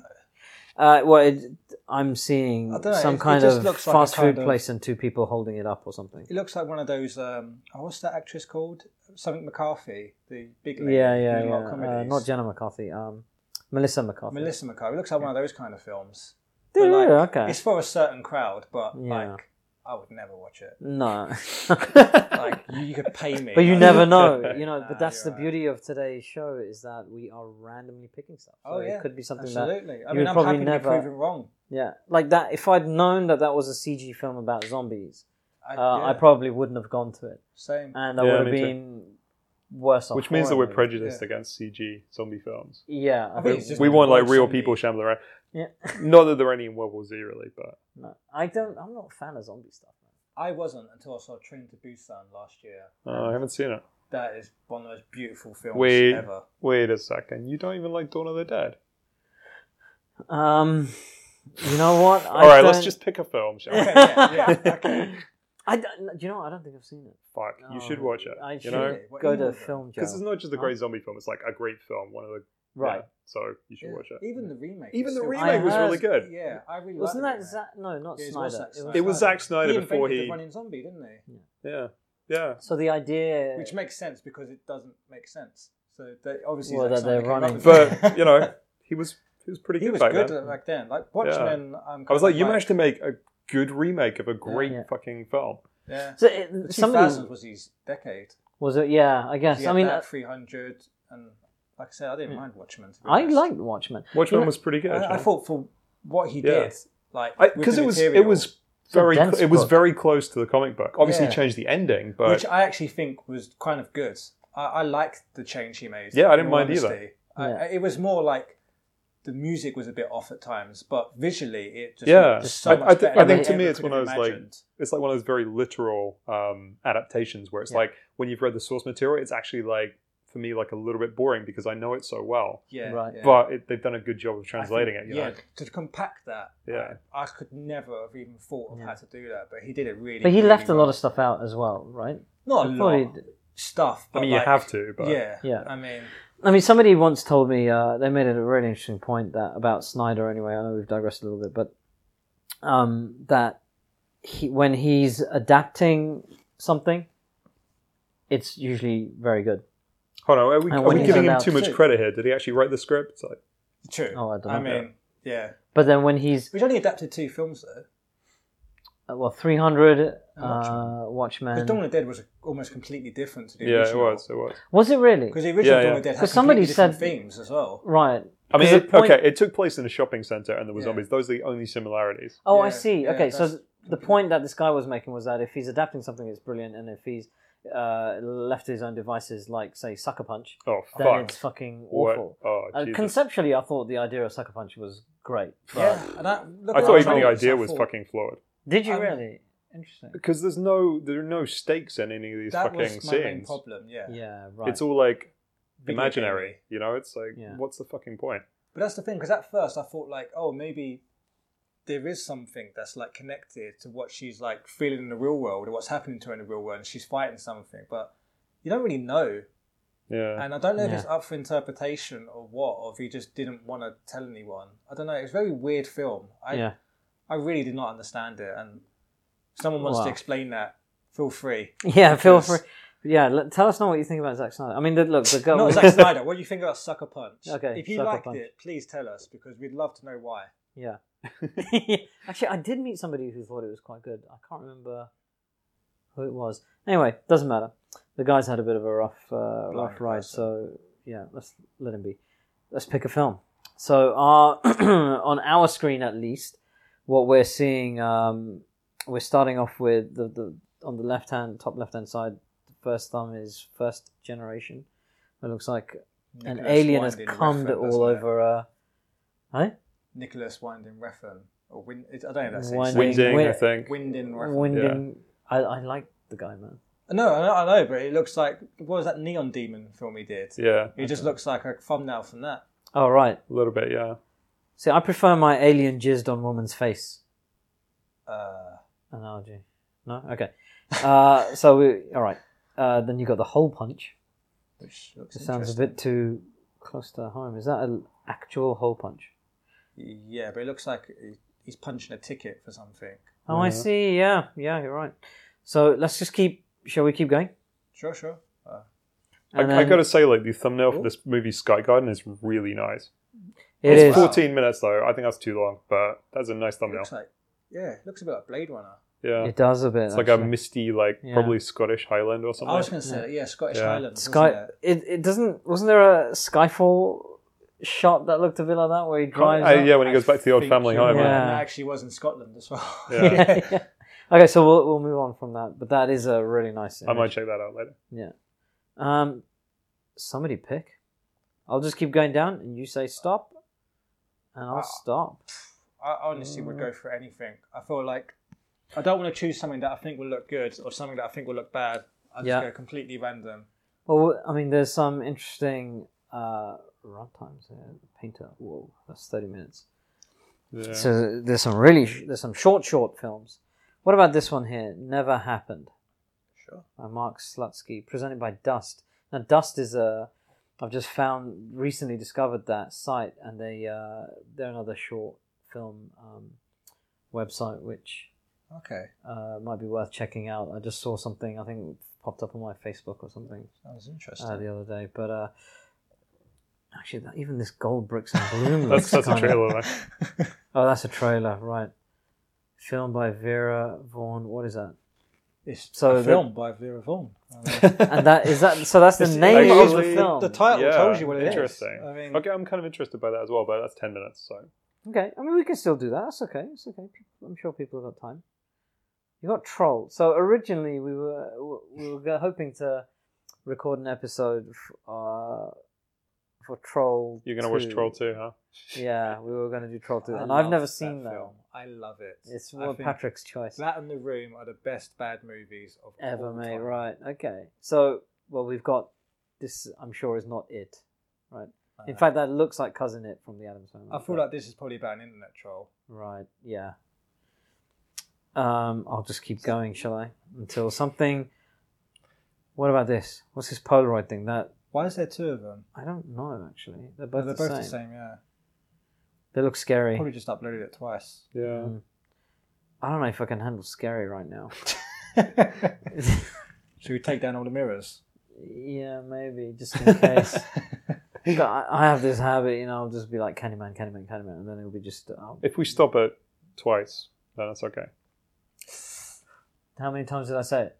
[SPEAKER 4] Uh, well, it, I'm seeing
[SPEAKER 2] I dunno,
[SPEAKER 4] some
[SPEAKER 2] it- it
[SPEAKER 4] kind
[SPEAKER 2] just
[SPEAKER 4] of
[SPEAKER 2] looks like a
[SPEAKER 4] fast
[SPEAKER 2] kind
[SPEAKER 4] food
[SPEAKER 2] of-
[SPEAKER 4] place and two people holding it up or something.
[SPEAKER 2] It looks like one of those. Um, oh, what's that actress called? Something McCarthy, the big lady.
[SPEAKER 4] Yeah,
[SPEAKER 2] who
[SPEAKER 4] yeah,
[SPEAKER 2] did a
[SPEAKER 4] yeah.
[SPEAKER 2] lot of
[SPEAKER 4] Uh,
[SPEAKER 2] comedies.
[SPEAKER 4] not Jenna McCarthy. Um, Melissa McCarthy.
[SPEAKER 2] Melissa McCarthy. It looks like one of those kind of films.
[SPEAKER 4] Yeah,
[SPEAKER 2] But, like,
[SPEAKER 4] yeah, okay.
[SPEAKER 2] It's for a certain crowd, but
[SPEAKER 4] Yeah.
[SPEAKER 2] like, I would never watch it.
[SPEAKER 4] (laughs) No.
[SPEAKER 2] Like, you, you could pay me.
[SPEAKER 4] (laughs) But you
[SPEAKER 2] like-
[SPEAKER 4] never
[SPEAKER 2] (laughs)
[SPEAKER 4] know, you know.
[SPEAKER 2] Nah,
[SPEAKER 4] but that's the
[SPEAKER 2] you're right.
[SPEAKER 4] beauty of today's show is that we are randomly picking stuff. So
[SPEAKER 2] Oh yeah,
[SPEAKER 4] it could be something that
[SPEAKER 2] absolutely. I
[SPEAKER 4] you
[SPEAKER 2] mean,
[SPEAKER 4] would
[SPEAKER 2] I'm
[SPEAKER 4] probably
[SPEAKER 2] happy
[SPEAKER 4] never-
[SPEAKER 2] to be proven wrong.
[SPEAKER 4] yeah, like that. If I'd known that that was a CG film about zombies,
[SPEAKER 2] I,
[SPEAKER 4] uh, I
[SPEAKER 2] yeah,
[SPEAKER 4] probably wouldn't have gone to it,
[SPEAKER 2] same.
[SPEAKER 4] and I
[SPEAKER 3] Yeah,
[SPEAKER 4] would have
[SPEAKER 3] me too.
[SPEAKER 4] been worse off.
[SPEAKER 3] Which means that
[SPEAKER 4] for
[SPEAKER 3] we're
[SPEAKER 4] it.
[SPEAKER 3] prejudiced
[SPEAKER 2] Yeah.
[SPEAKER 3] against CG zombie films.
[SPEAKER 4] Yeah, I
[SPEAKER 2] I
[SPEAKER 4] think
[SPEAKER 2] think it's just
[SPEAKER 3] we
[SPEAKER 2] a
[SPEAKER 3] want like
[SPEAKER 2] worse
[SPEAKER 3] real
[SPEAKER 2] zombie.
[SPEAKER 3] people shambling around.
[SPEAKER 4] Yeah.
[SPEAKER 3] Not that there are any in World War Z really, but
[SPEAKER 4] no, I don't. I'm not a fan of zombie stuff. Man.
[SPEAKER 2] I wasn't until I saw Train to Busan last year.
[SPEAKER 3] uh, I haven't seen it.
[SPEAKER 2] That is one of the most beautiful films
[SPEAKER 3] Wait,
[SPEAKER 2] ever.
[SPEAKER 3] wait a second. You don't even like Dawn of the Dead.
[SPEAKER 4] Um, you
[SPEAKER 2] (laughs)
[SPEAKER 4] know what?
[SPEAKER 3] All right, let's
[SPEAKER 4] don't-
[SPEAKER 3] just pick a film, shall
[SPEAKER 4] (laughs)
[SPEAKER 2] Okay,
[SPEAKER 3] we?
[SPEAKER 2] yeah, yeah, okay.
[SPEAKER 4] I don't, do you know? what? I don't think I've seen it.
[SPEAKER 3] Fuck, you should
[SPEAKER 4] No,
[SPEAKER 3] watch it.
[SPEAKER 4] I
[SPEAKER 3] you
[SPEAKER 4] should
[SPEAKER 3] know,
[SPEAKER 2] What
[SPEAKER 4] go
[SPEAKER 2] you
[SPEAKER 4] to
[SPEAKER 2] want,
[SPEAKER 4] film
[SPEAKER 3] because
[SPEAKER 4] jail.
[SPEAKER 3] it's not just a great zombie film; it's like a great film, one of the
[SPEAKER 4] Right.
[SPEAKER 3] yeah, so you should
[SPEAKER 2] Yeah,
[SPEAKER 3] watch it.
[SPEAKER 2] Even the remake.
[SPEAKER 3] Even
[SPEAKER 2] is
[SPEAKER 3] the
[SPEAKER 2] still-
[SPEAKER 3] remake
[SPEAKER 4] was really
[SPEAKER 3] good.
[SPEAKER 2] Yeah, I really
[SPEAKER 4] Wasn't
[SPEAKER 2] liked
[SPEAKER 4] that
[SPEAKER 2] the
[SPEAKER 4] Zack? No, not
[SPEAKER 2] remake. Yeah, it was
[SPEAKER 4] Snyder.
[SPEAKER 2] Zack
[SPEAKER 4] It was,
[SPEAKER 3] It was Zack Snyder
[SPEAKER 2] he
[SPEAKER 3] before
[SPEAKER 2] invented
[SPEAKER 3] he-
[SPEAKER 2] the running zombie, didn't he?
[SPEAKER 3] Yeah, yeah.
[SPEAKER 4] So the idea.
[SPEAKER 2] Which makes sense because it doesn't make sense. So they, obviously,
[SPEAKER 4] Well,
[SPEAKER 2] Zack
[SPEAKER 4] that they're
[SPEAKER 2] Snyder came up
[SPEAKER 4] running.
[SPEAKER 2] with it.
[SPEAKER 3] But you know, he was he was pretty
[SPEAKER 2] he
[SPEAKER 3] good
[SPEAKER 2] was
[SPEAKER 3] back
[SPEAKER 2] good uh,
[SPEAKER 3] then.
[SPEAKER 2] at- back then. Like Watchmen, I'm.
[SPEAKER 3] I was
[SPEAKER 2] kinda
[SPEAKER 3] like, you managed to make a good remake of a great
[SPEAKER 4] Yeah.
[SPEAKER 3] fucking film. (laughs)
[SPEAKER 2] Yeah.
[SPEAKER 4] so it,
[SPEAKER 2] The
[SPEAKER 4] somebody
[SPEAKER 2] 2000s was his decade.
[SPEAKER 4] was it? Yeah, I guess.
[SPEAKER 2] Yeah,
[SPEAKER 4] I mean, uh, Hmm.
[SPEAKER 2] that 300 and like I said, I didn't mind Watchmen. To be
[SPEAKER 4] I
[SPEAKER 2] honest.
[SPEAKER 4] liked Watchmen.
[SPEAKER 3] Watchmen
[SPEAKER 4] You know-
[SPEAKER 3] was pretty good.
[SPEAKER 2] I, I
[SPEAKER 3] actually.
[SPEAKER 2] thought for what he
[SPEAKER 3] Yeah.
[SPEAKER 2] did, like with
[SPEAKER 3] because
[SPEAKER 2] the
[SPEAKER 3] it was
[SPEAKER 2] material,
[SPEAKER 3] it was
[SPEAKER 4] a
[SPEAKER 3] very
[SPEAKER 4] dense
[SPEAKER 3] cl- it was
[SPEAKER 4] book.
[SPEAKER 3] very close to the comic book. Obviously, he
[SPEAKER 2] Yeah.
[SPEAKER 3] changed the ending, but
[SPEAKER 2] which I actually think was kind of good. I, I liked the change he made.
[SPEAKER 3] Yeah, I didn't
[SPEAKER 2] in all
[SPEAKER 3] mind either.
[SPEAKER 2] honesty. I,
[SPEAKER 4] Yeah.
[SPEAKER 2] I- it was more like the music was a bit off at times, but visually it just
[SPEAKER 3] yeah,
[SPEAKER 2] looked so
[SPEAKER 3] I,
[SPEAKER 2] much
[SPEAKER 3] I, thi-
[SPEAKER 2] better
[SPEAKER 3] I
[SPEAKER 2] than
[SPEAKER 3] think to
[SPEAKER 2] I
[SPEAKER 3] me
[SPEAKER 2] ever
[SPEAKER 3] it's
[SPEAKER 2] could
[SPEAKER 3] one of
[SPEAKER 2] have
[SPEAKER 3] those like
[SPEAKER 2] imagined.
[SPEAKER 3] it's like one of those very literal um, adaptations where it's
[SPEAKER 4] Yeah.
[SPEAKER 3] like when you've read the source material, it's actually like for me like a little bit boring because I know it so well,
[SPEAKER 2] yeah,
[SPEAKER 4] Right.
[SPEAKER 2] yeah.
[SPEAKER 3] but it, they've done a good job of
[SPEAKER 2] I think-
[SPEAKER 3] translating it. You
[SPEAKER 2] yeah,
[SPEAKER 3] know?
[SPEAKER 2] to compact that.
[SPEAKER 3] Yeah.
[SPEAKER 2] I, I could never have even thought of
[SPEAKER 4] Yeah.
[SPEAKER 2] how to do that, but he did it really.
[SPEAKER 4] But he
[SPEAKER 2] really
[SPEAKER 4] left a lot
[SPEAKER 2] well.
[SPEAKER 4] of stuff out as well, right?
[SPEAKER 2] not a
[SPEAKER 4] I thought
[SPEAKER 2] lot
[SPEAKER 4] he
[SPEAKER 2] of stuff.
[SPEAKER 3] I
[SPEAKER 2] but
[SPEAKER 3] mean,
[SPEAKER 2] like-
[SPEAKER 3] you have to, but
[SPEAKER 2] yeah,
[SPEAKER 4] Yeah.
[SPEAKER 2] I mean,
[SPEAKER 4] I mean, somebody once told me uh, they made it a really interesting point that about Snyder. Anyway, I know we've digressed a little bit, but um, that he, when he's adapting something, it's usually very good.
[SPEAKER 3] hold on, are we,
[SPEAKER 4] And
[SPEAKER 3] are
[SPEAKER 4] when
[SPEAKER 3] we
[SPEAKER 4] he's
[SPEAKER 3] giving him
[SPEAKER 4] allowed
[SPEAKER 3] too much
[SPEAKER 2] to-
[SPEAKER 3] credit here? Did he actually write the script? It's like,
[SPEAKER 2] true.
[SPEAKER 4] Oh, I don't know.
[SPEAKER 2] mean, yeah.
[SPEAKER 4] But then when he's
[SPEAKER 2] We've only adapted two films though.
[SPEAKER 4] uh, well, three hundred
[SPEAKER 2] And
[SPEAKER 4] uh,
[SPEAKER 2] Because
[SPEAKER 4] Watchmen.
[SPEAKER 2] Dawn of the Dead was almost completely different to the
[SPEAKER 3] yeah, it
[SPEAKER 2] original.
[SPEAKER 3] was, it was.
[SPEAKER 4] Was it really
[SPEAKER 2] Because the original
[SPEAKER 3] Yeah,
[SPEAKER 2] Dawn
[SPEAKER 3] yeah.
[SPEAKER 2] of the Dead had
[SPEAKER 4] Because somebody
[SPEAKER 2] completely different
[SPEAKER 4] said-
[SPEAKER 2] themes as well.
[SPEAKER 4] right?
[SPEAKER 3] I mean,
[SPEAKER 4] 'Cause
[SPEAKER 3] it,
[SPEAKER 4] the point-
[SPEAKER 3] okay, it took place in a shopping center and there were
[SPEAKER 2] Yeah.
[SPEAKER 3] zombies. Those are the only similarities.
[SPEAKER 4] Oh, I
[SPEAKER 2] Yeah,
[SPEAKER 4] see.
[SPEAKER 2] yeah,
[SPEAKER 4] okay, so
[SPEAKER 2] that's-
[SPEAKER 4] th- the point that this guy was making was that if he's adapting something, it's brilliant, and if he's uh, left to his own devices, like say Sucker Punch,
[SPEAKER 3] Oh
[SPEAKER 4] then
[SPEAKER 3] fuck!
[SPEAKER 4] it's fucking
[SPEAKER 3] What-
[SPEAKER 4] awful.
[SPEAKER 3] Oh,
[SPEAKER 4] Uh,
[SPEAKER 3] Jesus.
[SPEAKER 4] conceptually, I thought the idea of Sucker Punch was great.
[SPEAKER 2] Yeah, and I, look
[SPEAKER 3] I
[SPEAKER 2] at
[SPEAKER 3] thought
[SPEAKER 2] the
[SPEAKER 3] even the
[SPEAKER 2] trailers, I
[SPEAKER 3] idea was
[SPEAKER 2] thought
[SPEAKER 3] fucking flawed
[SPEAKER 4] Did you
[SPEAKER 2] Um,
[SPEAKER 4] really? Interesting.
[SPEAKER 3] because there's no there are no stakes in any of these
[SPEAKER 2] That
[SPEAKER 3] fucking
[SPEAKER 2] was my main
[SPEAKER 3] scenes.
[SPEAKER 2] problem. Yeah.
[SPEAKER 4] Yeah, right.
[SPEAKER 3] It's all like
[SPEAKER 2] Video
[SPEAKER 3] imaginary,
[SPEAKER 2] gamey.
[SPEAKER 3] you know. It's like,
[SPEAKER 4] Yeah.
[SPEAKER 3] what's the fucking point?
[SPEAKER 2] But that's the thing, because at first I thought like, oh, maybe there is something that's like connected to what she's like feeling in the real world or what's happening to her in the real world, and she's fighting something, but you don't really know.
[SPEAKER 3] Yeah,
[SPEAKER 2] And I don't know if
[SPEAKER 4] Yeah.
[SPEAKER 2] it's up for interpretation or what, or if he just didn't want to tell anyone. I don't know. It's a very weird film. I,
[SPEAKER 4] yeah. (laughs)
[SPEAKER 2] I really did not understand it, and if someone wants
[SPEAKER 4] Wow.
[SPEAKER 2] to explain that. Feel free.
[SPEAKER 4] Yeah, feel free.
[SPEAKER 2] because-
[SPEAKER 4] Yeah, let, tell us now what you think about Zack Snyder. I mean, the- look, the girl.
[SPEAKER 2] Not Zack Snyder. What do you think about Sucker Punch?
[SPEAKER 4] Okay,
[SPEAKER 2] If you
[SPEAKER 4] Sucker
[SPEAKER 2] liked
[SPEAKER 4] Punch.
[SPEAKER 2] it, please tell us because we'd love to know why. (laughs)
[SPEAKER 4] Yeah. (laughs) Actually, I did meet somebody who thought it was quite good. I can't remember who it was. Anyway, doesn't matter. The guy's had a bit of a rough, uh, rough ride,
[SPEAKER 2] person.
[SPEAKER 4] so yeah, let's let him be. Let's pick a film. So, our, (clears throat) on our screen at least, what we're seeing, um, we're starting off with the, the on the left hand, top left hand side. The first thumb is first generation. It looks like an
[SPEAKER 2] Nicholas
[SPEAKER 4] alien has
[SPEAKER 2] Winding
[SPEAKER 4] cummed
[SPEAKER 2] Refn,
[SPEAKER 4] all
[SPEAKER 2] doesn't it?
[SPEAKER 4] over. Uh, huh?
[SPEAKER 2] Nicholas Winding Refn. Or Win- I don't know if that's
[SPEAKER 4] Winding-
[SPEAKER 2] Winding,
[SPEAKER 3] winding. I
[SPEAKER 4] Win-
[SPEAKER 3] think.
[SPEAKER 2] Winding Refn.
[SPEAKER 4] Winding. I, I like the guy, man.
[SPEAKER 2] No, I know, I know, but it looks like what was that Neon Demon film he did?
[SPEAKER 3] yeah,
[SPEAKER 2] It just looks like a thumbnail from that.
[SPEAKER 4] Oh right.
[SPEAKER 3] a little bit. Yeah,
[SPEAKER 4] See, I prefer my alien jizzed on woman's face
[SPEAKER 2] Uh,
[SPEAKER 4] analogy. No, okay.
[SPEAKER 2] (laughs)
[SPEAKER 4] Uh, so we all right. Uh, then you got the hole punch.
[SPEAKER 2] which looks
[SPEAKER 4] It sounds a
[SPEAKER 2] interesting.
[SPEAKER 4] bit too close to home. Is that an actual hole punch?
[SPEAKER 2] Yeah, but it looks like he- he's punching a ticket for something.
[SPEAKER 4] Oh, I see. Yeah, yeah, you're right. So let's just keep. Shall we keep going?
[SPEAKER 2] Sure, sure. Uh,
[SPEAKER 3] I,
[SPEAKER 4] And
[SPEAKER 3] I
[SPEAKER 4] then-
[SPEAKER 3] gotta say, like the thumbnail
[SPEAKER 2] Oh.
[SPEAKER 3] for this movie Sky Garden is really nice.
[SPEAKER 4] It
[SPEAKER 3] it's
[SPEAKER 4] is.
[SPEAKER 3] 14 minutes though. I think that's too long, but that's a nice
[SPEAKER 2] it
[SPEAKER 3] thumbnail.
[SPEAKER 2] looks like yeah, it looks a bit like Blade Runner.
[SPEAKER 3] yeah,
[SPEAKER 4] It does a bit.
[SPEAKER 3] it's like a
[SPEAKER 4] actually.
[SPEAKER 3] misty, like
[SPEAKER 4] Yeah.
[SPEAKER 3] probably Scottish Highland or something.
[SPEAKER 2] I was going to say yeah, Scottish
[SPEAKER 3] Yeah.
[SPEAKER 2] Highlands.
[SPEAKER 4] sky.
[SPEAKER 2] wasn't it?
[SPEAKER 4] It, it doesn't. Wasn't there a Skyfall shot that looked a bit like that where he drives?
[SPEAKER 3] Uh,
[SPEAKER 4] up?
[SPEAKER 3] yeah, when he goes back to the old
[SPEAKER 2] Think
[SPEAKER 3] family
[SPEAKER 2] you-
[SPEAKER 3] home.
[SPEAKER 4] Yeah.
[SPEAKER 3] right?
[SPEAKER 2] And that actually was in Scotland as well. (laughs)
[SPEAKER 3] Yeah.
[SPEAKER 4] (laughs) Okay, so we'll, we'll move on from that, but that is a really nice. Image.
[SPEAKER 3] I might check that out later.
[SPEAKER 4] Yeah. Um, Somebody pick. I'll just keep going down, and you say stop, and I'll
[SPEAKER 2] Ah.
[SPEAKER 4] stop.
[SPEAKER 2] I honestly would go for anything. I feel like I don't want to choose something that I think will look good or something that I think will look bad. I just
[SPEAKER 4] Yeah.
[SPEAKER 2] go completely random.
[SPEAKER 4] Well, I mean, there's some interesting uh, run times. There. Painter, whoa, that's thirty minutes.
[SPEAKER 3] Yeah.
[SPEAKER 4] So there's some really sh- there's some short short films. What about this one here? Never happened
[SPEAKER 2] Sure.
[SPEAKER 4] by Mark Slutsky, presented by Dust. Now Dust is a I've just found recently discovered that site, and they uh, they're another short film um, website which
[SPEAKER 2] Okay.
[SPEAKER 4] uh, might be worth checking out. I just saw something I think popped up on my Facebook or something
[SPEAKER 2] That was interesting.
[SPEAKER 4] uh, the other day, but uh, actually, that, even this gold bricks and bloom.
[SPEAKER 3] that's
[SPEAKER 4] looks
[SPEAKER 3] that's a
[SPEAKER 4] kinda-
[SPEAKER 3] trailer.
[SPEAKER 2] (laughs)
[SPEAKER 3] Though.
[SPEAKER 4] Oh, that's a trailer, right? Filmed by Vera Vaughan. What is that?
[SPEAKER 2] it's
[SPEAKER 4] So
[SPEAKER 2] so
[SPEAKER 4] the-
[SPEAKER 2] a film by Vera Vaughn.
[SPEAKER 4] (laughs)
[SPEAKER 2] I mean,
[SPEAKER 4] And that is that. So that's the
[SPEAKER 3] It's
[SPEAKER 4] name of the
[SPEAKER 3] actually-
[SPEAKER 4] film.
[SPEAKER 2] the title
[SPEAKER 3] yeah,
[SPEAKER 2] tells you what it is.
[SPEAKER 3] interesting.
[SPEAKER 2] I mean,
[SPEAKER 3] okay, I'm kind of interested by that as well, but that's ten minutes. So
[SPEAKER 4] okay, I mean we can still do that. That's okay. It's okay. I'm sure people have got time. You got Troll. So originally we were we were go- hoping to record an episode f- uh, for Troll.
[SPEAKER 3] you're gonna watch Troll Two, huh?
[SPEAKER 4] Yeah, we were going to do Troll Two,
[SPEAKER 2] I
[SPEAKER 4] and I've
[SPEAKER 2] love
[SPEAKER 4] never seen that.
[SPEAKER 2] film. I love it.
[SPEAKER 4] It's
[SPEAKER 2] I
[SPEAKER 4] more
[SPEAKER 2] think
[SPEAKER 4] Patrick's choice.
[SPEAKER 2] That and The Room are the best bad movies of
[SPEAKER 4] ever
[SPEAKER 2] all
[SPEAKER 4] made.
[SPEAKER 2] time.
[SPEAKER 4] Right. Okay. So, well, we've got this. I'm sure is not it. Right. In
[SPEAKER 2] Uh,
[SPEAKER 4] fact, that looks like cousin it from the Adams family.
[SPEAKER 2] I feel
[SPEAKER 4] but-
[SPEAKER 2] like this is probably about an internet troll.
[SPEAKER 4] Right. Yeah. Um, I'll just keep going, shall I? Until something. What about this? What's this Polaroid thing? That
[SPEAKER 2] Why is there two of them?
[SPEAKER 4] I don't know actually. They're
[SPEAKER 2] They're
[SPEAKER 4] both,
[SPEAKER 2] both
[SPEAKER 4] the, same.
[SPEAKER 2] the same. Yeah,
[SPEAKER 4] They look scary.
[SPEAKER 2] probably just uploaded it twice.
[SPEAKER 4] (laughs)
[SPEAKER 3] Yeah.
[SPEAKER 4] Mm. I don't know if I can handle scary
[SPEAKER 2] (laughs)
[SPEAKER 4] right now.
[SPEAKER 2] Should we take down all the mirrors?
[SPEAKER 4] yeah, maybe just in
[SPEAKER 2] (laughs)
[SPEAKER 4] case. But I, I have this habit, you know, I'll just be like Candyman, Candyman, Candyman, and then it'll be just. Oh,
[SPEAKER 3] If we stop it twice, then that's okay.
[SPEAKER 4] how many times did I say it?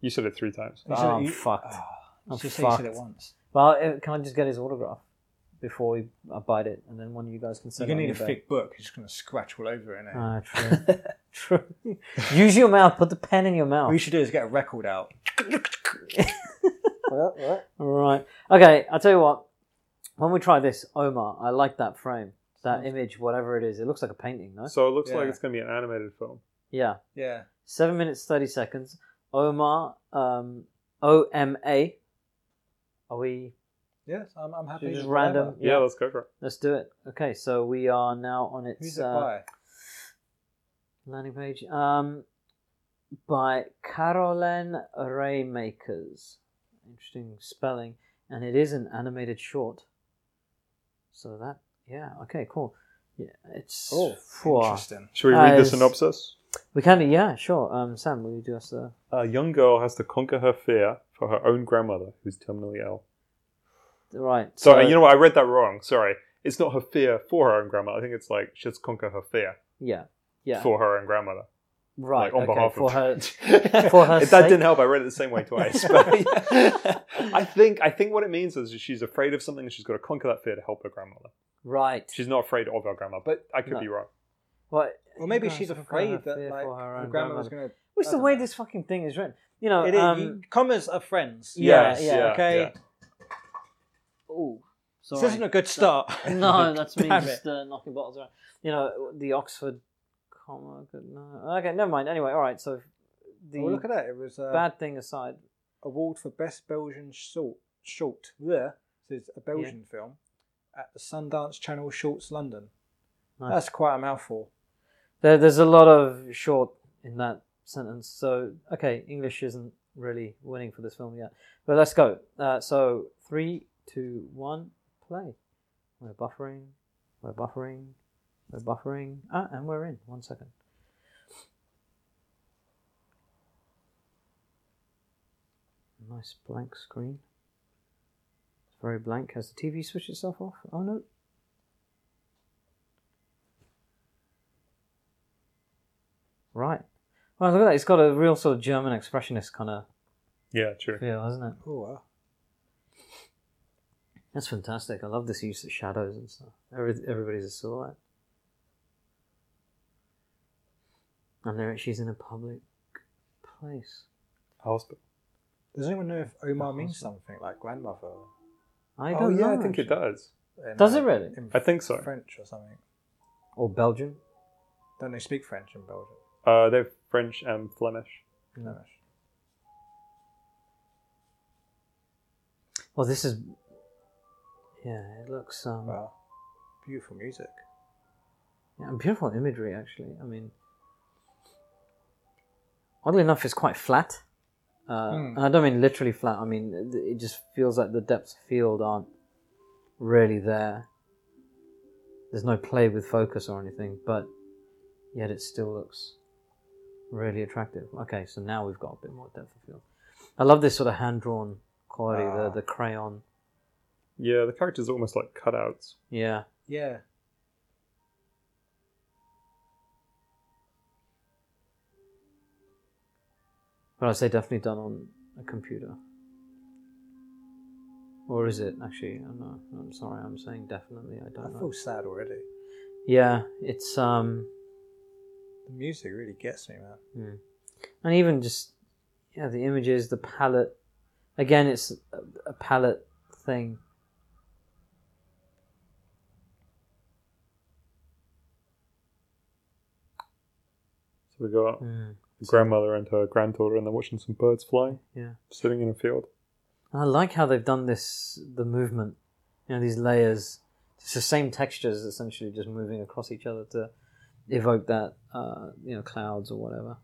[SPEAKER 3] You said it three times.
[SPEAKER 2] You
[SPEAKER 4] Oh,
[SPEAKER 2] said
[SPEAKER 4] I'm
[SPEAKER 2] you-
[SPEAKER 4] fucked.
[SPEAKER 2] Ah,
[SPEAKER 4] I'm
[SPEAKER 2] you said you said it
[SPEAKER 4] Oh, fucked.
[SPEAKER 2] once.
[SPEAKER 4] Well, uh, can I just get his autograph before we, I bite it, and then one of you guys can
[SPEAKER 2] You're
[SPEAKER 4] send it
[SPEAKER 2] gonna need a
[SPEAKER 4] on eBay?
[SPEAKER 2] thick book. You're just gonna scratch all over it. innit?
[SPEAKER 4] Ah,
[SPEAKER 2] (laughs)
[SPEAKER 4] true. true. (laughs) Use your mouth. Put the pen in your
[SPEAKER 2] What you (laughs)
[SPEAKER 4] mouth.
[SPEAKER 2] should do is get a record (laughs) out.
[SPEAKER 4] All right. Okay. I'll tell you what. When we try this, Omar, I like that frame,
[SPEAKER 2] Hmm.
[SPEAKER 4] that image, whatever it is. It looks like a painting, no?
[SPEAKER 3] So it looks like
[SPEAKER 2] Yeah.
[SPEAKER 3] it's gonna be an animated film.
[SPEAKER 4] Yeah.
[SPEAKER 2] Yeah,
[SPEAKER 4] Seven minutes thirty seconds. Omar. Um. O M A. Are we
[SPEAKER 2] yes, I'm, I'm happy.
[SPEAKER 4] just
[SPEAKER 2] with whatever.
[SPEAKER 4] random?
[SPEAKER 3] Yeah, let's go for it.
[SPEAKER 4] Let's do it. Okay, so we are now on its
[SPEAKER 2] Who's it
[SPEAKER 4] uh,
[SPEAKER 2] by?
[SPEAKER 4] landing page. Um, by Caroline Raymakers. Interesting spelling, and it is an animated short. So that, yeah, okay, cool. Yeah, it's
[SPEAKER 2] Oh,
[SPEAKER 4] phew.
[SPEAKER 2] interesting.
[SPEAKER 3] Should we
[SPEAKER 4] Uh,
[SPEAKER 3] read the
[SPEAKER 4] it's-
[SPEAKER 3] synopsis?
[SPEAKER 4] We can, yeah, sure. Um, Sam, will you do us the?
[SPEAKER 3] A young girl has to conquer her fear for her own grandmother, who's terminally ill.
[SPEAKER 4] Right.
[SPEAKER 3] So uh, you know what? I read that wrong. Sorry. It's not her fear for her own grandmother. I think it's like she has to conquer her fear
[SPEAKER 4] Yeah. Yeah.
[SPEAKER 3] for her own grandmother. like,
[SPEAKER 4] right.
[SPEAKER 3] on
[SPEAKER 4] okay.
[SPEAKER 3] behalf
[SPEAKER 4] for
[SPEAKER 3] of (laughs)
[SPEAKER 4] her. for
[SPEAKER 3] for
[SPEAKER 4] her
[SPEAKER 3] That
[SPEAKER 4] sake?
[SPEAKER 3] didn't help. I read it the same way twice. but- I think I think what it means is she's afraid of something and she's got to conquer that fear to help her grandmother.
[SPEAKER 4] Right.
[SPEAKER 3] She's not afraid of her grandma, but I could
[SPEAKER 4] No.
[SPEAKER 3] be wrong.
[SPEAKER 4] What?
[SPEAKER 2] Well, maybe
[SPEAKER 4] Guys,
[SPEAKER 2] she's
[SPEAKER 4] I've got her
[SPEAKER 2] afraid that
[SPEAKER 4] fear
[SPEAKER 2] like
[SPEAKER 4] for her
[SPEAKER 2] her
[SPEAKER 4] own
[SPEAKER 2] grandmother's
[SPEAKER 4] grandmother.
[SPEAKER 2] gonna.
[SPEAKER 4] Which
[SPEAKER 2] I
[SPEAKER 4] the
[SPEAKER 2] don't
[SPEAKER 4] way
[SPEAKER 2] know.
[SPEAKER 4] this fucking thing is written. You know,
[SPEAKER 2] It is.
[SPEAKER 4] um,
[SPEAKER 2] you- commas are friends.
[SPEAKER 4] Yeah, yeah,
[SPEAKER 2] okay.
[SPEAKER 4] Oh,
[SPEAKER 2] This isn't a good start. (laughs)
[SPEAKER 4] (laughs) no, that's me
[SPEAKER 2] Damn
[SPEAKER 4] just uh, knocking bottles around. You know, the Oxford comma. good- No. Okay, never mind. Anyway, all right. So the
[SPEAKER 2] Well, Oh, look at that. It was uh,
[SPEAKER 4] bad thing aside,
[SPEAKER 2] award for best Belgian short. Short. There. This is a Belgian film at the Sundance Channel Shorts London.
[SPEAKER 4] Nice.
[SPEAKER 2] That's quite a mouthful.
[SPEAKER 4] there, there's a lot of short in that sentence. So okay, English isn't really winning for this film yet. But let's go. Uh, so three, two, one, play. We're buffering. We're buffering. We're buffering. Ah, and we're in. One second. Nice blank screen. It's very blank. Has the TV switched itself off? Oh no. Right. Well, look at that. It's got a real sort of German expressionist kind of
[SPEAKER 3] Yeah, true.
[SPEAKER 4] feel, hasn't it?
[SPEAKER 2] Oh, wow.
[SPEAKER 4] That's fantastic. I love this use of shadows and stuff. Every, everybody's a silhouette. And there she's in a public place.
[SPEAKER 3] Hospital.
[SPEAKER 2] Does anyone know if Omar means something like grandmother?
[SPEAKER 4] I
[SPEAKER 3] oh
[SPEAKER 4] don't
[SPEAKER 3] yeah,
[SPEAKER 4] know.
[SPEAKER 3] I think it does.
[SPEAKER 2] In,
[SPEAKER 4] Does it really?
[SPEAKER 2] In
[SPEAKER 3] I think so.
[SPEAKER 2] French or something.
[SPEAKER 4] Or Belgian.
[SPEAKER 2] Don't they speak French in Belgium?
[SPEAKER 3] Uh, they're French and Flemish.
[SPEAKER 4] Hmm.
[SPEAKER 2] No.
[SPEAKER 4] Well, this is. Yeah, it looks um,
[SPEAKER 2] Well, beautiful music.
[SPEAKER 4] yeah, and beautiful imagery. Actually, I mean, oddly enough, it's quite flat. Uh,
[SPEAKER 2] Hmm.
[SPEAKER 4] And I don't mean literally flat. I mean it- it just feels like the depths of field aren't really there. There's no play with focus or anything, but yet it still looks really attractive. Okay, so now we've got a bit more depth of field. I love this sort of hand drawn quality,
[SPEAKER 2] Ah.
[SPEAKER 4] the the crayon.
[SPEAKER 3] Yeah, the characters are almost like cutouts.
[SPEAKER 4] Yeah.
[SPEAKER 2] Yeah.
[SPEAKER 4] But I say definitely done on a computer. Or is it actually? I don't know. I'm sorry. I'm saying definitely. I
[SPEAKER 2] I
[SPEAKER 4] don't know.
[SPEAKER 2] feel sad already.
[SPEAKER 4] Yeah, it's um,
[SPEAKER 2] The music really gets me, man.
[SPEAKER 4] mm. and even just yeah, the images, the palette. Again, it's a, a palette thing.
[SPEAKER 3] So we got
[SPEAKER 4] Mm,
[SPEAKER 3] grandmother and her granddaughter, and they're watching some birds fly,
[SPEAKER 4] yeah,
[SPEAKER 3] sitting in a field.
[SPEAKER 4] and I like how they've done this. The movement, you know, these layers. It's the same textures essentially, just moving across each other to evoke that, uh, you know, clouds or whatever.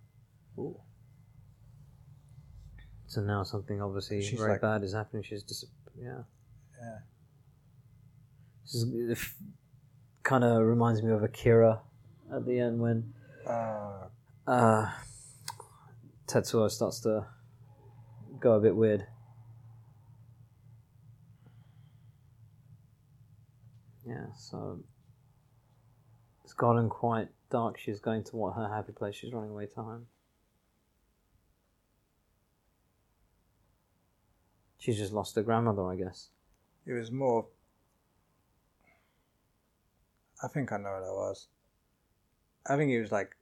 [SPEAKER 4] So now something obviously
[SPEAKER 2] She's
[SPEAKER 4] very
[SPEAKER 2] like-
[SPEAKER 4] bad is happening. She's dis- yeah.
[SPEAKER 2] Yeah.
[SPEAKER 4] This is, kind of reminds me of Akira at the end when
[SPEAKER 2] Uh,
[SPEAKER 4] uh, Tetsuo starts to go a bit weird. Yeah, so it's gotten quite dark. She's going to what her happy place. She's running away to home. She's just lost her grandmother, I guess.
[SPEAKER 2] it was more. I think I know what that was. I think it was like.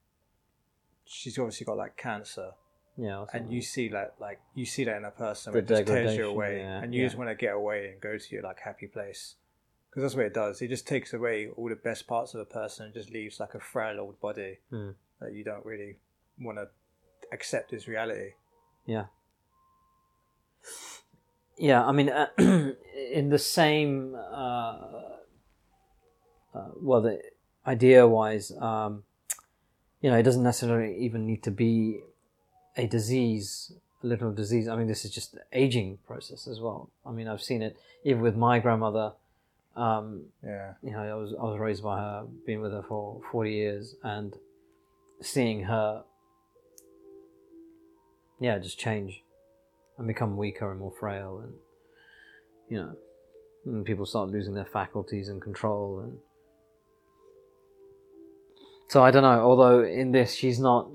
[SPEAKER 2] She's obviously got like cancer,
[SPEAKER 4] Yeah, or
[SPEAKER 2] and
[SPEAKER 4] something.
[SPEAKER 2] you see that like you see that in a person,
[SPEAKER 4] The
[SPEAKER 2] it just tears
[SPEAKER 4] degradation,
[SPEAKER 2] you away,
[SPEAKER 4] yeah,
[SPEAKER 2] and you just
[SPEAKER 4] yeah.
[SPEAKER 2] want to get away and go to your like happy place, because that's what it does. It just takes away all the best parts of a person and just leaves like a frail old body
[SPEAKER 4] Hmm.
[SPEAKER 2] that you don't really want to accept as reality.
[SPEAKER 4] Yeah. Yeah, I mean, uh, (clears throat) in the same, uh, uh, well, the idea wise, um, you know, it doesn't necessarily even need to be a disease, a literal disease. I mean, this is just the aging process as well. I mean, I've seen it even with my grandmother. Um,
[SPEAKER 2] Yeah,
[SPEAKER 4] you know, I was I was raised by her, been with her for forty years, and seeing her, yeah, just change and become weaker and more frail, and you know, and people start losing their faculties and control, and so I don't know. Although in this, she's not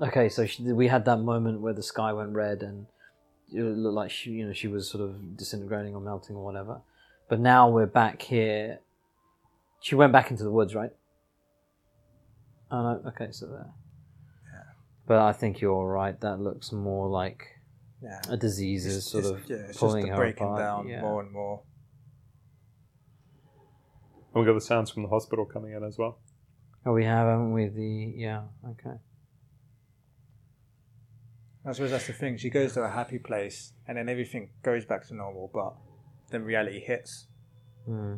[SPEAKER 4] okay. So she, we had that moment where the sky went red, and it looked like she, you know, she was sort of disintegrating or melting or whatever. But now we're back here. She went back into the woods, right? Oh no, okay, so there. But I think you're right. That looks more like
[SPEAKER 2] yeah.
[SPEAKER 4] a disease is sort of
[SPEAKER 2] yeah, it's
[SPEAKER 4] pulling
[SPEAKER 2] just the
[SPEAKER 4] her
[SPEAKER 2] breaking
[SPEAKER 4] apart.
[SPEAKER 2] down
[SPEAKER 4] yeah.
[SPEAKER 2] more and more.
[SPEAKER 3] And we got the sounds from the hospital coming in as well.
[SPEAKER 4] Oh, we have, haven't we? The yeah, okay.
[SPEAKER 2] I suppose that's the thing. She goes to a happy place, and then everything goes back to normal. But then reality hits.
[SPEAKER 4] Hmm.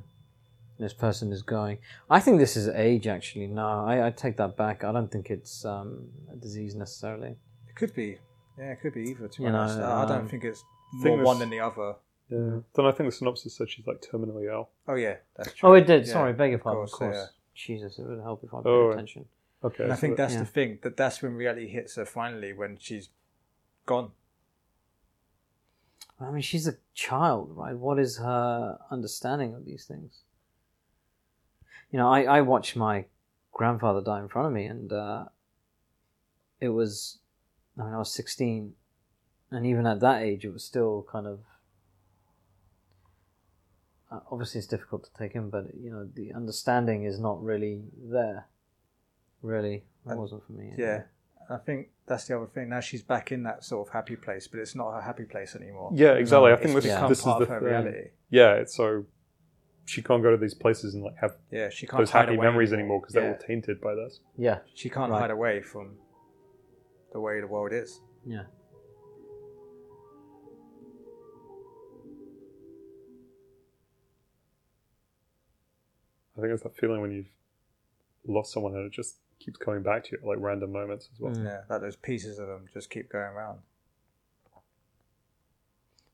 [SPEAKER 4] This person is going. I think this is age, actually. No, I, I take that back. I don't think it's um, a disease necessarily.
[SPEAKER 2] It could be, yeah, it could be either. To be
[SPEAKER 4] You know,
[SPEAKER 2] honest, I I don't
[SPEAKER 4] um,
[SPEAKER 2] think it's
[SPEAKER 3] thing
[SPEAKER 2] more
[SPEAKER 3] was-
[SPEAKER 2] one than the other.
[SPEAKER 3] Yeah. Then I think the synopsis said she's like terminally ill.
[SPEAKER 2] Oh yeah, that's true.
[SPEAKER 4] Oh, it did.
[SPEAKER 2] Yeah.
[SPEAKER 4] Sorry, beg your
[SPEAKER 2] of
[SPEAKER 4] pardon. Of
[SPEAKER 2] course,
[SPEAKER 4] course. Jesus, it would help if I paid
[SPEAKER 3] Oh, right.
[SPEAKER 4] attention.
[SPEAKER 3] Okay.
[SPEAKER 2] And I
[SPEAKER 3] so
[SPEAKER 2] think
[SPEAKER 3] that-
[SPEAKER 2] that's
[SPEAKER 4] Yeah.
[SPEAKER 2] the thing. That that's when reality hits her finally, when she's gone.
[SPEAKER 4] I mean, she's a child, right? What is her understanding of these things? You know, I, I watched my grandfather die in front of me, and uh, it was, I mean, I was 16, and even at that age, it was still kind of. Uh, obviously, it's difficult to take in, but, you know, the understanding is not really there. Really. It
[SPEAKER 2] And-
[SPEAKER 4] wasn't for me.
[SPEAKER 2] Yeah, I think that's the other thing. Now she's back in that sort of happy place, but it's not her happy place anymore.
[SPEAKER 3] Yeah, exactly. I
[SPEAKER 2] It's
[SPEAKER 3] think this,
[SPEAKER 2] become
[SPEAKER 3] this is
[SPEAKER 2] part
[SPEAKER 3] the
[SPEAKER 2] of her
[SPEAKER 3] thing.
[SPEAKER 2] reality.
[SPEAKER 3] Yeah, it's so she can't go to these places and like have
[SPEAKER 2] Yeah, she can't
[SPEAKER 3] those
[SPEAKER 2] hide
[SPEAKER 3] happy
[SPEAKER 2] away
[SPEAKER 3] memories anymore because
[SPEAKER 2] Yeah.
[SPEAKER 3] they're all tainted by this.
[SPEAKER 4] Yeah,
[SPEAKER 2] She can't
[SPEAKER 4] Right.
[SPEAKER 2] hide away from the way the world is.
[SPEAKER 4] yeah.
[SPEAKER 3] I think it's that feeling when you've lost someone and it just keeps coming back to you at like random moments as well.
[SPEAKER 4] Mm.
[SPEAKER 2] Yeah, like those pieces of them just keep going around.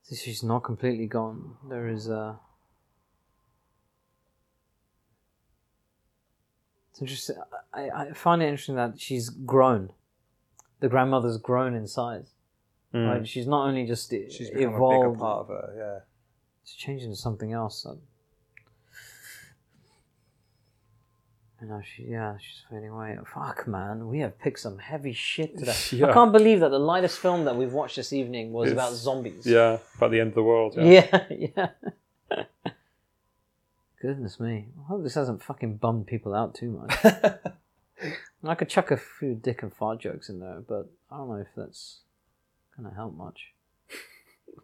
[SPEAKER 4] So she's not completely gone. There is a. It's interesting. I, I find it interesting that she's grown. The grandmother's grown in size.
[SPEAKER 3] Mm.
[SPEAKER 4] Right? She's not only just e-
[SPEAKER 2] Hmm. She's become a bigger
[SPEAKER 4] evolved.
[SPEAKER 2] part of her. Yeah.
[SPEAKER 4] She's changed into something else. So. And now she, yeah, she's fading away. Fuck, man, we have picked some heavy
[SPEAKER 2] (laughs)
[SPEAKER 4] shit today. I
[SPEAKER 3] Yeah.
[SPEAKER 4] can't believe that the lightest film that we've watched this evening was
[SPEAKER 3] It's-
[SPEAKER 4] about zombies.
[SPEAKER 3] Yeah, about the end of the world. Yeah.
[SPEAKER 4] Yeah, yeah. (laughs) Goodness me. I hope this hasn't fucking bummed people out too much.
[SPEAKER 2] (laughs)
[SPEAKER 4] I could chuck a few dick and fart jokes in there, but I don't know if that's going to help much.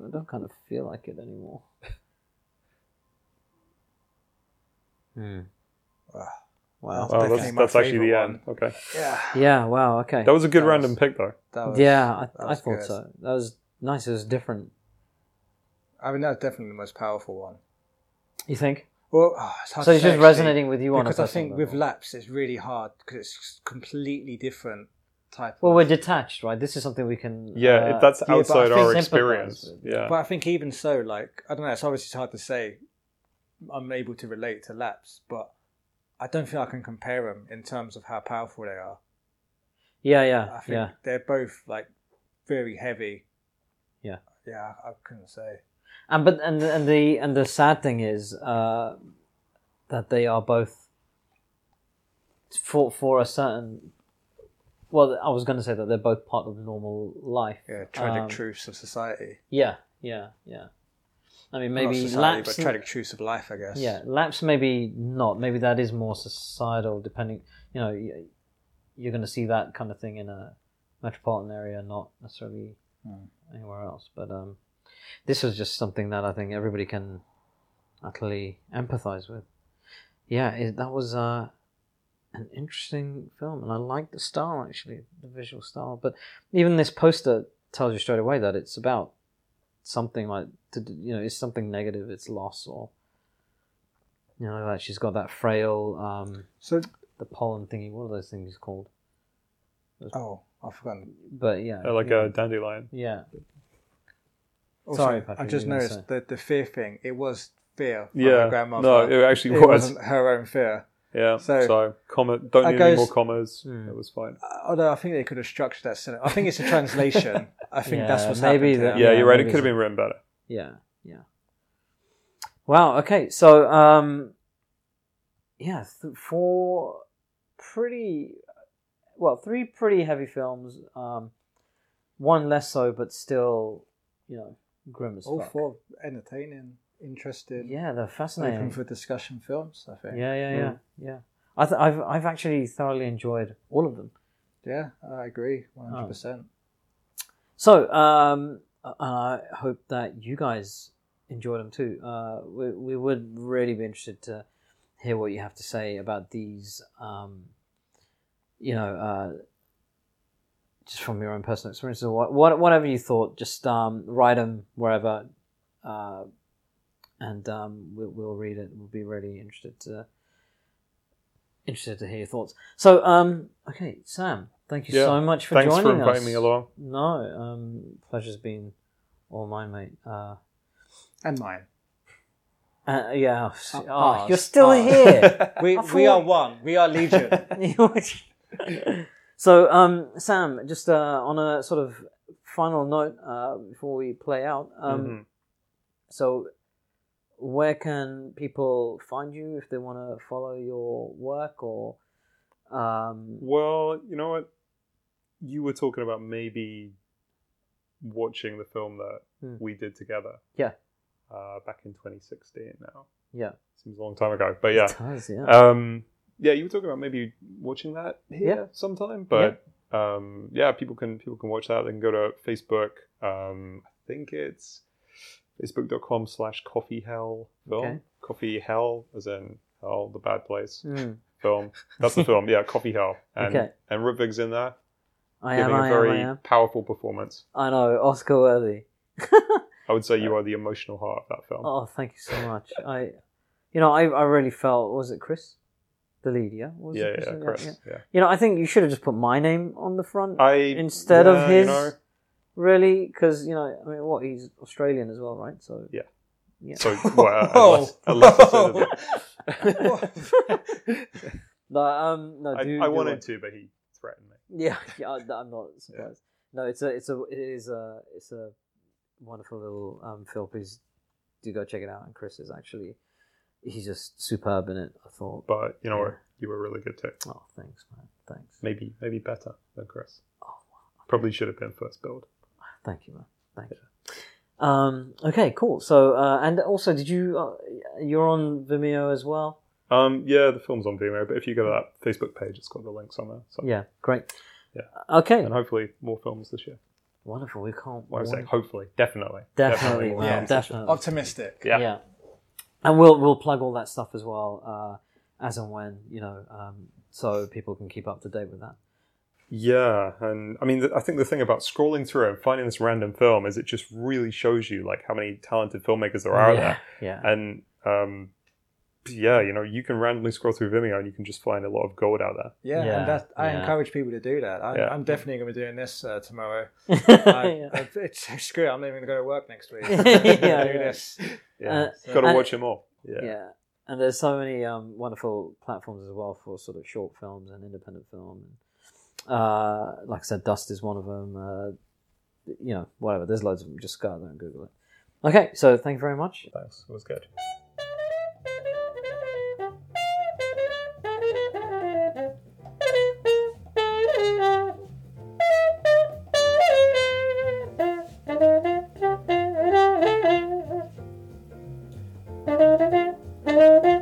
[SPEAKER 4] I don't kind of feel like it anymore. Hmm.
[SPEAKER 2] Wow.
[SPEAKER 4] Wow.
[SPEAKER 3] Wow,
[SPEAKER 2] Definitely
[SPEAKER 3] Oh, that's,
[SPEAKER 2] my
[SPEAKER 3] that's actually the
[SPEAKER 2] favourite
[SPEAKER 3] end. Okay.
[SPEAKER 2] Yeah.
[SPEAKER 4] Yeah, wow, okay.
[SPEAKER 3] That was a good
[SPEAKER 2] That was-
[SPEAKER 3] random pick, though.
[SPEAKER 2] That was,
[SPEAKER 4] yeah, I, I
[SPEAKER 2] was
[SPEAKER 4] thought
[SPEAKER 2] good.
[SPEAKER 4] so. That was nice. It was different.
[SPEAKER 2] I mean, that's definitely the most powerful one.
[SPEAKER 4] You think?
[SPEAKER 2] Well, ah, it's hard
[SPEAKER 4] So
[SPEAKER 2] to
[SPEAKER 4] it's
[SPEAKER 2] say,
[SPEAKER 4] just
[SPEAKER 2] actually,
[SPEAKER 4] resonating with you on a
[SPEAKER 2] because I
[SPEAKER 4] personal
[SPEAKER 2] think with
[SPEAKER 4] level.
[SPEAKER 2] laps it's really hard because it's completely different type.
[SPEAKER 4] Well,
[SPEAKER 2] of,
[SPEAKER 4] we're detached, right? This is something we can.
[SPEAKER 3] Yeah,
[SPEAKER 4] uh,
[SPEAKER 3] it that's
[SPEAKER 2] yeah, but I
[SPEAKER 3] outside
[SPEAKER 2] think
[SPEAKER 3] our
[SPEAKER 4] sympathise
[SPEAKER 3] experience.
[SPEAKER 4] with-
[SPEAKER 3] Yeah.
[SPEAKER 2] but I think even so, like I don't know, it's obviously hard to say. I'm able to relate to laps, but I don't think I can compare them in terms of how powerful they are.
[SPEAKER 4] Yeah, yeah,
[SPEAKER 2] I think
[SPEAKER 4] yeah,
[SPEAKER 2] they're both like very heavy.
[SPEAKER 4] Yeah.
[SPEAKER 2] Yeah, I I couldn't say.
[SPEAKER 4] and but and and the and the sad thing is uh, that they are both for for a certain. Well, I was going to say that they're both part of normal life.
[SPEAKER 2] Yeah, tragic
[SPEAKER 4] Um,
[SPEAKER 2] truths of society.
[SPEAKER 4] Yeah, yeah, yeah. I mean,
[SPEAKER 2] Maybe
[SPEAKER 4] maybe
[SPEAKER 2] Not society,
[SPEAKER 4] lapse.
[SPEAKER 2] but tragic truths of life, I guess.
[SPEAKER 4] Yeah, lapse maybe not. Maybe that is more societal, depending. You know, y- you're going to see that kind of thing in a metropolitan area, not necessarily anywhere else. But um, this was just something that I think everybody can utterly empathize with. Yeah, it, that was uh, an interesting film, and I like the style actually, the visual style. But even this poster tells you straight away that it's about something like to, do- you know it's something negative, it's loss or you know like she's got that frail um,
[SPEAKER 2] So,
[SPEAKER 4] the pollen thingy. What are those things called?
[SPEAKER 2] oh, I've forgotten.
[SPEAKER 4] But yeah,
[SPEAKER 3] Uh, like
[SPEAKER 4] yeah,
[SPEAKER 3] a dandelion.
[SPEAKER 4] yeah,
[SPEAKER 2] Also,
[SPEAKER 4] Sorry, Patrick,
[SPEAKER 2] I
[SPEAKER 4] you
[SPEAKER 2] just
[SPEAKER 4] were gonna say.
[SPEAKER 2] noticed the, the fear thing. It was fear from
[SPEAKER 3] Yeah.
[SPEAKER 2] her grandmother.
[SPEAKER 3] No, it actually
[SPEAKER 2] It
[SPEAKER 3] was.
[SPEAKER 2] wasn't her own fear.
[SPEAKER 3] Yeah.
[SPEAKER 2] So-
[SPEAKER 3] So, comma, don't
[SPEAKER 2] That
[SPEAKER 3] need any
[SPEAKER 2] goes-
[SPEAKER 3] more commas.
[SPEAKER 4] Hmm.
[SPEAKER 3] It was fine.
[SPEAKER 2] Uh, Although I think they could have structured that sentence. I think it's (laughs) a translation. I think that's
[SPEAKER 4] Yeah,
[SPEAKER 2] what's
[SPEAKER 4] maybe
[SPEAKER 2] happened.
[SPEAKER 4] that-
[SPEAKER 2] here.
[SPEAKER 3] Yeah,
[SPEAKER 4] yeah,
[SPEAKER 3] you're right. It
[SPEAKER 4] maybe
[SPEAKER 3] could have
[SPEAKER 4] so.
[SPEAKER 3] been written better.
[SPEAKER 4] yeah, yeah. Wow. Okay. So, um, yeah, th- four pretty, well, three pretty heavy films. Um, one less so, but still, you know, grim as
[SPEAKER 2] All
[SPEAKER 4] fuck.
[SPEAKER 2] four entertaining, interesting,
[SPEAKER 4] Yeah, they're
[SPEAKER 2] open
[SPEAKER 4] fascinating.
[SPEAKER 2] for Mm. discussion films. I think.
[SPEAKER 4] Yeah, yeah, yeah, yeah. I th- I've I've actually thoroughly enjoyed all of them.
[SPEAKER 2] Yeah, I agree, one hundred percent.
[SPEAKER 4] So, um, I I hope that you guys enjoyed them too. Uh, we, we would really be interested to hear what you have to say about these, um, you know, uh, just from your own personal experiences or what, what, whatever you thought. Just um, write them wherever, uh, and um, we, we'll read it. We'll be really interested to interested to hear your thoughts. So, um, okay, Sam, thank you
[SPEAKER 3] Yeah.
[SPEAKER 4] so much for
[SPEAKER 3] Thanks
[SPEAKER 4] joining
[SPEAKER 3] for
[SPEAKER 4] us.
[SPEAKER 3] inviting me along.
[SPEAKER 4] No, um, pleasure's been all mine, mate. Uh,
[SPEAKER 2] And mine.
[SPEAKER 4] uh, yeah.
[SPEAKER 3] Ah,
[SPEAKER 2] Uh,
[SPEAKER 4] oh,
[SPEAKER 2] ours,
[SPEAKER 4] you're still
[SPEAKER 2] ours.
[SPEAKER 3] (laughs)
[SPEAKER 4] here.
[SPEAKER 2] (laughs)
[SPEAKER 4] (laughs)
[SPEAKER 2] We,
[SPEAKER 4] I
[SPEAKER 2] we
[SPEAKER 4] thought-
[SPEAKER 2] are one. We are (laughs) legion.
[SPEAKER 4] so, um, Sam, just uh, on a sort of final note uh, before we play out. Um,
[SPEAKER 3] Mhm.
[SPEAKER 4] So, where can people find you if they want to follow your work or? Um,
[SPEAKER 3] Well, you know what? You were talking about maybe watching the film that
[SPEAKER 4] Hmm.
[SPEAKER 3] we did together.
[SPEAKER 4] Yeah.
[SPEAKER 3] Uh, back in 2016 now.
[SPEAKER 4] yeah.
[SPEAKER 3] Seems a long time ago, but yeah. Uh,
[SPEAKER 4] It does, yeah.
[SPEAKER 3] Um, yeah, you were talking about maybe watching that here
[SPEAKER 4] Yeah.
[SPEAKER 3] sometime, but um, yeah, people can people can watch that. They can go to Facebook. Um, I think it's facebook.com slash coffee hell film.
[SPEAKER 4] Okay.
[SPEAKER 3] Coffee hell as in hell, the bad place
[SPEAKER 4] Mm.
[SPEAKER 3] film. That's the film. Yeah, coffee hell. And
[SPEAKER 4] (laughs) Okay.
[SPEAKER 3] and Rudvig's in there
[SPEAKER 4] I am,
[SPEAKER 3] giving
[SPEAKER 4] I
[SPEAKER 3] a
[SPEAKER 4] am,
[SPEAKER 3] very
[SPEAKER 4] I am.
[SPEAKER 3] powerful performance.
[SPEAKER 4] I know, Oscar worthy.
[SPEAKER 3] I would say you are the emotional heart of that film.
[SPEAKER 4] Oh, thank you so much. I, you know, I, I really felt. Was it Chris, the lead? Yeah. Was it
[SPEAKER 3] yeah, yeah,
[SPEAKER 4] Chris?
[SPEAKER 3] yeah, Chris. Yeah.
[SPEAKER 4] You know, I think you should have just put my name on the front.
[SPEAKER 3] I
[SPEAKER 4] Instead of
[SPEAKER 3] yeah,
[SPEAKER 4] his-
[SPEAKER 3] You know,
[SPEAKER 4] Really? Because you know, I mean, what he's Australian as well, right? So
[SPEAKER 3] Yeah.
[SPEAKER 4] yeah. (laughs)
[SPEAKER 3] so
[SPEAKER 4] Oh.
[SPEAKER 3] well, unless, Uh, unless it's sort of-
[SPEAKER 4] (laughs) no, um, no,
[SPEAKER 3] I,
[SPEAKER 4] do,
[SPEAKER 3] I
[SPEAKER 4] do
[SPEAKER 3] wanted
[SPEAKER 4] it.
[SPEAKER 3] to, but he threatened me.
[SPEAKER 4] (laughs) Yeah, yeah, I- I'm not surprised. No, it's a, it's a, it is a, it's a wonderful little um, film. Please do go check it out. And Chris is actually, he's just superb in it. I thought.
[SPEAKER 3] But you know what?
[SPEAKER 4] Yeah.
[SPEAKER 3] You were really good too.
[SPEAKER 4] oh, thanks, man. Thanks.
[SPEAKER 3] Maybe maybe better than Chris.
[SPEAKER 4] Oh, wow.
[SPEAKER 3] Probably should have been first build.
[SPEAKER 4] Thank you, man. Thank you. Um, okay, cool. So, uh, and also, did you uh, you're on Vimeo as well?
[SPEAKER 3] Um, yeah, the film's on Vimeo, but if you go to that Facebook page, it's got the links on there. So.
[SPEAKER 4] Yeah, great.
[SPEAKER 3] Yeah.
[SPEAKER 4] Okay,
[SPEAKER 3] And hopefully more films this year.
[SPEAKER 4] wonderful. We can't.
[SPEAKER 3] Well, I was saying hopefully, definitely,
[SPEAKER 4] Definitely,
[SPEAKER 3] more
[SPEAKER 4] wow,
[SPEAKER 3] films this year.
[SPEAKER 4] definitely.
[SPEAKER 2] Optimistic.
[SPEAKER 3] Yeah.
[SPEAKER 4] And we'll we'll plug all that stuff as well, uh, as and when you know, um, so people can keep up to date with that.
[SPEAKER 3] Yeah, and I mean, th- I think the thing about scrolling through and finding this random film is it just really shows you like how many talented filmmakers there are
[SPEAKER 4] yeah, yeah,
[SPEAKER 3] there, and um, yeah, you know, you can randomly scroll through Vimeo and you can just find a lot of gold out there.
[SPEAKER 2] Yeah,
[SPEAKER 4] Yeah,
[SPEAKER 2] and that, I
[SPEAKER 4] yeah.
[SPEAKER 2] encourage people to do that. I'm,
[SPEAKER 3] Yeah.
[SPEAKER 2] I'm definitely going to be doing this uh, tomorrow. (laughs) I,
[SPEAKER 4] (laughs) yeah.
[SPEAKER 2] I, it's, screw it, I'm not even going to go to work next week.
[SPEAKER 4] (laughs) Yeah,
[SPEAKER 2] I'm gonna (laughs) do
[SPEAKER 4] yeah.
[SPEAKER 2] this.
[SPEAKER 3] Yeah,
[SPEAKER 2] Uh,
[SPEAKER 3] got to
[SPEAKER 4] and-
[SPEAKER 3] watch them all. Yeah,
[SPEAKER 4] Yeah. And there's so many um, wonderful platforms as well for sort of short films and independent film. Uh, like I said, Dust is one of them. Uh, you know, whatever. There's loads of them. Just go out there and Google it. Okay, so thank you very much.
[SPEAKER 3] thanks. It was good.
[SPEAKER 1] Thank you.